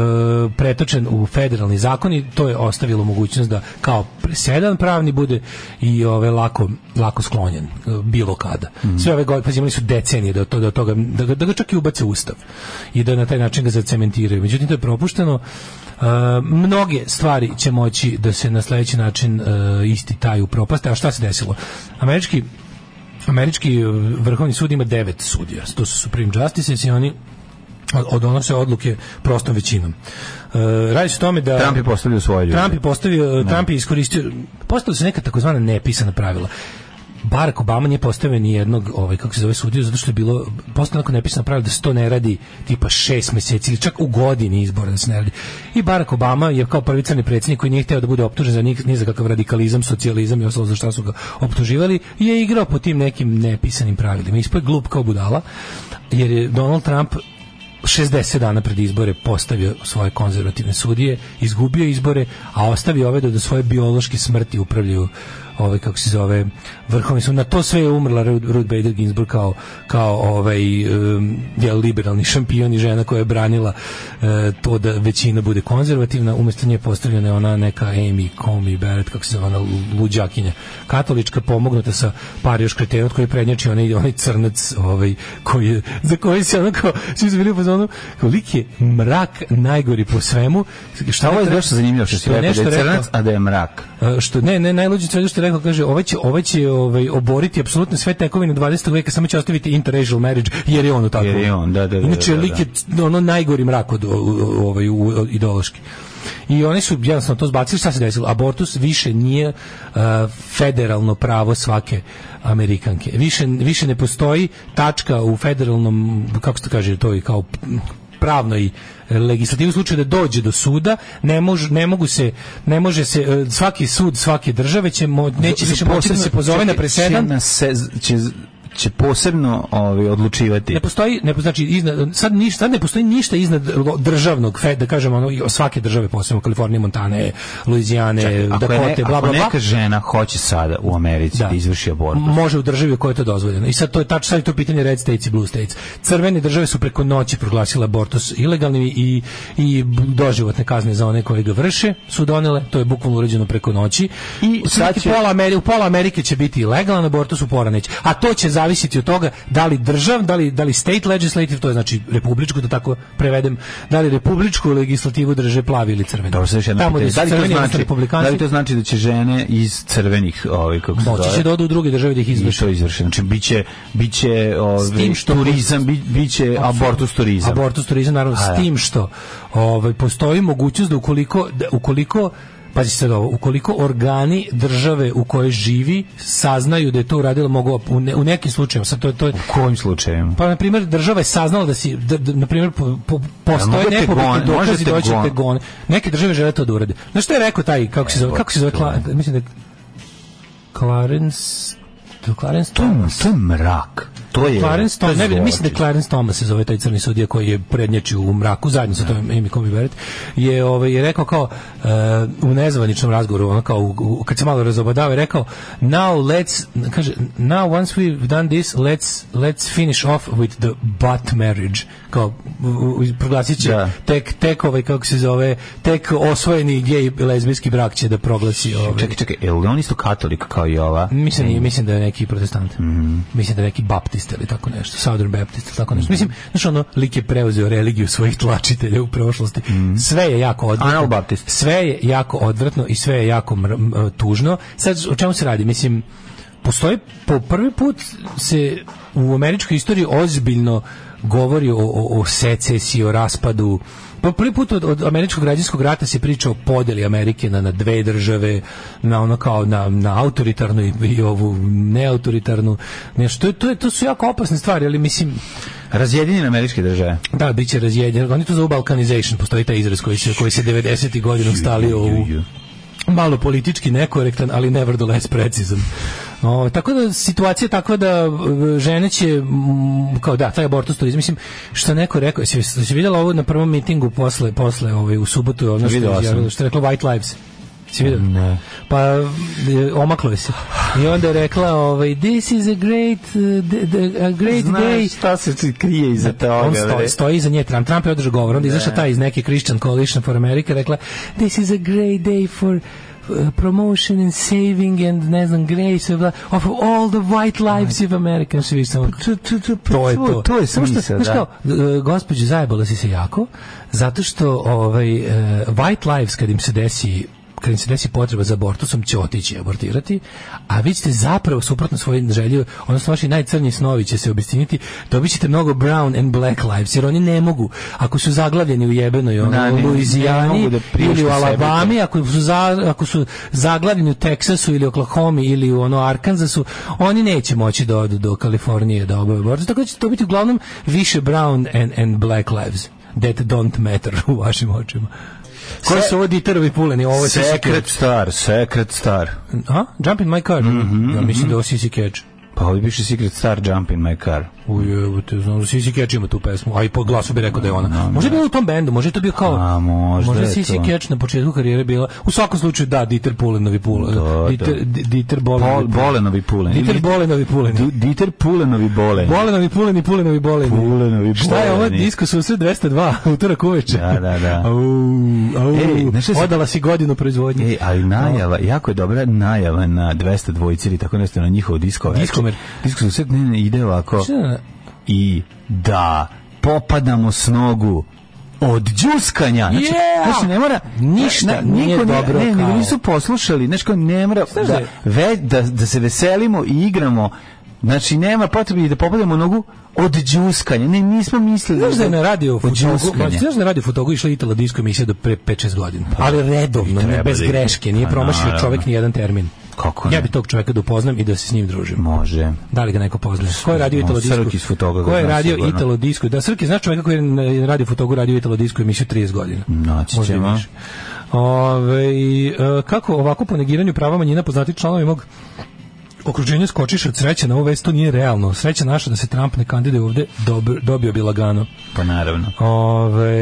pretočen u federalni zakon i to je ostavilo mogućnost da kao presedan pravni bude i ovaj lako lako sklonjen e, bilo kada. Sve ove godine imali su decenije da to da toga da ga, da ga čak i ubace u ustav i da na taj način ga zacementiraju. Međutim to je propušteno. E, mnoge stvari će moći da se na sledeći način e, isti taj upropaste. A šta se desilo? Američki Američki e, vrhovni sud ima devet sudija. To su Supreme Justices i oni od donose odluke prostom većinom. E, radi se o tome da
Trump je postavio svoje ljude.
Trump je postavio, Trump je iskoristio, postavili su neka takozvana nepisana pravila. Barack Obama nije postavio ni jednog, ovaj, kako se zove, sudiju, zato što je bilo postavljeno neko nepisano pravilo da se to ne radi tipa šest mjeseci ili čak u godini izbora da se ne radi. I Barack Obama je kao prvi crni predsjednik koji nije htio da bude optužen za ni, ni za kakav radikalizam, socijalizam i ostalo za šta su ga optuživali, je igrao po tim nekim nepisanim pravilima. Ispoj je glup kao budala, jer je Donald Trump 60 dana pred izbore postavio svoje konzervativne sudije, izgubio izbore, a ostavio ove da do svoje biološke smrti upravljaju ovaj kako se zove vrhovni sud na to sve je umrla Ruth, Ruth Bader Ginsburg kao kao ovaj um, je liberalni šampion i žena koja je branila uh, to da većina bude konzervativna umesto nje postavljena je ona neka Amy Comey Barrett kako se zove ona luđakinja katolička pomognuta sa par još kretena od koji prednjači onaj onaj crnac ovaj koji je, za koji se ono kao svi su bili u fazonu kao lik je mrak najgori po svemu
šta ovo je baš zanimljivo što si
je
rekao da
nešto
je crnac,
rekao.
a da je mrak.
E, što ne ne najluđe sve što je rekao kaže ovaj će ovaj će ovaj oboriti apsolutno sve tekovine 20. veka samo će ostaviti interracial marriage jer je on u takvom
Jer je on, da, da, da,
inače
da, da.
lik je c- ono najgori mrak od o- o- ovaj u- o- ideološki I oni su jednostavno to zbacili, šta se desilo? Abortus više nije e, federalno pravo svake Amerikanke. Više, više ne postoji tačka u federalnom, kako se to kaže, to je kao pravnoj legislativi u slučaju da dođe do suda ne, mož, ne mogu se ne može se e, svaki sud svake države će mo, neće više moći da se pozove na
Čekaj,
presedan
će na se, će, će posebno ovaj, odlučivati.
ne postoji ne po- znači iznad sad ništa sad ne postoji ništa iznad lo- državnog fe, da kažemo ono i svake države posebno Kalifornije, Montane, Luizijane,
Ako, je ne,
Dakote, bla
ako
bla bla.
neka žena hoće sada u Americi da, izvrši abortus,
Može u državi u kojoj je to dozvoljeno. I sad to je tačno sad je to pitanje red states i blue states. Crvene države su preko noći proglasile abortus ilegalnim i i doživotne kazne za one koji ga vrše su donele. To je bukvalno urađeno preko noći. I
sad će-
pola Ameri- u pola Amerike će biti legalan abortus u pola neće. A to će zavisiti od toga da li držav, da li, da li state legislative, to je znači republičku, da tako prevedem, da li republičku legislativu drže plavi ili crveni.
Dobro, sad još jedno
Tamo
pitanje.
gde su
Da li, to
crveni, odnosno
znači,
republikanci,
da li to znači da će žene iz crvenih, ovaj, kako se
moći će
zove,
da odu u druge države da ih
i
izvrše.
to izvršeno? Znači, biće, biće ovaj,
tim što-
turizam, bi, biće abortus turizam.
Abortus turizam, naravno,
A,
s
da.
tim što ovaj, postoji mogućnost da ukoliko, da ukoliko Pazi sad ovo, ukoliko organi države u kojoj živi saznaju da je to uradilo, mogu u, ne- u nekim slučajevima, sad to, je- to je
U kojim slučajevima?
Pa na primjer država je saznala da si da, da, na primjer po, po,
A
postoje
mogu te
nepobitni
gone-
dokazi
možete
da hoće
gone.
te gone. Neke države žele to da urade. Znaš šta je rekao taj kako se zove kako se zove Cla- mislim da Clarence to Clarence
To je,
Thomas.
to je mrak. To je...
Clarence
to je
Thomas, ne, bi- mislim da je
zločin.
Clarence Thomas se zove taj crni sudija koji je prednjačio u mraku zajedno sa tom Amy Comey Barrett je ovaj je rekao kao e, u nezvaničnom razgovoru ono kao u- u- kad se malo razobadava je rekao now let's kaže now once we've done this let's let's finish off with the butt marriage kao u- u- proglasit će
Da.
tek tek ovaj kako se zove tek osvojeni gej i lezbijski brak će da proglasi ovaj
Čekaj, čekaj, je li on isto katolik kao i ova?
Mislim, nije, mislim da je neki protestant. Mislim da je neki baptist ili tako nešto. Southern Baptist ili tako nešto. Mislim, znaš ono, lik je preuzeo religiju svojih tlačitelja u prošlosti. Sve je jako odvratno.
Anal Baptist.
Sve je jako odvratno i sve je jako mr- m- tužno. Sad, o čemu se radi? Mislim, postoji, po prvi put se u američkoj istoriji ozbiljno govori o, o, o secesiji, o raspadu. Po prvi put od, od američkog građanskog rata se priča o podeli Amerike na, na dve države, na ono kao na, na autoritarnu i, i ovu neautoritarnu. Nešto, to, je- to, je- to su jako opasne stvari, ali mislim,
Razjedinjene američke države.
da, bit će razjedinjen. Oni to zovu balkanization, postoji taj izraz koji se, koji se 90. godinom stalio u malo politički nekorektan, ali nevertheless precizan. O, tako da situacija je takva da e, žene će mm, kao da taj abortus turizam mislim što neko rekao se se vidjela ovo na prvom mitingu posle posle ovaj u subotu ono što
Video
je
sam.
izjavilo, što je reklo White Lives Si vidio?
Ne.
Pa e, omaklo je se. I onda je rekla ovaj this is a great uh, d- d- a great day
Znaš šta se tu krije iza toga?
on stoji,
bre?
stoji iza nje Trump. Trump je održao govor. Onda je izašao taj iz neke Christian Coalition for America rekla This is a great day for uh, promotion and saving and ne znam grace of, of all the white lives of America. Znaš, vidiš samo-
Pa
to je to.
To je
Samo što-
smisao,
znaš
da.
kao, e, gospođo, zajebala si se jako, zato što ovaj, e, White Lives, kad im se desi kad im se desi potreba za abortusom, će otići i abortirati, a vi ćete zapravo suprotno svojim želju, odnosno vaši najcrnji snovi će se obistiniti, dobit ćete mnogo brown and black lives, jer oni ne mogu, ako su zaglavljeni u jebenoj ono,
Da, ne, ne
Luizijani
mogu da
ili
priušte
u
sebi to.
Alabami, ako su, za, ako su zaglavljeni u Teksasu ili Oklahomi ili u ono Arkansasu, oni neće moći da odu do Kalifornije da obave abortus, tako da će to biti uglavnom više brown and, and black lives that don't matter u vašim očima. Koji su ovo diterovi puleni? Ovo je
Secret
Secret.
Star, Secret Star.
Mhm. A? Jump in my car? ja mislim da je ovo Sissy Catch.
Pa ovi biše Secret Star Jump in my car.
Ujebote, znam, Sisi Catch ima tu pesmu, a i po glasu bi rekao da je ona.
da.
Možda je bila u tom bendu, možda je to bio kao...
A, možda
možda
je
Sisi
to.
Catch na početku karijere bila... U svakom slučaju, da, Dieter Pulenovi Pulen.
Da,
Dieter,
da.
D- Dieter Bolenovi
Pol, bolenovi pulen.
Dieter Bolenovi Pulen.
Du- Dieter Pulenovi bolen.
Bolenovi Pulen i Pulenovi Boleni.
Pulenovi
Šta je ovo
Boleni.
disko susret 202, utorak uveče?
Da, da, da.
Au, au,
Ej, znaš šta sam-
odala si godinu proizvodnje.
Ej, E, ali najava, jako je dobra najava na 200 dvojici ili tako nešto na njihovo disko veče.
Diskomer.
Disko susret ne, ne, ide ovako.
Šta je-
I da, popadamo s nogu od đuskanja. Znači,
Yeah!
znači, ne mora
Ništa
na-
nije
niko ne-
dobro
Ne, nego
kao-
nisu poslušali, znači kao ne mora
Znaš
da,
da je-
ve, da, da se veselimo i igramo. Znači nema potrebe i da popadamo nogu od đuskanja. Ne, nismo mislili.
Znaš da je na radio
od
Futogu,
đuskanja.
ma, znaš da je na radio Futogu išla Itala disco emisija do pre 5-6 godina. Ali redovno,
Pa, I
ne,
treba
bez
da ide.
greške, nije
Pa,
promašio
naravno.
čovek ni jedan termin.
Kako ne?
Ja bi tog čoveka da upoznam i da se s njim družim.
Može.
Da li ga neko poznaje? Ko je radio
znam,
Italo Disco?
Srki iz Futoga ga
Ko je
znam
radio
sigurno.
Italo Disco? Da, Srki, znaš čoveka koji je na radio Futogu radio Italo Disco emisiju 30 godina?
Naći
Možda i
ćemo.
više. Ovaj, e, kako ovako po negiranju prava manjina poznati članovi mog okruženja skočiš od sreće na ovu vest, to nije realno. Sreća naša da se Trump ne kandiduje ovde, dobro- dobio bi lagano.
Pa naravno.
Ove,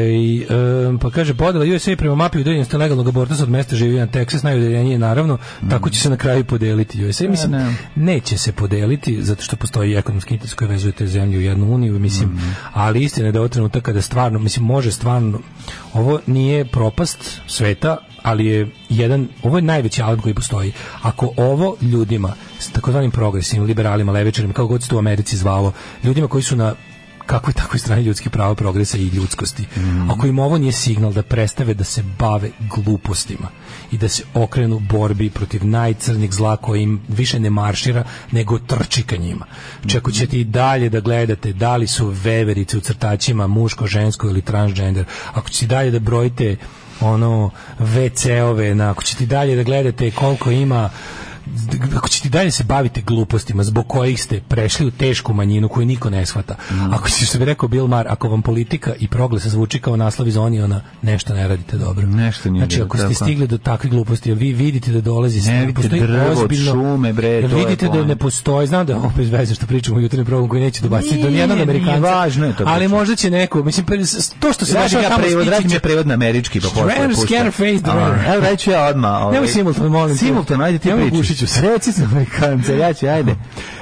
pa kaže, podela USA prema mapi udaljenosti legalnog abortusa od mesta življenja Texas, najudaljenije naravno, tako će se na kraju podeliti USA. Mislim,
ne.
neće se podeliti, zato što postoji ekonomski interes koji vezuje te zemlje u jednu uniju, mislim, ali istina je da je ovo trenutak kada stvarno, mislim, može stvarno, ovo nije propast sveta, ali je jedan, ovo je najveći alat koji postoji. Ako ovo ljudima, s takozvanim progresivnim, liberalima, levičarima, kako god se to u Americi zvalo, ljudima koji su na kako je tako strani ljudskih prava, progresa i ljudskosti. Ako im ovo nije signal da prestave da se bave glupostima i da se okrenu borbi protiv najcrnih zla koje im više ne maršira nego trči ka njima. Čako ćete i dalje da gledate da li su veverice u crtačima muško, žensko ili transgender. Ako ćete i dalje da brojite ono WC-ove, na- ako ćete i dalje da gledate koliko ima ako ćete i dalje se bavite glupostima zbog kojih ste prešli u tešku manjinu koju niko ne shvata,
Mm.
ako ćete što bi rekao Bill Maher, ako vam politika i progles zvuči kao naslov iz Oniona, nešto ne radite dobro.
Nešto nije
Znači,
dobro,
ako ste
tako.
stigli do takve gluposti, a vi vidite da dolazi
Ne
ne
vidite drvo od šume, bre, to je
vidite da ne
poenta.
postoji, znam da je opet veze što pričamo u jutarnjem programu koji neće dobaciti do
Nije,
nijednog
nije,
Amerikanca.
važno je to
Ali
pričamo.
možda će neko, mislim, pre- s- to što se
Znaš
dešava
ja
tamo
prevod,
stići
radim
će-
ja prevod na američki, pa posle
Rare
puštam.
scanner face the
A,
rare.
Evo, radit ću ja odmah. ovaj.
Nemoj simultano, molim te.
Simultano, ajde ti
Nemoj,
pričaj.
gušit ću se.
Reci za Amerikanca, ja ću, ajde.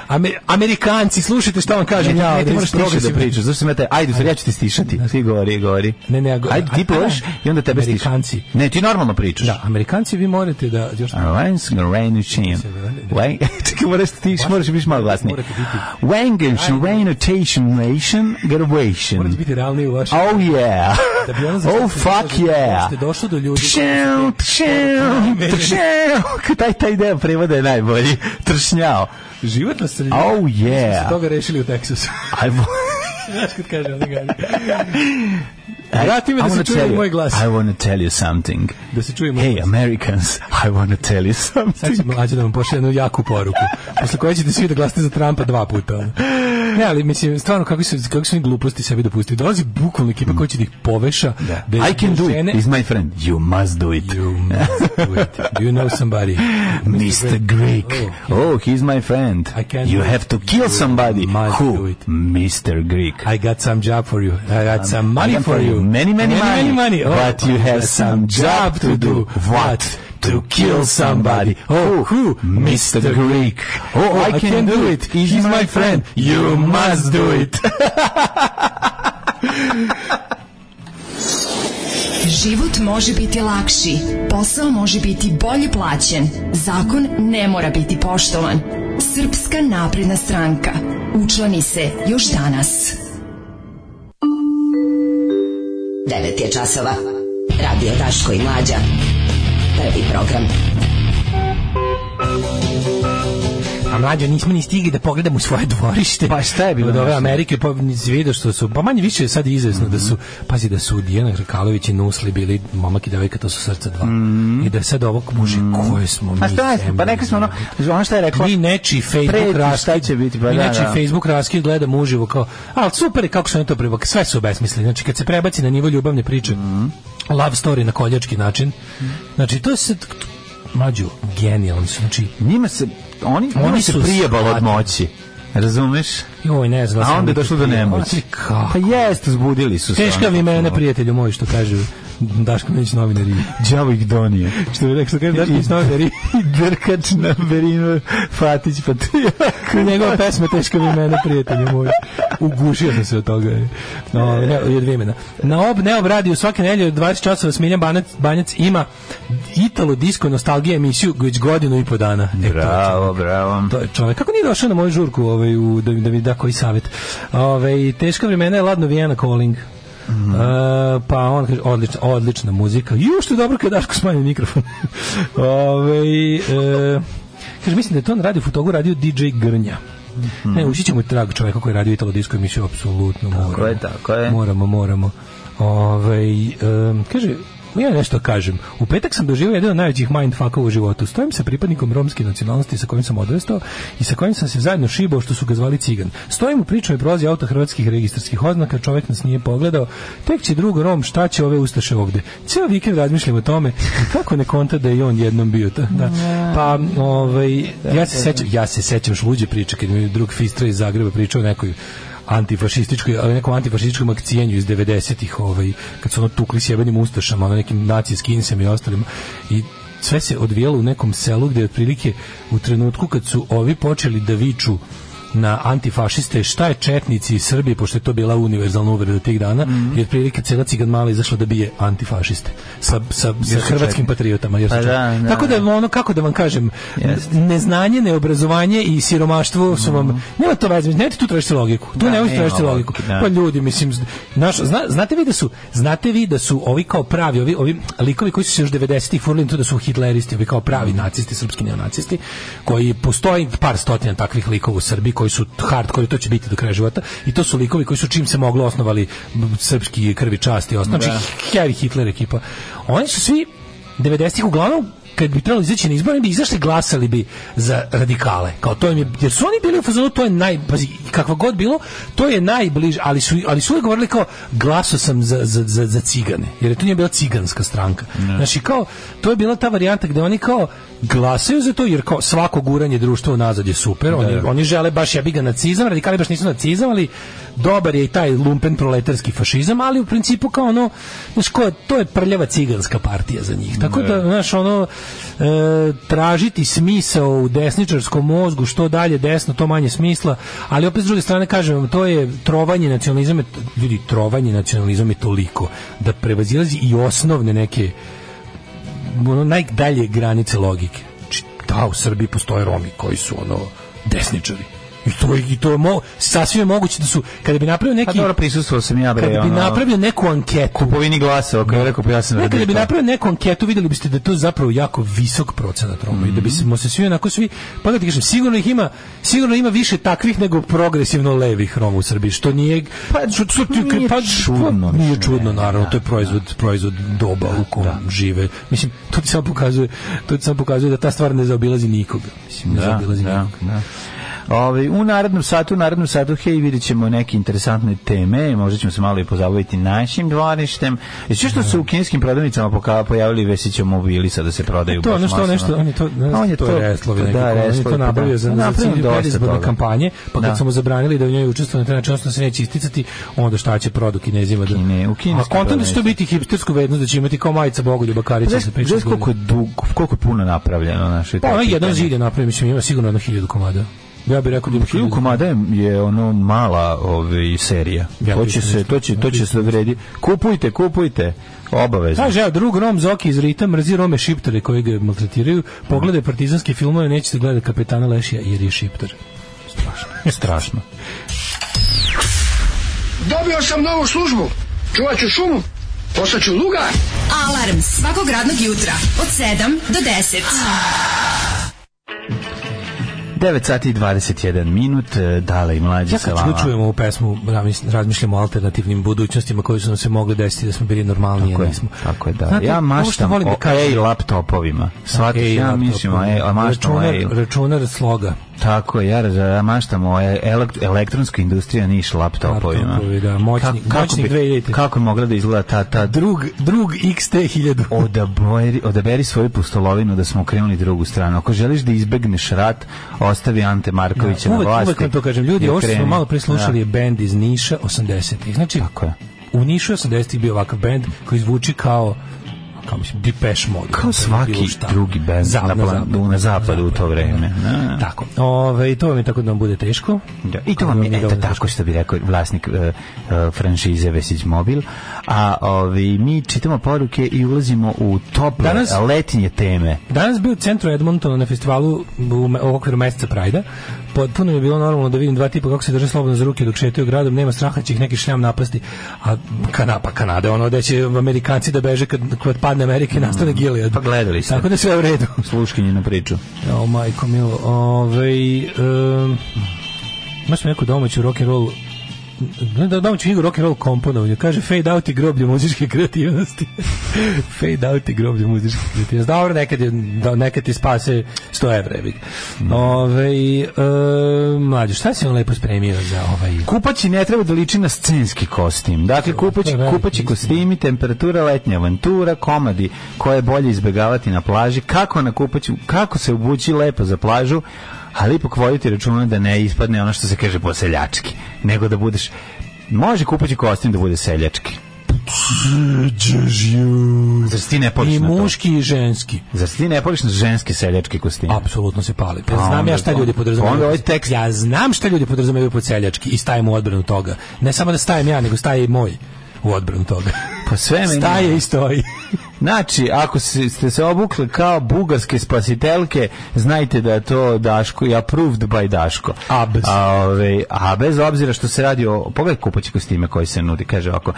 Ame- Amerikanci, slušajte šta vam kažem ja,
ne,
ovdje,
ti moraš
progresivno.
progresivno da pričaš. Zašto sam ja taj, ajde, sad ja ću ti stišati. Ti govori, govori.
Ne, ne, ja go-
Ajde,
a-
ti
a-
poješ i onda tebe stišam.
Amerikanci.
Ne, ti normalno pričaš.
Da, Amerikanci vi morate da još
Wang Rainu Chin. Wang, čekaj, moraš ti, moraš biti malo glasnije.
Morate biti.
Wang Rainu Tation Nation
morate
Graduation.
biti realni u vašem
Oh yeah.
da bi ono za
oh
sebe
mm. fuck
došlo-
yeah.
Ste došli do ljudi.
Tšew, tšew, tšew. Taj, taj deo prevoda je najbolji. Tršnjao.
Životna sredina.
Oh
Ste
yeah.
toga rešili u Teksasu.
I wa-
Znaš kad kaže onaj gari.
I-
Vrati me
I
da se
wanna
čuje
tell you-
moj glas.
I want to tell you something.
Da se čuje moj
Hey
glas.
Americans, I want to tell you
Sad će
something.
mlađe da vam pošle jednu jaku poruku. Posle koje ćete svi da glasite za Trumpa dva puta. ono. Ne, ali mislim, stvarno, kako su, kako su oni gluposti sebi dopustili. Dolazi bukvalno ekipa koja će da ih poveša. bez
Mm. I can do it.
žene.
He's my friend. You must do it.
You must do it. Do you know somebody?
Mr. Greek. Oh, he's my friend.
I can't
You
do it.
have to kill
You
somebody.
must do
Who?
it.
Mr. Greek.
I got some job for you. I got some money
Um, got
for you.
Many, many,
many, money. Oh,
But you have some job to do. What? To kill somebody. Oh, who? Mr. Greek. Oh, I, can, do it. He's my friend. You must do it.
Život može biti lakši, posao može biti bolje plaćen, zakon ne mora biti poštovan. Srpska napredna stranka. Učlani se još danas.
9 je časova. Radio Daško i Mlađa. Prvi program.
A mlađe nismo ni stigli da pogledamo svoje dvorište.
Pa šta je bilo
Od ove
naše?
Amerike pa nisi vidio što su pa manje više je sad izvesno da
Mhm.
su pazi da su Dijana Hrkalović i Nusli bili momak i devojka to su srca dva. I da je sad ovog muže koje smo mi.
A šta je?
zemlje,
Mhm. Pa rekli smo ono, ono što je rekla.
mi nečiji Facebook
Preti,
raskid.
šta će biti, pa
mi
da,
nečiji
da.
Facebook raskid gledam uživo kao, ali super je kako su oni to prebak, sve su besmisli. Znači kad se prebaci na nivo ljubavne priče,
Mhm.
love story na koljački način, znači to se mlađu genijalni su, znači
Njima se, oni, oni
Oni
se
su
prijebalo od
shvatili.
moći. Razumeš?
Joj, ne znam.
A onda je došlo do
nemoći.
nemoći. Pa jeste, zbudili su se.
Znači, Teška
ono,
mi imena,
ono.
prijatelju moj, što kažu Daško Menić novinari.
Đavo ih donije.
Što je rekao, što kaže Daško Menić novinari.
I drkač na Berinu Fatić
pa
Patrijak.
Njegova pesma teška mi imena, prijatelju moj. Ugušio sam se od toga. No, ne, je dve imena. Na ob, ne obradi u svake nedelje od 20 časova Smiljan Banac, Banjac ima Italo Disco Nostalgija emisiju već godinu i po dana. E, to je
Bravo, bravo.
To je čovjek. Kako nije došao na moju žurku ovaj, u, da, mi- da mi da koji savjet? Ovaj, teška vremena je Ladno Vijena Calling. E, pa on kaže, odlična, odlična muzika. Ju, što je dobro kad Daško smanji mikrofon. Ovaj, e, kaže, mislim da je to na radio fotogu radio DJ Grnja. Ne, ući ćemo u trag čovjeka koji je radio Italo Disco emisiju, apsolutno moramo.
je, tako je.
Moramo, moramo. Ovaj, em, kaže, ja nešto kažem. U petak sam doživio jedan od najvećih mindfuckova u životu. Stojim sa pripadnikom romske nacionalnosti sa kojim sam odrastao i sa kojim sam se zajedno šibao što su ga zvali cigan. Stojim u priču i prolazi auto hrvatskih registarskih oznaka, čovjek nas nije pogledao. Tek će drugo Rom, šta će ove ustaše ovde? Ceo vikend razmišljam o tome i kako ne konta da je i on jednom bio. ta- Da. Pa, ovaj, ja se sećam, ja se sećam šluđe priče kad mi je drug Fistra iz Zagreba pričao o nekoj antifašističkoj, ali nekom antifašističkom akcijenju iz 90-ih, ovaj, kad su ono tukli s jebenim ustašama, ono nekim nacijskim insem i ostalima. I sve se odvijalo u nekom selu gdje je otprilike u trenutku kad su ovi počeli da viču na antifašiste šta je četnici iz Srbije, pošto je to bila univerzalna uvreda tih dana,
Mhm.
i otprilike cela cigan mala izašla da bije antifašiste sa, sa, sa hrvatskim patriotama. Jer su
Pa
četnici.
da, da,
Tako da
da.
ono kako da vam kažem,
Jeste. Mhm.
neznanje, neobrazovanje i siromaštvo su vam nema to veze, ne tu tražite logiku. Tu
Da,
ne možete
nema
tražiti logiku.
logike, da.
Pa ljudi, mislim, z- naš, zna- znate vi da su znate vi da su ovi kao pravi, ovi ovi likovi koji su se još 90-ih furili tu da su hitleristi, ovi kao pravi nacisti, srpski neonacisti, koji postoji par stotina takvih likova u Srbiji koji su hardkori, to će biti do kraja života i to su likovi koji su čim se moglo osnovali m, srpski krvi časti, osnovni Harry Hitler ekipa. Oni su svi 90-ih uglavnom kad bi trebalo izaći na izbore, oni bi izašli glasali bi za radikale. Kao to im je, jer su oni bili u fazonu, to je naj, pazi, kakva god bilo, to je najbliže, ali su, ali su uvijek govorili kao, glaso sam za, za, za, za cigane, jer to nije bila ciganska stranka. Znači, kao, to je bila ta varijanta gde oni kao glasaju za to, jer kao svako guranje društva unazad je super, oni, oni žele baš ja bi ga nacizam, radikali baš nisu nacizam, ali dobar je i taj lumpen proletarski fašizam, ali u principu kao ono, znaš, ko, to je prljava ciganska partija za njih. Tako da, znaš, ono, e, tražiti smisao u desničarskom mozgu, što dalje desno, to manje smisla, ali opet s druge strane kažem vam, to je trovanje nacionalizma, je t- ljudi, trovanje nacionalizma je toliko da prevazilazi i osnovne neke ono najdalje granice logike. Znači, da, u Srbiji postoje Romi koji su ono desničari. I to, je- i to je mo, sasvim je moguće da su, kada bi napravio
Pa
neki,
dobro, prisustuo sam ja, bre,
kada bi
ono,
napravio neku anketu,
kupovini glasova, kao je rekao, pa ja sam
ne, kada bi
radikal.
napravio neku anketu, vidjeli biste da je to zapravo jako visok procenat Roma i da bi smo se svi onako svi, pa da ti kažem, sigurno ih ima, sigurno ima više takvih nego progresivno levih Roma u Srbiji, što nije pa što, ti-
nije čudno
nije
više,
čudno
ne,
naravno, to je proizvod proizvod doba u kom žive. Mislim, to ti samo pokazuje, to ti samo pokazuje da ta stvar ne zaobilazi nikoga. Mislim, ne
Da,
zaobilazi
da,
nikoga.
da. Ovaj, u narednom satu, u narednom satu, hej, vidjet ćemo neke interesantne teme, možda ćemo se malo i pozabaviti našim dvorištem. I sve što su u kineskim prodavnicama poka- pojavili Vesića mobili sada se prodaju.
To je
baš
ono što
masovno. Pa
nešto, on je to, ne,
A
on je to, Reslovi neki,
da,
on je
Reslovi,
to
pa
napravio
da.
za, za
Napravio
cilj
dosta
predizborne
toga.
kampanje, pa kad
Da.
su mu zabranili da u njoj učestvuje na taj način, odnosno se neće isticati, onda šta će produ kinezima da...
Kine- u
A
kineskim
kontam da će to biti hipstersku vrednost, da će imati kao majica Bogoljuba Karića
Pa Znaš
sa pričom.
znaš koliko je dug, koliko je puno napravljeno naše
Pa ono jedan zid je napravio, mislim, ima sigurno jedno hiljadu komada. Ja bih rekao da ima hiljadu.
Hiljadu komada je- je ono mala ovaj serija.
Ja
to će
mislim
se
isto.
to će to će se vredi. Kupujte, kupujte. Obavezno.
Kaže, evo, drug Rom Zoki iz Rita mrzi Rome Šiptare koji ga maltretiraju. Pogledaj partizanske filmove, nećete gledati kapetana Lešija jer je Šiptar.
Strašno.
Dobio sam novu službu. Čuvat ću šumu. Postaću lugar.
Alarm svakog radnog jutra od 7 do 10.
9 sati i 21 minut, e, dale i mlađe
Ja
sa
kad
vama.
čujemo ovu pesmu, razmis- razmišljamo o alternativnim budućnostima koje su nam se mogle desiti da smo bili normalni,
Tako
a
je,
nismo.
tako je, da.
Znate,
ja
ovo što
maštam
volim da
o
kažem-
ej laptopovima. Shvatiš,
Ej,
ja
laptop,
mislim, a, ej, a maštam o
računar,
ej.
računar sloga.
Tako je, ja E- zamaštamo elektronska industrija Niš laptopovima.
Laptopovi, da, moćni-
kako
moćnih
bi-
2000.
Kako je mogla da izgleda ta, ta
Drug, drug XT1000.
odaberi, odaberi svoju pustolovinu da smo okrenuli drugu stranu. Ako želiš da izbegneš rat, ostavi Ante Markovića na
uvek,
vlasti.
uvek vam to kažem. Ljudi,
i
ovo što smo
kreni.
malo preslušali
Da.
je bend iz Niša 80-ih. Znači,
Tako je.
u Nišu 80-ih bio ovakav bend koji zvuči kao kao mislim, Depeche Mode.
Kao svaki
Bilo šta.
drugi bend na plan- u- na zapadu u to vreme. Da.
Tako. Ove, I to vam je tako da vam bude teško.
Da, I to vam je,
Dobro,
eto,
dobro.
tako što bi rekao vlasnik e, e, franšize Vesić Mobil. A ovi, mi čitamo poruke i ulazimo u tople
Danas-
letinje teme.
Danas bio u centru Edmontona na festivalu u, me- u okviru meseca Prajda. Potpuno mi je bilo normalno da vidim dva tipa kako se drže slobodno za ruke dok šetaju gradom, nema straha će ih neki šljam napasti. A Kanapa, Kanada, ono da će Amerikanci da beže kad, kad padne Amerika i nastane Gilead.
Pa gledali ste.
Tako da sve u redu.
Sluškinje na priču.
O, majko milo. Ovej, um, imaš mi neku domaću rock'n'roll ne, da domaću knjigu rock'n'roll komponovanje. Kaže fade out i groblje muzičke kreativnosti. fade out i groblje muzičke kreativnosti. Dobro, nekad, je, da, nekad ti spase 100 evra. Ove, um, mlađe, šta si on lepo spremio za ovaj...
Kupaći ne treba da liči na scenski kostim. Dakle, kupaći,
To je velika
kupaći
istina.
kostimi, temperatura, letnja avantura, komadi koje je bolje izbegavati na plaži, kako na kupaću, kako se obući lepo za plažu, ali ipak voditi računa da ne ispadne ono što se kaže poseljački, nego da budeš... Može kupaći kostim da bude seljački. Zar si ti ne poliš
I
na to?
muški i ženski.
Zar si ti ne poliš na ženski seljački kostime?
Apsolutno se pali. Ja
A
znam
onda-
ja šta ljudi podrazumevaju.
onda ovaj tekst-
Ja znam šta ljudi podrazumevaju pod seljački i stajem u odbranu toga. Ne samo da stajem ja, nego staje i moj u odbranu toga.
Pa sve meni-
Staje i stoji.
Znači, ako se- ste se obukli kao bugarske spasitelke, znajte da je to Daško i approved by Daško.
A bez-
a, ovaj, a bez obzira što se radi o... Pogledaj kupaći kostime koji se nudi, kaže ovako.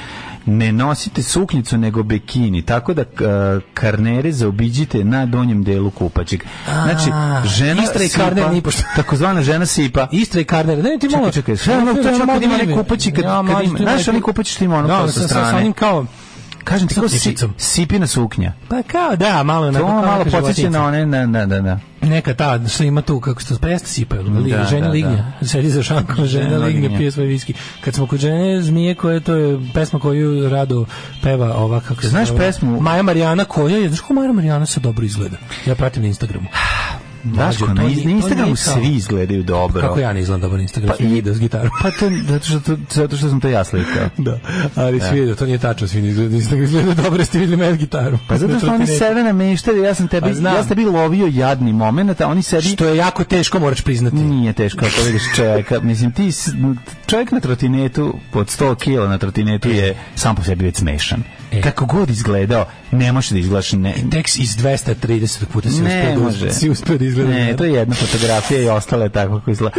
Ne nosite suknjicu nego bikini, tako da e, karnere zaobiđite na donjem delu kupaćeg. Znači, žena
Istra i
sipa,
karner nipošto.
takozvana žena sipa.
Istra i Karner. Ne, ti
Čekaj,
malo...
čekaj, sve ono- to je ono kad ima onaj kupaći kad- kad ima- znaš oni kupaći što ima ono
da,
kao sa
sa- sa-
strane?
Sa onim kao...
Kažem ti, ko si,
Suknjičicom.
sipina suknja.
Pa kao, da, malo je
To
onako kao
malo
neka
podsjeća
životinjica.
na one, na, na, na, na.
Neka ta, što ima tu, kako se to presta sipaju, li,
Da,
žena
da,
lignja, sedi za šankom, žena
Žena
lignja,
lignja.
pije svoj viski. Kad smo kod žene zmije, koja to je pesma koju rado peva ova, kako se
Znaš
zove?
pesmu?
Maja Marijana, koja je, znaš ko Maja Marijana se dobro izgleda? Ja pratim na Instagramu.
Daško,
Mlađe,
na,
to
iz- na
nije- to
Instagramu
nije kao-
svi izgledaju dobro.
Kako ja ne izgledam dobro na Instagramu,
Pa
pa,
i-
i ide s gitarom.
Pa to, zato što, to, zato što sam to ja slikao.
Da, ali svi vidio, to nije tačno, svi ne izgleda, Instagram izgleda dobro, ste videli meni gitaru.
Pa zato što oni sebe nameštaju, ja sam tebi,
Pa znam.
ja sam tebi lovio jadni moment, a oni sebi...
Što je jako teško, moraš priznati.
Nije teško ako vidiš čovjeka. Mislim, ti s- čovjek na trotinetu, pod 100 kila na trotinetu je sam po sebi već smešan.
E.
Kako god izgledao, ne možeš da izgledaš... Ne,
Tekst iz 230 puta si
ne
uspio da
može.
uzme- si uspio da izgleda.
Ne, to je jedna fotografija i ostale tako kako izgleda.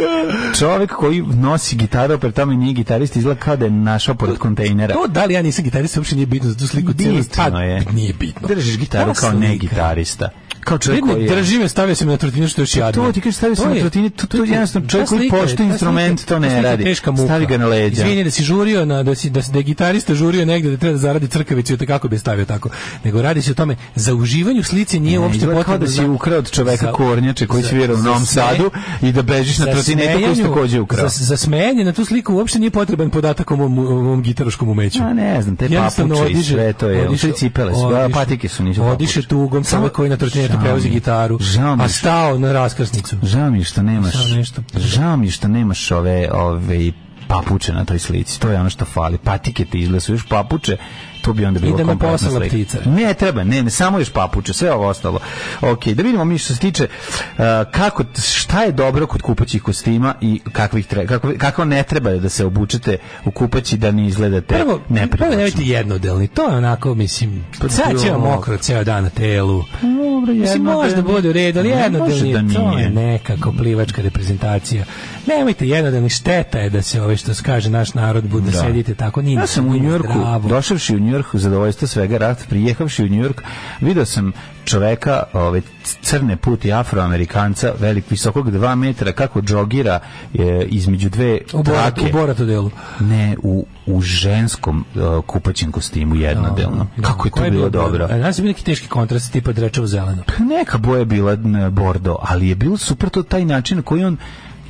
Čovjek koji nosi gitaru, pre tome nije gitarist, izgleda kao da je našao pored kontejnera.
To da li ja nisam gitarista uopšte nije bitno za tu sliku cijelu
Bitno
pa,
je.
Nije bitno.
Držiš gitaru
Ta
kao ne
slika.
gitarista. Kao čovjek
Vidi,
koji je... Pa
drži me, stavio sam je na trotinu što je još jadno.
To ti kažeš stavi se na trotini, to, to, jednostavno čovjek koji poštuje instrument, to ne radi.
Teška muka.
Stavi ga na leđa.
Izvini da si žurio, na, da, si, da, si- da je gitarista žurio negde da treba da zaradi crkavicu, i kako bi je stavio tako. Nego radi se o tome, za uživanje u slici nije
Ne,
uopšte
izgleda
potrebno.
kao da si
za-
ukrao od čoveka
za-
kornjače koji
za-
svira u
za
Novom
sme-
Sadu i da bežiš na
za
trotinetu koji si
smejanju-
takođe ukrao.
Za, za smejanje na tu sliku uopšte nije potreban podatak o mom, o mom gitaroškom umeću.
A ne znam, te
Jednostavno
papuče i
odiže-
sve to je,
odiše-
sve cipele su, a
odiše-
patike su, nisu
Odiše
papuče.
tugom,
Samo-
samo koji na trotinetu
Žao
prevozi
mi je.
gitaru,
Žao mi je
a
što-
stao na raskrsnicu.
Žao mi je što nemaš.
Samo nešto.
Žao mi je što nemaš ove ove papuče na toj slici. To je ono što fali. Patike ti izglesu, još papuče. To bi onda bilo
Idemo
kompletna
posala
slika.
ptica.
Ne, treba, ne, ne, samo još papuče, sve ovo ostalo. Ok, da vidimo mi što se tiče uh, kako, šta je dobro kod kupaćih kostima i kakvih treba, kako, kako ne treba da se obučete u kupaći da ne izgledate
Prvo, prvo
neprilično.
nemojte jednodelni, to je onako, mislim,
Pa
sad će vam
dobro.
mokro ceo dan na telu.
Dobro,
Mislim,
jednodelni.
možda bude u redu, ali
Ne može
jednodelni,
da
je, to
nije.
je nekako plivačka reprezentacija. Nemojte jednodelni, šteta je da se ove što skaže naš narod bude, sedite tako, nije
Ja sam u
nije
Njorku,
zdravo.
došavši u Njujork, zadovoljstvo svega rat, prijehavši u Njujork, video sam čoveka ove, c- crne puti afroamerikanca, velik, visokog dva metra, kako džogira e, između dve
U Borat,
trake.
u Borat u delu.
Ne, u, u ženskom e, kupaćem kostimu jednodelno. Kako je to
Koja
bilo
bila-
dobro?
A Znaš, je bio neki teški kontrast, tipa dreča u zeleno.
Pa neka boja je bila n, bordo, ali je bilo super to taj način na koji on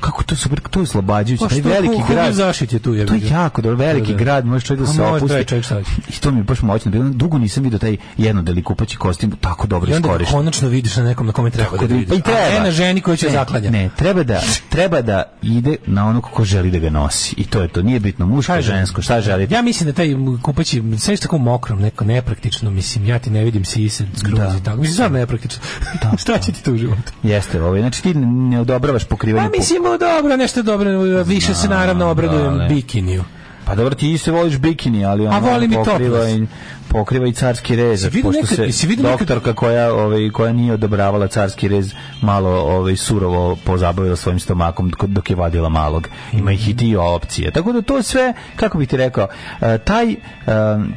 kako to super, to je slobađajuće,
Pa
taj
što,
veliki
ko- ko bi
grad.
zaštitio tu, ja
To je
bih ga?
jako dobro, veliki
Da, da.
grad, možeš čovjek da
A
se
može,
opusti.
treba čovjek sad.
I to mi je baš moćno bilo. Dugo nisam vidio taj jednodeli kupaći kostim tako dobro
I onda ga
iskorišten.
konačno vidiš na nekom na kome treba da
Tako da-
vidiš.
pa i treba.
A ne na ženi koja će
Ne,
zaklanja.
Ne, treba da, treba da ide na ono ko želi da ga nosi. I to je to. Nije bitno muško, žensko, šta želite.
Ja mislim da taj kupaći, sve što tako mokrom, neko nepraktično, mislim, ja ti ne vidim sise, skroz
Da.
i tako. Mislim, stvarno nepraktično. Šta će ti to u životu?
Jeste, ovaj, znači ti ne odobravaš pokrivanje
Pa
puka.
mislim, o, dobro, nešto dobro, više se naravno obradujem
ali-
bikiniju.
Pa dobro, ti se voliš bikini, ali on
A volim i
pokriva,
topless.
i, pokriva i carski rez.
Jesi vidio
Pošto
nekad-
se
jesi vidio nekad-
doktorka koja, ovaj, koja nije odobravala carski rez malo ovaj, surovo pozabavila svojim stomakom dok- dok je vadila malog. Ima ih i dio opcije. Tako da to sve, kako bih ti rekao, eh, taj eh,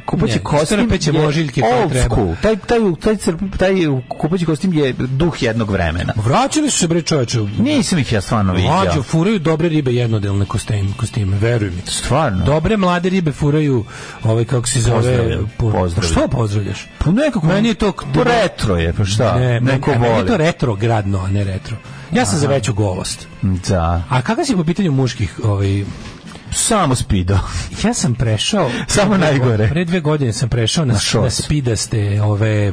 kupaći
Ne,
kostim
strpeće
je
možiljke koje
old
treba.
school. Taj, taj, taj, crp- taj kupaći kostim je duh jednog vremena.
Vraćali su se, bre, čoveče.
Nisam ih ja stvarno
Mlađo,
vidio.
furaju dobre ribe jednodelne kostime, kostime veruj mi.
Stvarno.
Dobre mlade ribe furaju, ovaj, kako se zove...
Pozdravljam,
po- pa
pozdravljam.
Što pozdravljaš?
Pa nekako...
Meni je to...
Pa retro je, pa šta?
Ne,
Neko
meni- a meni je
voli.
to retrogradno, a ne retro. Ja sam za veću golost.
Da.
A kakav si po pitanju muških, ovaj,
Samo spido.
ja sam prešao...
Samo
pre dve
najgore.
go- Pre dve godine sam prešao na,
shorts.
na spidaste, ove,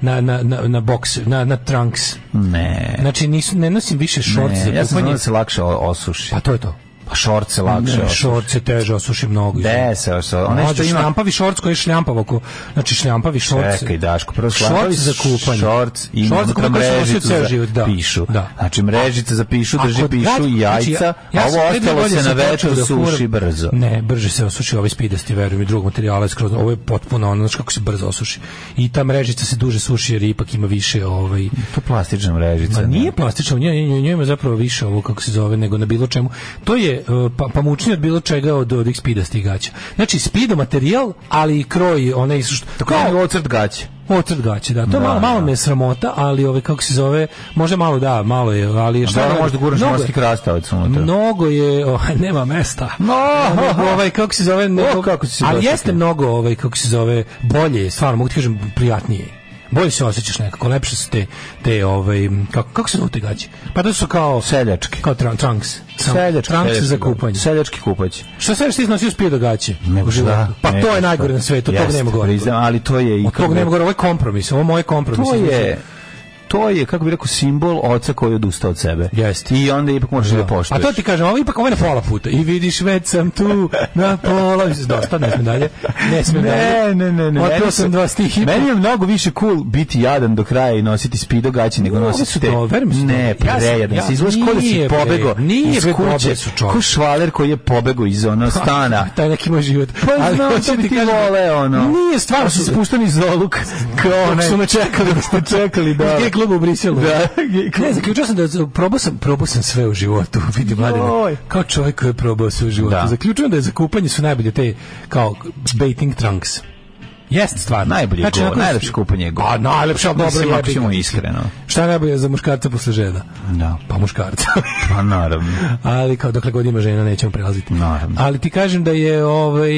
na, na, na, na boks, na, na trunks.
Ne.
Znači, nisu, ne nosim više shorts
ne.
za
Ja sam znao
kupanje.
da se lakše o- osuši.
Pa to je to.
Pa šort se lakše
Ne,
osuši.
šort se teže osuši mnogo.
De se osuši. Ono što ima...
šljampavi šorts koji je šljampav oko. Znači šljampavi šorts.
Čekaj, Daško, prvo šlampavi
šorts za kupanje.
Šorts i
Šorts za
unutra
kupanje koje sam nosio
mrežicu
ceo
za
život, da.
pišu.
Da.
Znači, mrežica za pišu, drži
Ako
pišu
grad-
i
znači,
jajca, a
sam
ovo
pre dve
ostalo
godine
se na
sam počeo
večer
da
suši
furam- Mm.
brzo.
Ne, brže se osuši ovaj spidasti, verujem, i drugog materijala je skroz, ovo je potpuno ono, znači kako se brzo osuši. I ta mrežica se duže suši jer ipak ima više ovaj,
To je plastična mrežica.
Ma
ne?
Pa nije plastično, nje, nje, nje ima zapravo više ovo kako se zove nego na bilo čemu. To je e, pa, pamučnije od bilo čega od od spida stigaća. Znači spido materijal, ali i kroj onaj što
Tako je ocrt gaće.
Ocrt gaće, da. To je
Da,
malo, malo
da.
me je sramota, ali ove, kako se zove, možda malo da, malo je, ali je
Šta
da
da možda guraš
mnogo je-
morski krastavac unutra?
Mnogo je, o, nema mesta.
No,
Nego, ovaj, kako se zove, nego-
kako si se
ali
dotakao.
jeste mnogo, ovaj, kako se zove, bolje je, stvarno, mogu ti kažem, prijatnije. je. Bolje se osjećaš nekako, lepše su te, te ovaj, kako, kako se zove te gaće? Pa to su kao...
Seljačke.
Kao tra, trunks. Sam,
Seljački,
trunks
seljački
za
gaće.
kupanje.
Seljački kupać.
Što se ti iznosio spido gaće?
Nego
u životu?
šta?
Pa
Nego
to je
šta?
najgore na svetu, tog
Jeste,
nema gore.
priznam, ali to je i
Od tog nema gore, ovo je kompromis, ovo je moje kompromis.
to je to je kako bi rekao simbol oca koji je odustao od sebe.
Jeste.
I onda ipak možeš da,
Da.
da poštuješ.
A to ti kažem, ovo ipak ovo je na pola puta. I vidiš, već sam tu, na pola. Mislim, Dosta, ne smem dalje. Ne smem
Ne,
dalje.
ne, ne, ne.
Oteo
meni
sam
se-
dva stih i...
Meni je mnogo više cool biti jadan do kraja i nositi spido gaće nego
No, ovi
nositi
su
te.
dobri, verujem su
ne,
dobri. Ja sam-
prejadan
ja-
se izlaš kao da si
nije, bre,
pobego
nije,
iz
bre,
kuće.
dobre su čovek.
Ko švaler koji je pobego iz ono stana.
Taj neki moj život.
Pa
Ali
znam
hoću
da bi
ti
ti
kažem,
vole ono.
Nije, stvarno
su
su-
spušteni iz oluk kao
Dok
onaj.
su me čekali.
Dok ste čekali, da.
Iz gej kluba u Briselu.
Da, gej klub.
Ne, zaključio sam da probao sam, probao sam sve u životu, vidi mladine.
Joj.
Kao čovjek koji je probao sve u životu.
Da.
Zaključujem da je za kupanje su najbolje te kao baiting trunks. Jeste stvarno.
Najbolje
Znači,
je go,
onako-
najlepše kupanje je go.
A najlepše, ali dobro
Mislim, ako
jebi ga.
ćemo iskreno.
Šta je najbolje za muškarca posle žena?
Da.
Pa muškarca.
Pa naravno.
ali kao dokle god ima žena nećemo prelaziti.
Naravno.
Ali ti kažem da je ovaj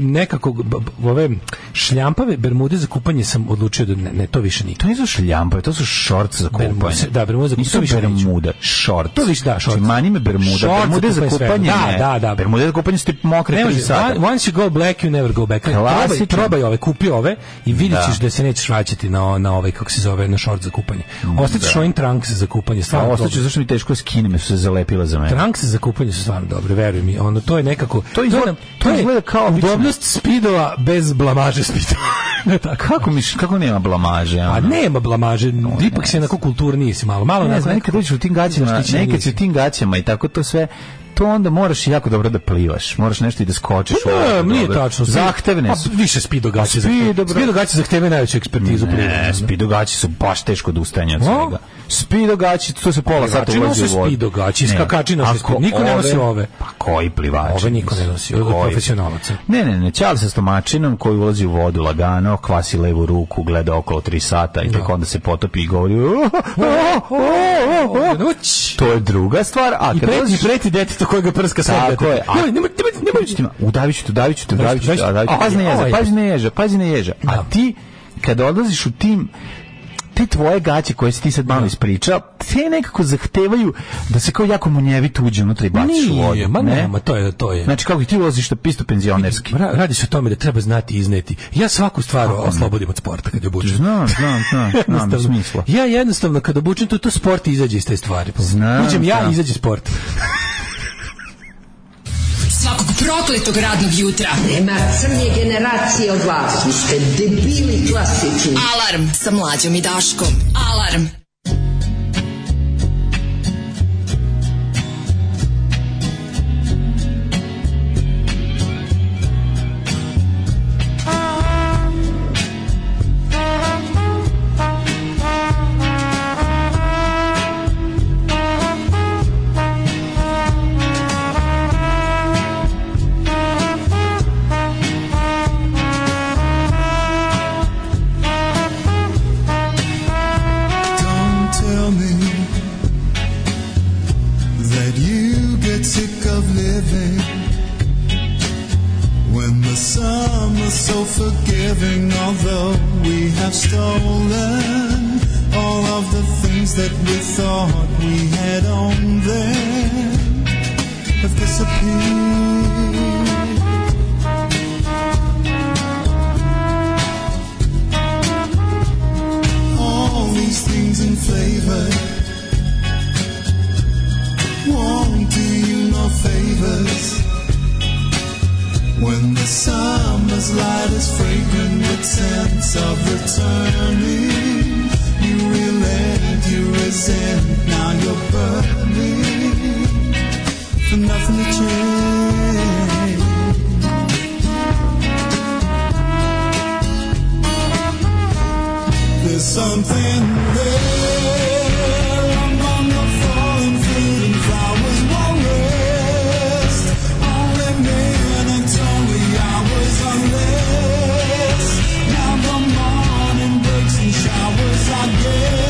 nekako b- b- ove šljampave bermude za kupanje sam odlučio da ne, ne to više nikad.
To nisu šljampave, to su šorce za kupanje.
Bermude, da, bermude za kupanje, to
kupanje.
više
Nisu
neću.
bermuda, šort.
To više, da, šorc.
Znači, mani me bermuda.
Šorc za
bermude za
kupanje sve.
kupanje,
Da,
ne.
da, da.
Bermude za kupanje ste mokre
Ne
tri
može,
sata.
on- once you go black, you never go back. Probaj,
Klasično.
probaj ove, kupi ove i vidit
Da.
ćeš da, se nećeš vraćati na, na ovaj, kako se zove, na short za kupanje. Ostaćeš ovim trunks za kupanje,
A
stvarno.
ostaću,
dobro.
zašto mi teško skinem, su se zalepila za mene.
Trunks za kupanje su stvarno dobre, veruj mi. Ono, to je nekako...
To izgleda-
nam-
to izgleda kao obično.
Udobnost spidova bez blamaže spidova. ne tako.
Kako, mi, kako nema blamaže?
A
ono?
nema blamaže, ipak
ne
si onako kulturniji si malo. Malo
Ne
onako
znam, nekad uđeš u tim gaćama,
zaštićeniji
nekad si u
si.
tim gaćama i tako to sve, to onda moraš jako dobro da plivaš, moraš nešto i da skočiš. u
Pa
ovo,
ne, nije
dobro.
tačno.
Zahtevne
A,
su.
Više spido gaće.
Speedo,
Spido,
bro.
spido gaće zahteve najveću ekspertizu.
Ne,
plivanja.
spidogaći su baš teško odustajanje od
O?
svega. Spido Hm? gaći, to se pola sata
Plivači
ulazi u
nose
vodu.
spido gaći,
Ne.
skakači nose
Ako
spido. Niko ne nosi ove.
Pa koji plivači?
Ove niko ne nosi, ove od
Koji?
profesionalaca.
Ne, ne, ne, ćali sa stomačinom koji ulazi u vodu lagano, kvasi levu ruku, gleda okolo 3 sata i tek onda se potopi i govori "Oh, "O, o, o, o, o."
Noć.
To je druga stvar, a
I
kad
preti,
dođeš-
preti detetu koji ga prska svog
Tako
deteta.
je, a-
Joj, nemoj, nemoj, nemoj,
Udaviću ti, ma- udaviću te, udaviću te, udaviću te,
Udaviću,
a, udaviću te.
udaviću.
Pazi na ježa,
Ovaj.
pazi na ježa, pazi na ježa. A
Da.
ti, kada odlaziš u tim, te tvoje gaće koje si ti sad malo ispričao, te nekako zahtevaju da se kao jako munjevito uđe unutra i baciš u vodu.
Nije, ma nema, to je, to je.
Znači kako ti ulaziš to pisto penzionerski.
Ra- radi se o tome da treba znati i izneti. Ja svaku stvar oslobodim od sporta kad je obučem.
Znam, znam, znam, znam,
Jednostavno.
smisla.
Ja jednostavno kad obučem to, to sport izađe iz te stvari.
Znam,
Uđem ja,
znam.
izađe sport.
Svakog prokletog radnog jutra.
Nema crnje generacije od vas. Vi ste debili klasični.
Alarm sa mlađom i Daškom. Alarm.
Don't tell me that you get sick of living when the summer's so forgiving, although we have stolen all of the things that we thought we had on them have disappeared. all these things in flavor. Won't do you no favors. When the summer's light is fragrant with scents of returning, you relent, you resent, now you're burning for nothing to change. There's something there among the fallen fruit and flowers won't rest. Only minutes, only hours unless now the morning breaks and showers.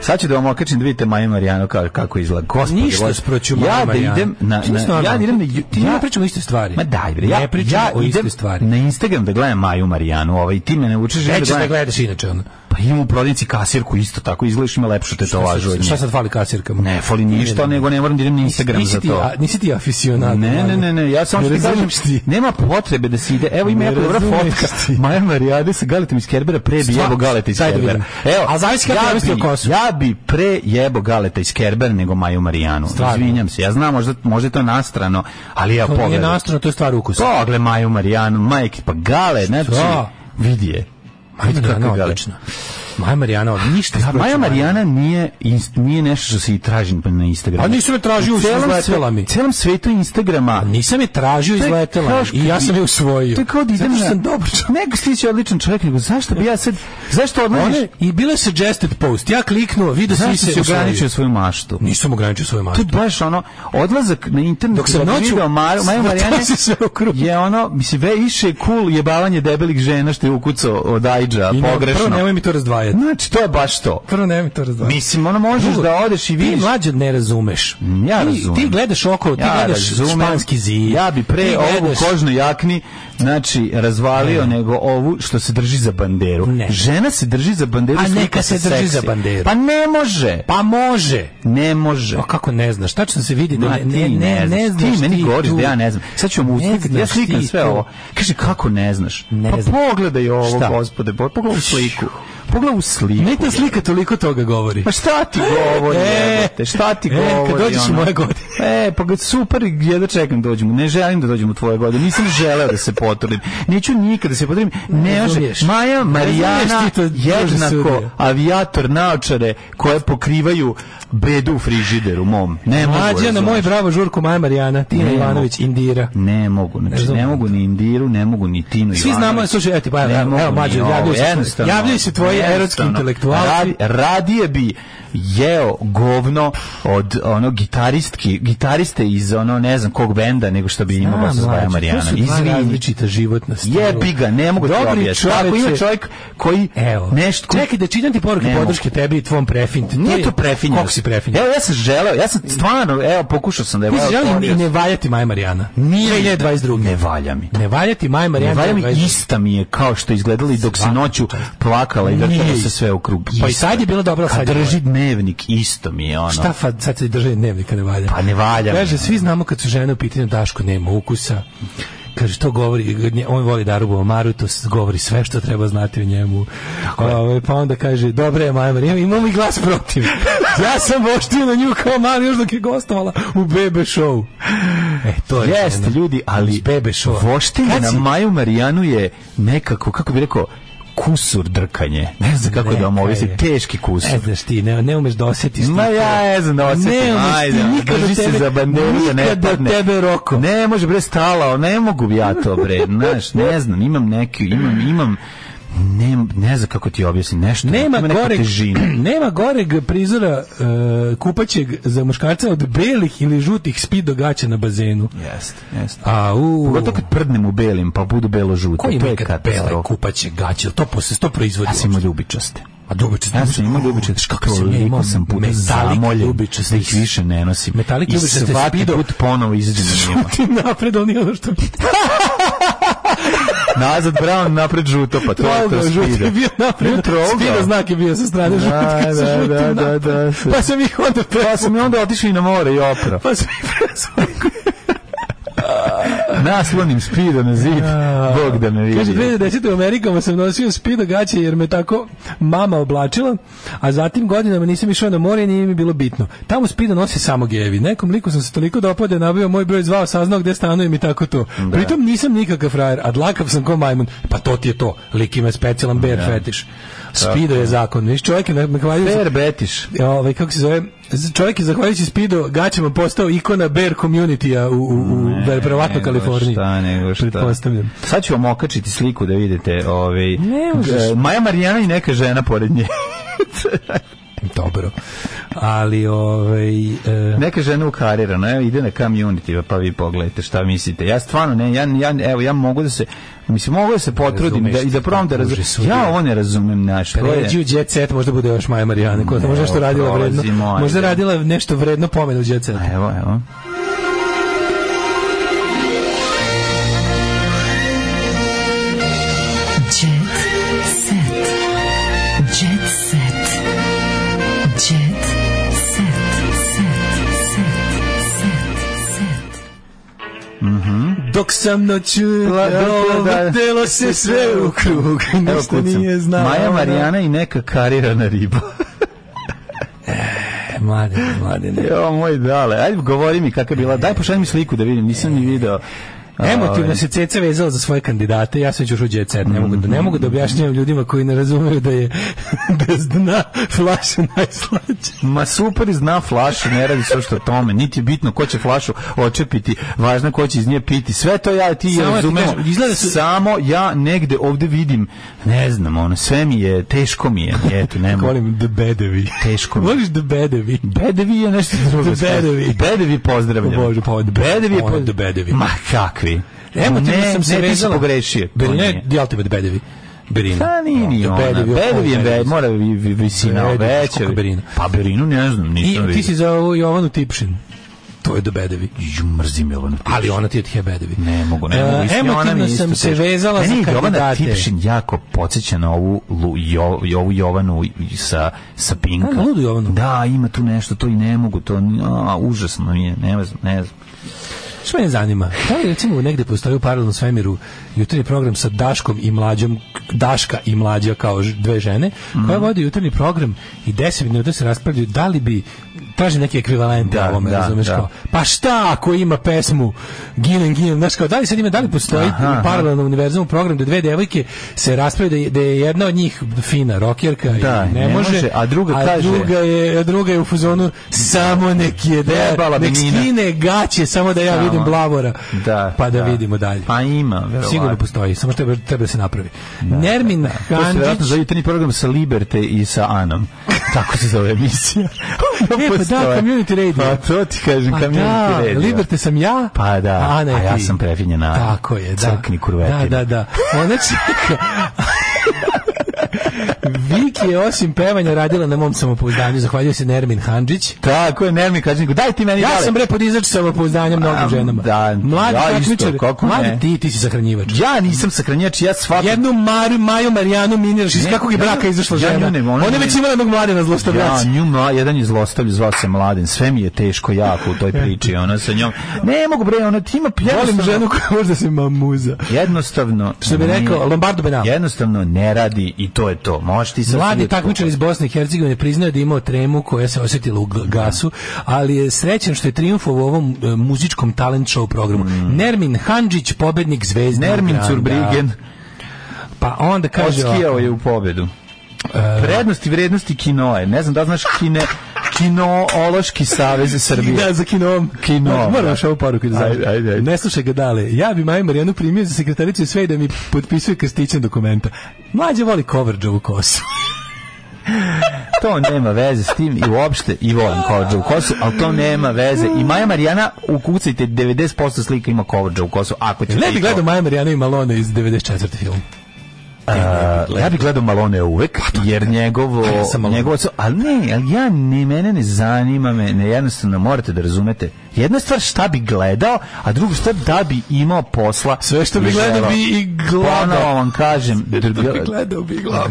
Sad ću da vam okačim da vidite Maju Marijanu kako, kako izgleda. Gospod,
Ništa sproću Maju
Pa ja da
Marijanu.
idem na,
Šta je
na,
stvarno?
ja da idem na, ju-
Ti ne pričamo iste stvari.
Ma daj bre,
Ne
ja,
pričamo
ja
o iste
idem
stvari.
na Instagram da gledam Maju Marijanu, ovaj, ti me ne učiš da
Nećeš da
gledam.
gledaš inače ono.
Pa imam u prodavnici kasirku isto tako, izgledaš ima lepšu tetovažu od nje.
Šta sad fali kasirkama?
Ne, fali ništa, nego ne moram da idem na Instagram
nisi
za
ti,
to.
a- nisi ti aficionat.
Ne, ne, ne, ne, ja samo
Ne
što ti kažem,
razumeš ti.
nema potrebe da se ide. Evo ima
Ne
jako dobra
razumeš
fotka.
ti.
Maja Marijade sa galetom iz Kerbera pre bi
Stvar-
jebo galeta iz
Daj da
Kerbera.
vidim. A zavisi kako je namestio kosu.
Ja bi pre jebo galeta iz Kerbera nego Maju Marijanu.
Stvarno.
Izvinjam se. Ja znam, možda, možda je to nastrano, ali ja
To nije
pogledam.
nastrano, to je stvar ukusa.
Pogle Maju Marijanu, majke, pa gale, znači,
Šta?
vidi je.
Maja
Vidi kako
Marijana
je Pa, gale.
odlična. Maja Marijana odlična. Ništa.
Da,
sproću
Maja
Maju.
Marijana nije inst- nije nešto što se i traži na Instagramu.
A nisam je tražio,
U celom
izletela
sve-
mi.
celom svetu Instagrama.
Nisam je tražio,
To Pa, je
izletela.
kao
mi.
što-
I ja sam je usvojio.
To je kao da idem
Zato što
na-
sam dobar čovjek.
Nego ti si odličan čovjek, nego zašto bi ja sad... Zašto odlaziš?
One, I bila je suggested post. Ja kliknuo, vidio sam i
zašto
se
si ograničio
usvojio.
svoju maštu?
Nisam ograničio svoje
To
mašte.
je baš ono, odlazak na internet
Dok sam
bi
noću-
video Maju, Maju Marijane,
Vrtao se sve okrugu.
je ono, mislim, ve više je cool jebavanje debelih žena što je ukucao od Ajdža,
I ne-
pogrešno.
Prvo, nemoj mi to razdvajati.
Znači, to je baš to.
Prvo, nemoj mi to razdvajati.
Mislim, ono možeš
Drugo,
da odeš i
Ti
vidiš.
mlađe ne razumeš.
Ja
ti,
razumem.
Ti gledaš oko, ti
Ja
gledaš
razumem.
španski zid.
Ja bi pre
ti
ovu
gledaš-
kožnu jakni, znači, razvalio nego ovu što se drži za banderu.
Ne.
Žena se drži za banderu,
A
slika
neka se drži
seksi.
za banderu.
Pa ne može.
Pa može.
Ne može.
A Pa kako ne znaš? Tačno se vidi da
Ma,
ne, ne,
ti
ne, ne
znaš.
znaš.
Ti meni govoriš
tu.
da ja ne znam. Sad ću vam
Ne
uslikati, ja
znaš
slikam
ti
sve
to.
ovo. Kaže, kako ne znaš?
Ne
pa
znam.
pogledaj ovo,
Šta?
gospode, bo- pogledaj u sliku. Pogledaj u sliku.
Meni ta slika toliko toga govori.
Pa šta ti govori,
E,
jebote, šta ti
e,
govori?
kad dođeš u
ono?
moje godine.
E, pa ga super, jedva čekam da dođem. Ne želim da dođem u tvoje godine, nisam želeo da se potrudim. Neću nikada se potrudim. Ne može.
Razumiješ.
Maja, Marijana,
Razumiješ ti to, Bože
jednako
sudije.
avijator naočare koje pokrivaju bedu u frižideru mom. Ne mogu,
Mlađa na
razumeš.
ono, moj bravo žurku Maja Marijana, Tina
Ne
Ivanović,
mogu.
Indira.
Ne mogu, znači, ne,
razumem.
mogu ni Indiru, ne mogu ni Tinu
Svi
Ivanović.
znamo, slušaj, evo ti, pa evo,
Ne
evo,
mogu
evo,
ni
mlađe,
ovo,
javljaju se tvoji-
jednostavno,
javljaju se tvoji
jednostavno.
erotski intelektualci.
Radi- radije bi jeo govno od ono gitaristki, gitariste iz ono ne znam kog benda nego što bi imao sa Zvaja Marijana.
Izvini.
Izvini.
različita životna stila.
Jebi ga, ne mogu ti
Dobri
objasniti. Ako ima
čoveče,
čovjek koji
Evo.
nešto... koji-
Čekaj da čitam ti poruke
Ne mogu.
podrške tebi i tvom prefintu.
Nije to prefinjeno.
Kako si prefinjen?
Evo, ja sam želeo, ja sam stvarno, evo, pokušao sam da je...
Mi se
evo,
želim i
otvorio
ne valjati Maja Marijana.
Nije.
2022.
Ne valja mi.
Ne valjati Maja
Ne
Marijana.
valja mi
2022.
ista mi je kao što je izgledala i dok si
Svaka
noću plakala i
Nije
vrtala se
ista.
sve u krug.
Pa i
Isto
sad je bila dobra,
Kad
sad je
drži dnevnik, isto mi je ovaj, ono.
Šta fa, sad se drže dnevnika ne valja?
Pa ne valja mi.
Kaže, svi znamo kad su žene u pitanju Daško nema ukusa. Kaže, to govori, nje- on voli Darubu Omaru, to s- govori sve što treba znati o njemu. Ove, pa onda kaže, dobra je Maja Marija, imam i glas protiv. ja sam voštio na nju kao Maru još dok je gostovala u BB show. E, to je
Jeste,
žena.
ljudi, ali
Iz BB show.
voštilje na Maju Marijanu je nekako, kako bi rekao, kusur drkanje. Ne znam kako da vam objasnim, teški kusur.
Ne E, znaš ti, ne, ne umeš da osjetiš.
Ma
ti to.
ja ne znam da osjetim,
Ne, ono, ti
ajde, ono,
nikada
drži se
tebe-
za banderu da ne
nikada
padne.
tebe roko.
Ne, može bre stalao, ne mogu ja to bre, znaš, ne znam, imam neki, imam, imam, ne, ne znam kako ti objasnim, nešto,
Nema
ima neku
goreg,
težinu.
nema goreg prizora e, kupaćeg za muškarca od belih ili žutih spido gaća na bazenu.
Jeste, jeste.
A u
Pogotovo kad prdnem u belim, pa budu belo-žuto,
koji
to je
ima kad bele
katastrofa.
kupaće gaće, Jel to posle to proizvodi.
Ja sam imao ljubičaste.
A dubiče,
Ja sam imao ljubičaste,
Znaš kako sam ja
toliko
imao
sam puta
metalik
zamoljen
ljubičaste.
da ih više ne nosim.
Metalik
I
ljubičaste
svaki
spido.
put ponovo izđem njima.
Ti napred, on je ono što...
Nazad brown, napred žuto, pa to, je to
Trougao, žuti
spido.
je bio napred.
Bio trougao.
Spido znak je bio sa strane žuti.
Da,
kad su
da,
žuti
da, da,
napred.
da, sve.
Pa sam ih onda
Pa sam i onda otišao i na more i opra.
Pa sam ih prezvao.
Naslonim spido na zid, Bog da me
Kaže,
vidi.
2010. u Amerikama sam nosio spido gaće jer me tako mama oblačila, a zatim godinama nisam išao na more i nije mi bilo bitno. Tamo spido nose samo gevi. Nekom liku sam se toliko dopao da je nabio moj broj zvao, saznao gde stanujem i tako to. Pritom nisam nikakav frajer, a dlakav sam ko majmun. Pa to ti je to. Lik ima specijalan bear fetiš. Spido je zakon. Viš, čovjek je na- na hvalju
Fer Betiš.
ovaj kako se zove z- čovjek je zahvaljujući Spido gaćama postao ikona bear community-a u, u, u, u verovatno Pa Kaliforniji.
Šta, nego šta.
Pretpostavljam.
Sad ću vam okačiti sliku da vidite. Ovaj,
Ne možeš.
G- Maja Marijana i neka žena pored nje.
dobro. Ali, ovaj... e,
Neka žena ukarirana, evo ide na community, pa vi pogledajte šta mislite. Ja stvarno ne, ja, ja, evo, ja mogu da se, mislim, mogu da se potrudim
Razumeš
da, i da
ti,
probam da
kako
razum-
je sudija.
Ja ovo ne razumem, znaš, to je...
Pređi u Jet Set, možda bude još Maja Marijana, koja je možda nešto
Evo,
radila vredno.
prolazi moja
Možda
ideja.
radila nešto vredno pomenu u Jet Setu.
Evo, evo.
Jet set. Jet set. Jet set. Set. Set. Set.
Dok sam noćula,
Da, da, da.
vrtelo se sve u krug.
Evo
Ništa
kucam.
nije ono. znala.
Maja
ona.
Marijana i neka karirana riba.
E, Mladene, mladene.
Jo, moj dale. Ajde, govori mi kakva je bila. Daj, pošalj mi sliku da vidim. Nisam ni video. Ovaj,
Emotivno se Ceca vezala za svoje kandidate, ja sam ću u Jet Set, ne mogu da, ne mogu
Mm.
da objašnjavam ljudima koji ne razumeju da je bez dna flaša najslađa.
Ma super zna flašu, ne radi se što o tome. Niti je bitno ko će flašu očepiti, važno je ko će iz nje piti. Sve to ja i ti
Samo ja ti
razumemo.
kažem, izgleda su-
Samo ja negde ovde vidim, ne znam, ono, sve mi je, teško mi je. Eto, nema.
Volim The Bedevi.
Teško mi je.
Voliš The Bedevi?
Bedevi je nešto drugo.
The Bedevi.
Bedevi pozdravljam.
Bože, pa onda
Bedevi je
pa onda
poz-
Bedevi.
Ma kakvi.
Emotivno sam se
ne, ti si
vezala.
pogrešio. To
Berine,
nije.
The Ultimate Bedevi. Berina.
Pa nije ni
The
ona.
Bedevi,
Bedevi je
ovo
ve, mora vi, vi, visina
Bedevi,
veća.
kako Berina?
Pa Berinu ne znam, nisam
I ti si
vidio.
za ovu Jovanu Tipšin. To je The Bedevi.
Ju, mrzim Jovanu Tipšin.
Ali ona ti je od Hebedevi.
Ne mogu, ne
E,
mogu. mislim, ona mi
emotivno
je isto
sam se
teška.
vezala za
Meni je Jovana
kandidate.
Tipšin jako podsjeća na ovu, Lu- jo, i ovu Jovanu i- sa, sa Pinka.
A, na ludu Jovanu?
Da, ima tu nešto, to i ne mogu, to a, užasno mi je, ne znam, ne znam.
Što me zanima, da li recimo negde postoji u paralelnom svemiru jutarnji program sa Daškom i mlađom, Daška i mlađa kao ž- dve žene,
Mhm.
koja vodi jutarnji program i 10 minuta se raspravljaju da li bi traži neki ekvivalent
Da,
ovome,
da,
razumeš
da.
kao, pa šta ako ima pesmu Ginem, Ginem, znaš kao, da li sad ima, da li postoji
Aha,
u paralelnom univerzumu program da dve devojke se raspravljaju da je, da je jedna od njih fina rokerka
Da,
i ne,
ne može, a druga kaže-
druga je, a druga je u fuzonu samo nek je,
Jebala
da,
bi
nek
Nina."
skine gaće samo da ja
Samo.
vidim blavora
Da,
pa da,
da.
vidimo dalje.
Pa ima, verovatno.
Sigurno postoji, samo što treba, treba da se napravi. Nermin
To se vjerojatno
Handžić...
za jutarnji program sa Liberte i sa Anom. Tako se zove emisija.
E, pa da,
Postoje.
community radio.
Pa to ti kažem,
Pa
community
da,
radio.
Liberte sam ja,
Pa da,
a Ana je
a ja
ti.
sam prefinjena.
Tako je, da.
Crkni kurvetina.
Da, da, da. Ona čeka... Viki je osim pevanja radila na mom samopouzdanju, zahvaljuje se Nermin Handžić.
Tako je, ne mi kaži, nego, daj ti meni
Ja
dale.
sam bre podizač samopouzdanjem mnogim
A,
ženama.
da,
mladi
ja isto,
takmičar,
kako
mladi
ne?
ti, ti si sahranjivač.
Ja nisam sakranjač, ja shvatam.
jednu Mari, Maju Marijanu miniraš iz
Ne,
kakvog je
ja
braka
nju-
izašla
ja nju
žena.
ne volim,
Ona
ne.
je već imala jednog mladena
Ja,
zlostavljača.
nju, mla- jedan je zlostavlj, zvao se Mladen, sve mi je teško jako u toj priči, ona sa njom, ne mogu bre, ona ti ima
Volim
jednostavno-
ženu koja može da se mamuza.
jednostavno,
Što bi
nije-
rekao, Lombardo Benal.
jednostavno ne radi i to je to, možeš ti sad
Mladi
vidjeti
takmičar
koliko-
iz Bosne i Hercegovine priznao je da je imao tremu koja se osjetila u g- gasu, ali je srećan što je triumfovao u ovom e, muzičkom talent show programu. Nermin Handžić, pobednik Zvezde.
Nermin Curbrigen,
Pa onda kaže...
Oskijao
ovako, E.
je u pobedu. Prednosti i vrednosti kinoe. Ne znam da li znaš kine, kinoološki savez Srbije.
Da, za kinom.
Kinom,
Moram
da.
još ovu poruku da završim.
Ajde, ajde, ajde.
Ne slušaj ga dale. Ja bi Maju Marijanu primio za sekretaricu i sve i da mi potpisuje krstićem dokumenta. Mlađe voli kovrđovu kosu.
To nema veze s tim i uopšte i volim kovrđa u kosu, ali to nema veze. I Maja Marijana, ukucajte 90% slika ima kovrđa u kosu. Ako ćete
Ne
i
bi
to.
gledao Maju Marijanu i Malone iz 94. film.
A, ja bih gledao Malone uvek, jer njegovo,
A pa ja sam Malone.
njegovo, ali ne, ali ja, ni mene ne zanima me, ne, jednostavno morate da razumete. Jedna stvar šta bi gledao, a druga šta da bi imao posla.
Sve što bi
i
gledao
želeo.
bi i
Ponovo
gledao.
vam kažem,
Gledao bi glava.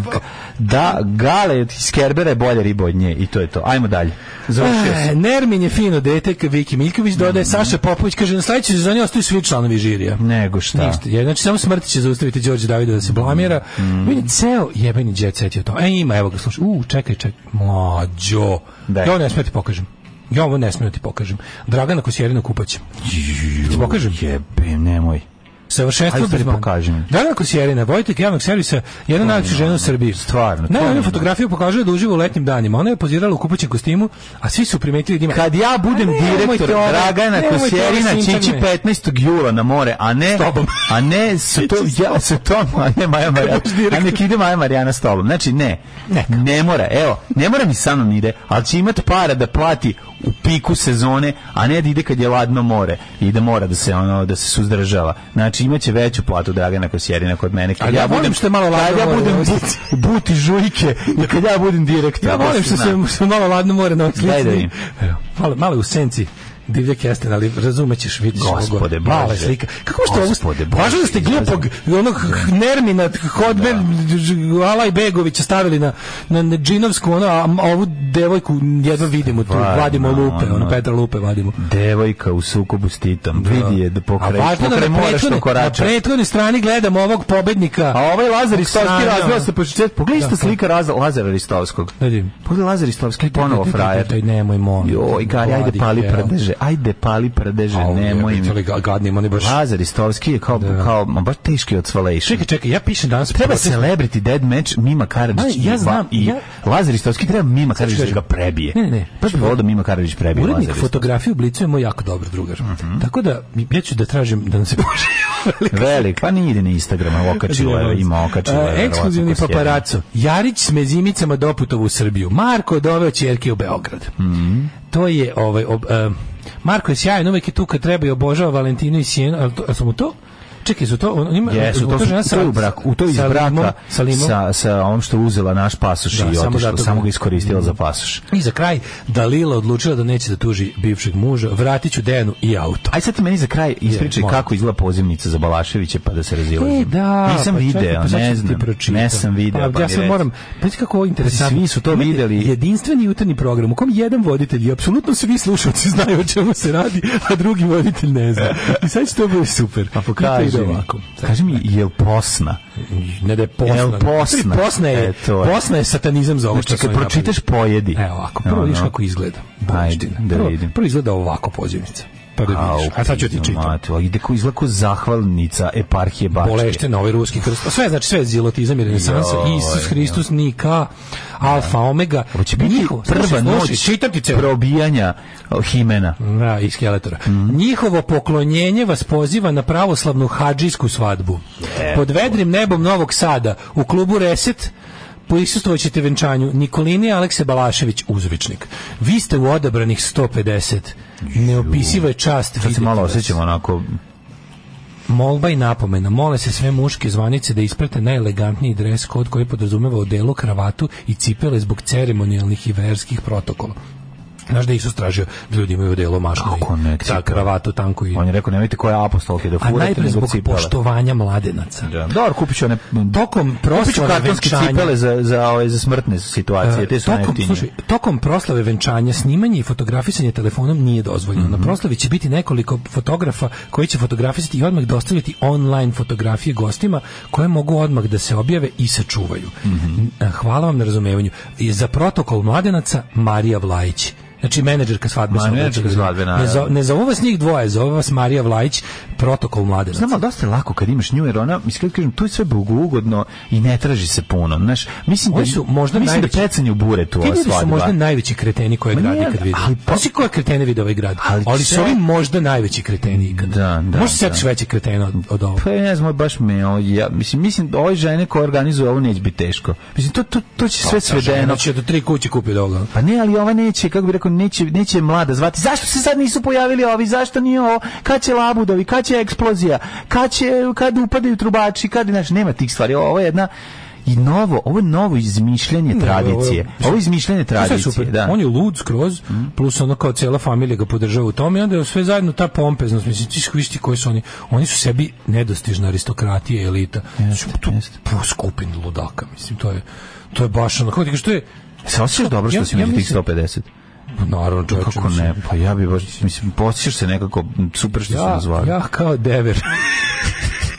da, Gale iz Kerbera je bolja riba od nje i to je to. Ajmo dalje. Završio sam.
E, Nermin je fino dete, k- Viki Miljković dodaje,
Mm.
Saša Popović kaže, na sledećoj sezoni ostaju svi članovi žirija.
Nego šta.
Ništa. Ja, znači, samo smrti će zaustaviti Đorđe Davida da se blamira. Mm. Meni je ceo jebeni jet set je to. E, ima, evo ga, slušaj. U, čekaj, čekaj. Mlađo.
Da.
Ja ovo ne smijem da ti pokažem. Ja ovo ne smijem da ti pokažem. Dragana Kosjerina Kupaća. Ti pokažem?
Jebe, nemoj.
Savršenstvo
Ajde, sad mi
bez mane.
pokaži mi.
Draga Kosjerina, vojitelj javnog servisa, jedna najlepša žena u Srbiji.
Stvarno, to
Ne,
je
ona fotografiju pokazuje da uživa u letnjim danima. Ona je pozirala u kupućem kostimu, a svi su primetili da ima...
Kad ja budem
A nemojte
direktor
ove-
Dragana
nemojte ove
Kosjerina će ići
sintagme.
15. jula na more, a ne
tobom.
a ne sa to ja sa tom, a ne Maja Marijana. A nek ide Maja Marijana s tobom. Znači ne.
Neka.
Ne mora, evo, ne mora mi sa mnom ide, ali će imati para da plati u piku sezone, a ne da ide kad je ladno more i da mora da se ono da se suzdržava. Znači imaće veću platu Dragana Kosjerina kod mene kad
Ali ja volim što je malo ladno
kad ja
more,
budem
ovo
but, buti žujke i kad ja budem direktor.
Ja volim što
da
se, što malo ladno more na ovoj slici.
Daj da vidim.
Evo, Malo, malo je u senci divlja kesten, ali razumećeš, vidiš
Gospode
ovo. Mala je
Bože.
slika. Kako što
Gospode
ovo?
Bože,
Važno da ste glupog, onog Nermina, Hodbe, da. Alaj Begovića stavili na, na, na džinovsku, ono, a m- ovu devojku jedva vidimo tu,
Stvarno,
vadimo lupe, ono,
ono.
Petra lupe vadimo.
devojka u sukobu s Titom. Vidi je da pokraj,
A važno da
pokraj
na
mora što
prethodnoj, na
korača.
prethodnoj strani gledamo ovog pobednika.
A ovaj Lazar Istovski
Oksana.
razveo se po četvrtu. Pogledaj isto slika Raza- Lazara Istovskog.
Vidim.
Pogledaj Lazar Istovski, ponovo frajer.
Daj, nemoj, molim.
Joj, Gari, ajde
Mladi
pali
kerel.
prdeže. Ajde pali prdeže,
Au,
nemoj
jebote, ali
im.
ga- Gadni, im, oni baš...
Lazar Istovski je kao, kao ma, baš teški od Svalejša.
Čekaj, čekaj, ja pišem danas
Treba
protest-
celebrity dead match Mima Karadžić
Ali,
i,
ja
Va-
znam,
i
ja-
Lazar Istovski treba Mima Karadžić da
kažem?
ga prebije.
Ne, ne, ne.
Baš bi volio da Mima Karadžić prebije
Urednik
Lazara Istovskog.
fotografije u Blicu je moj jako dobar drugar.
Mhm.
Tako da, ja ću da tražim da nam se pože.
Velik, E, pa nije ide na Instagrama, okačilo je, ima okačilo je.
A,
verovatno,
E, Ekskluzivni
ko sjedi.
paparaco. Jarić s mezimicama doputovo u Srbiju. Marko je doveo čerke u Beograd.
Mhm.
To je, ovaj, ob- e, Marko je sjajan, uvek je tu kad treba i obožava Valentinu i Sijenu, ali, to, ali su mu to Čekaj, su to... On, ima,
Jesu, to, su,
žena
to je u braku, u to je iz
sa limom-
braka
sa limom.
sa, sa onom što je uzela naš pasoš
Da,
i
samo
otišla,
zato-
samo ga iskoristila za pasoš.
I za kraj, Dalila odlučila da neće da tuži bivšeg muža, vratit ću Dejanu i auto.
Aj sad meni za kraj ispričaj
molim.
kako izgleda pozivnica za Balaševića pa da se razilazimo.
E, da.
Nisam
pa čekaj,
video,
pa sad ću
ne
ti
znam.
pročitam.
Ne sam video, pa,
ja
mi
sad
reci.
moram, pa vidi kako ovo je interesantno.
Svi su to
Imate
videli.
Jedinstveni jutarnji program u kom jedan voditelj i apsolutno svi slušalci znaju o čemu se radi, a drugi voditelj ne zna. I sad će to bude super.
Pa pokaži
Ide
mi.
ovako.
Kaži mi, je li posna?
Ne da je posna.
Jel posna?
Posna je,
E, to je.
posna je satanizam za ovo
Znači,
što su
kad
oni napravili.
pročitaš, pojedi.
Evo ovako, prvo
Ono.
vidiš kako izgleda.
Ajde,
Bogdaština.
da
Prvo-
vidim.
Prvo izgleda ovako pozivnica. Pa da vidiš. A sad ću ti
pizdu
čitam.
matu, a Ide ko izgleda ko zahvalnica eparhije Bačke.
Boleština, ovaj ruski krst. Sve, znači sve je zilotizam i renesansa.
Joj,
Isus Hristus, Nika, Alfa, Omega.
Ovo će biti
Njihovo-
prva
slušaj, slušaj,
noć
Čitam ti celo.
probijanja o, himena.
Da, i skeletora.
Mhm.
Njihovo poklonjenje vas poziva na pravoslavnu hadžijsku svadbu.
E,
Pod vedrim nebom Novog Sada, u klubu Reset, prisustvovat ćete venčanju Nikolini Alekse Balašević uzvičnik. Vi ste u odabranih 150. Neopisiva je čast
Sad Pa se
videti
malo
vas.
osjećam onako
Molba i napomena. Mole se sve muške zvanice da isprate najelegantniji dres kod koji podrazumeva odelo, kravatu i cipele zbog ceremonijalnih i verskih protokola. Znaš da je Isus tražio da ljudi imaju odelo mašno
Kako ne,
i ta
cipele?
kravatu tanku i...
On je rekao, nemojte koja apostolke da
A
furate,
najpre
nego
zbog
cipele.
poštovanja mladenaca.
Da. Dobro, kupit ću one...
Tokom
Kupit ću
proslave
kartonske
venčanja...
cipele za, za, ove, za smrtne situacije, te su
E, Tokom,
najjeftinije.
slušaj, tokom proslave venčanja snimanje i fotografisanje telefonom nije dozvoljeno.
Mhm.
Na proslavi će biti nekoliko fotografa koji će fotografisati i odmah dostavljati online fotografije gostima koje mogu odmah da se objave i sačuvaju.
Mhm.
N- e, Hvala vam na razumevanju. I za protokol mladenaca Marija Vlajić. Znači menadžerka svadbe. se
Menadžerka
obraća.
svadbe,
Ne, zo,
naravno.
ne zovu vas njih dvoje, zove vas Marija Vlajić, protokol mladenaca.
Znam, ali dosta je lako kad imaš nju, jer ona, mislim, kad kažem, tu je sve ugodno i ne traži se puno, znaš, mislim da,
Oni su možda
mislim
najveći-
da pecanje u buretu
Ti
ova
ljudi su
svadba.
možda najveći kreteni koje
Ma
grad
nije,
ikad vidi.
ali pa-
Pa si koje kretene vidi ovaj grad. Ali,
Ali
su
sve-
ovi možda najveći kreteni ikad.
Da, da,
Možda se sjetiš
da.
veće kretena od, od ovog.
Pa ja ne znam, baš me, ovo- ja, mislim, mislim, da ovoj žene koja organizuje ovo neće biti teško. Mislim, to, to, to će sve svedeno.
Znači, do tri kuće kupio od ovoga.
Pa ne, ali ova neće, kako bi rekao, neće, neće mlada zvati. Zašto se sad nisu pojavili ovi? Zašto nije ovo? Kad će labudovi? Kad će eksplozija? Kad će, kad upadaju trubači? Kad, znaš, nema tih stvari. Ovo je jedna i novo, ovo je novo izmišljanje tradicije.
ovo je-
Ovo je izmišljanje
Sve je
tradicije,
super.
da. Mm.
On je lud skroz, plus ono kao cijela familija ga podržava u tome i onda je sve zajedno ta pompeznost. Mislim, ti shvišti koji su oni. Oni su sebi nedostižna aristokratija, i elita. Znači, tu
jeste.
po skupin ludaka, mislim, to je, to je baš ono, kako ti kažeš, to je,
Se osjećaš dobro
Ja-
što si
ja
među tih
mislim-
150?
naravno, čovječe,
Kako
mislim,
ne? Pa ja bi baš, mislim, osjećaš se nekako m, super što su
Ja,
nazvali.
ja kao dever.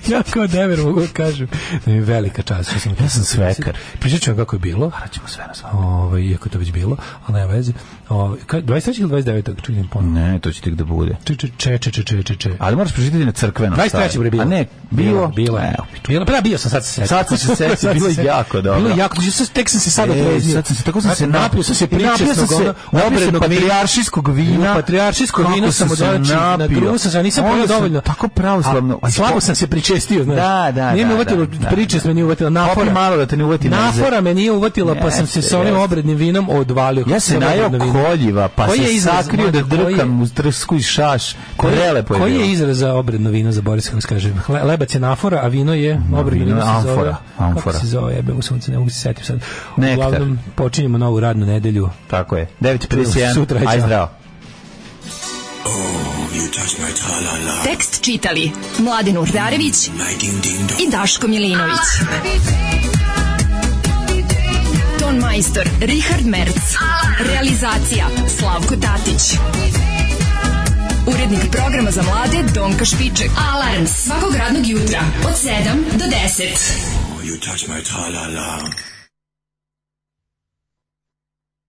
ja kao dever mogu da kažem. Da mi je velika čast. što
Ja sam svekar.
Pričat ću vam kako je bilo.
Vraćamo sve na sve.
Ovaj iako je to već bilo, ali nema veze. Ovaj ka- 23. ili 29. čujem ponovo.
Ne, to će tek da bude.
Če če če če če če če če.
Ali moraš pročitati na crkveno.
23. bre bilo.
A ne, bilo?
bilo. je.
Evo,
Bilo, pa da, bio sam sad se setim.
Sad sam se setio,
Sad
bilo je
se setim.
jako dobro.
Bilo je jako, znači, sad- tek sam se sad
E,
otreznio.
sad sam se- tako sam se
Znate,
nap-
napio sam se
i napio sam
pričesnog
se- napio
ono,
sam
obrednog
patrijaršijskog vina.
patrijaršijskog
Kako
vina
sam
sam
se
odlači, na
napio.
drugu sam se, a nisam
Onda
pojel
sam
dovoljno.
tako pravoslavno-
A, slabo sam se pričestio, znaš.
Da, da,
Nije me
da,
uvatilo,
da, da,
pričest
da.
me nije uvatila, napora.
Popij malo da te ne uvati meze.
Napora me nije uvatila, pa sam se
Jeste,
sa onim
jeste.
obrednim vinom odvalio.
Ja se
Sa
najao
obredno vino.
koljiva, pa
Koji je
se
izraz,
sakrio da
mlađo, koji je-
drkam uz trsku i šaš.
Koji je-
Prelepo je
koji je
bilo.
izraz za obredno vino za Boris kako se kaže? Hle- Lebac je nafora, a vino je obredno
vino
vino,
je
se zove.
amfora, amfora.
Kako se zove? Jebe, u sunce ne mogu se setiti sad.
Nektar.
Uglavnom počinjemo novu radnu nedelju.
Tako je. 9.51,
Sutra je
aj
ćao.
zdravo.
Tekst čitali Mladen Urdarević i Daško Milinović. Ton majstor Richard Merc. Realizacija Slavko Tatić. Urednik programa za mlade Donka Špiček. Alarms svakog radnog jutra od 7 do 10.
You touch my tra-la-la.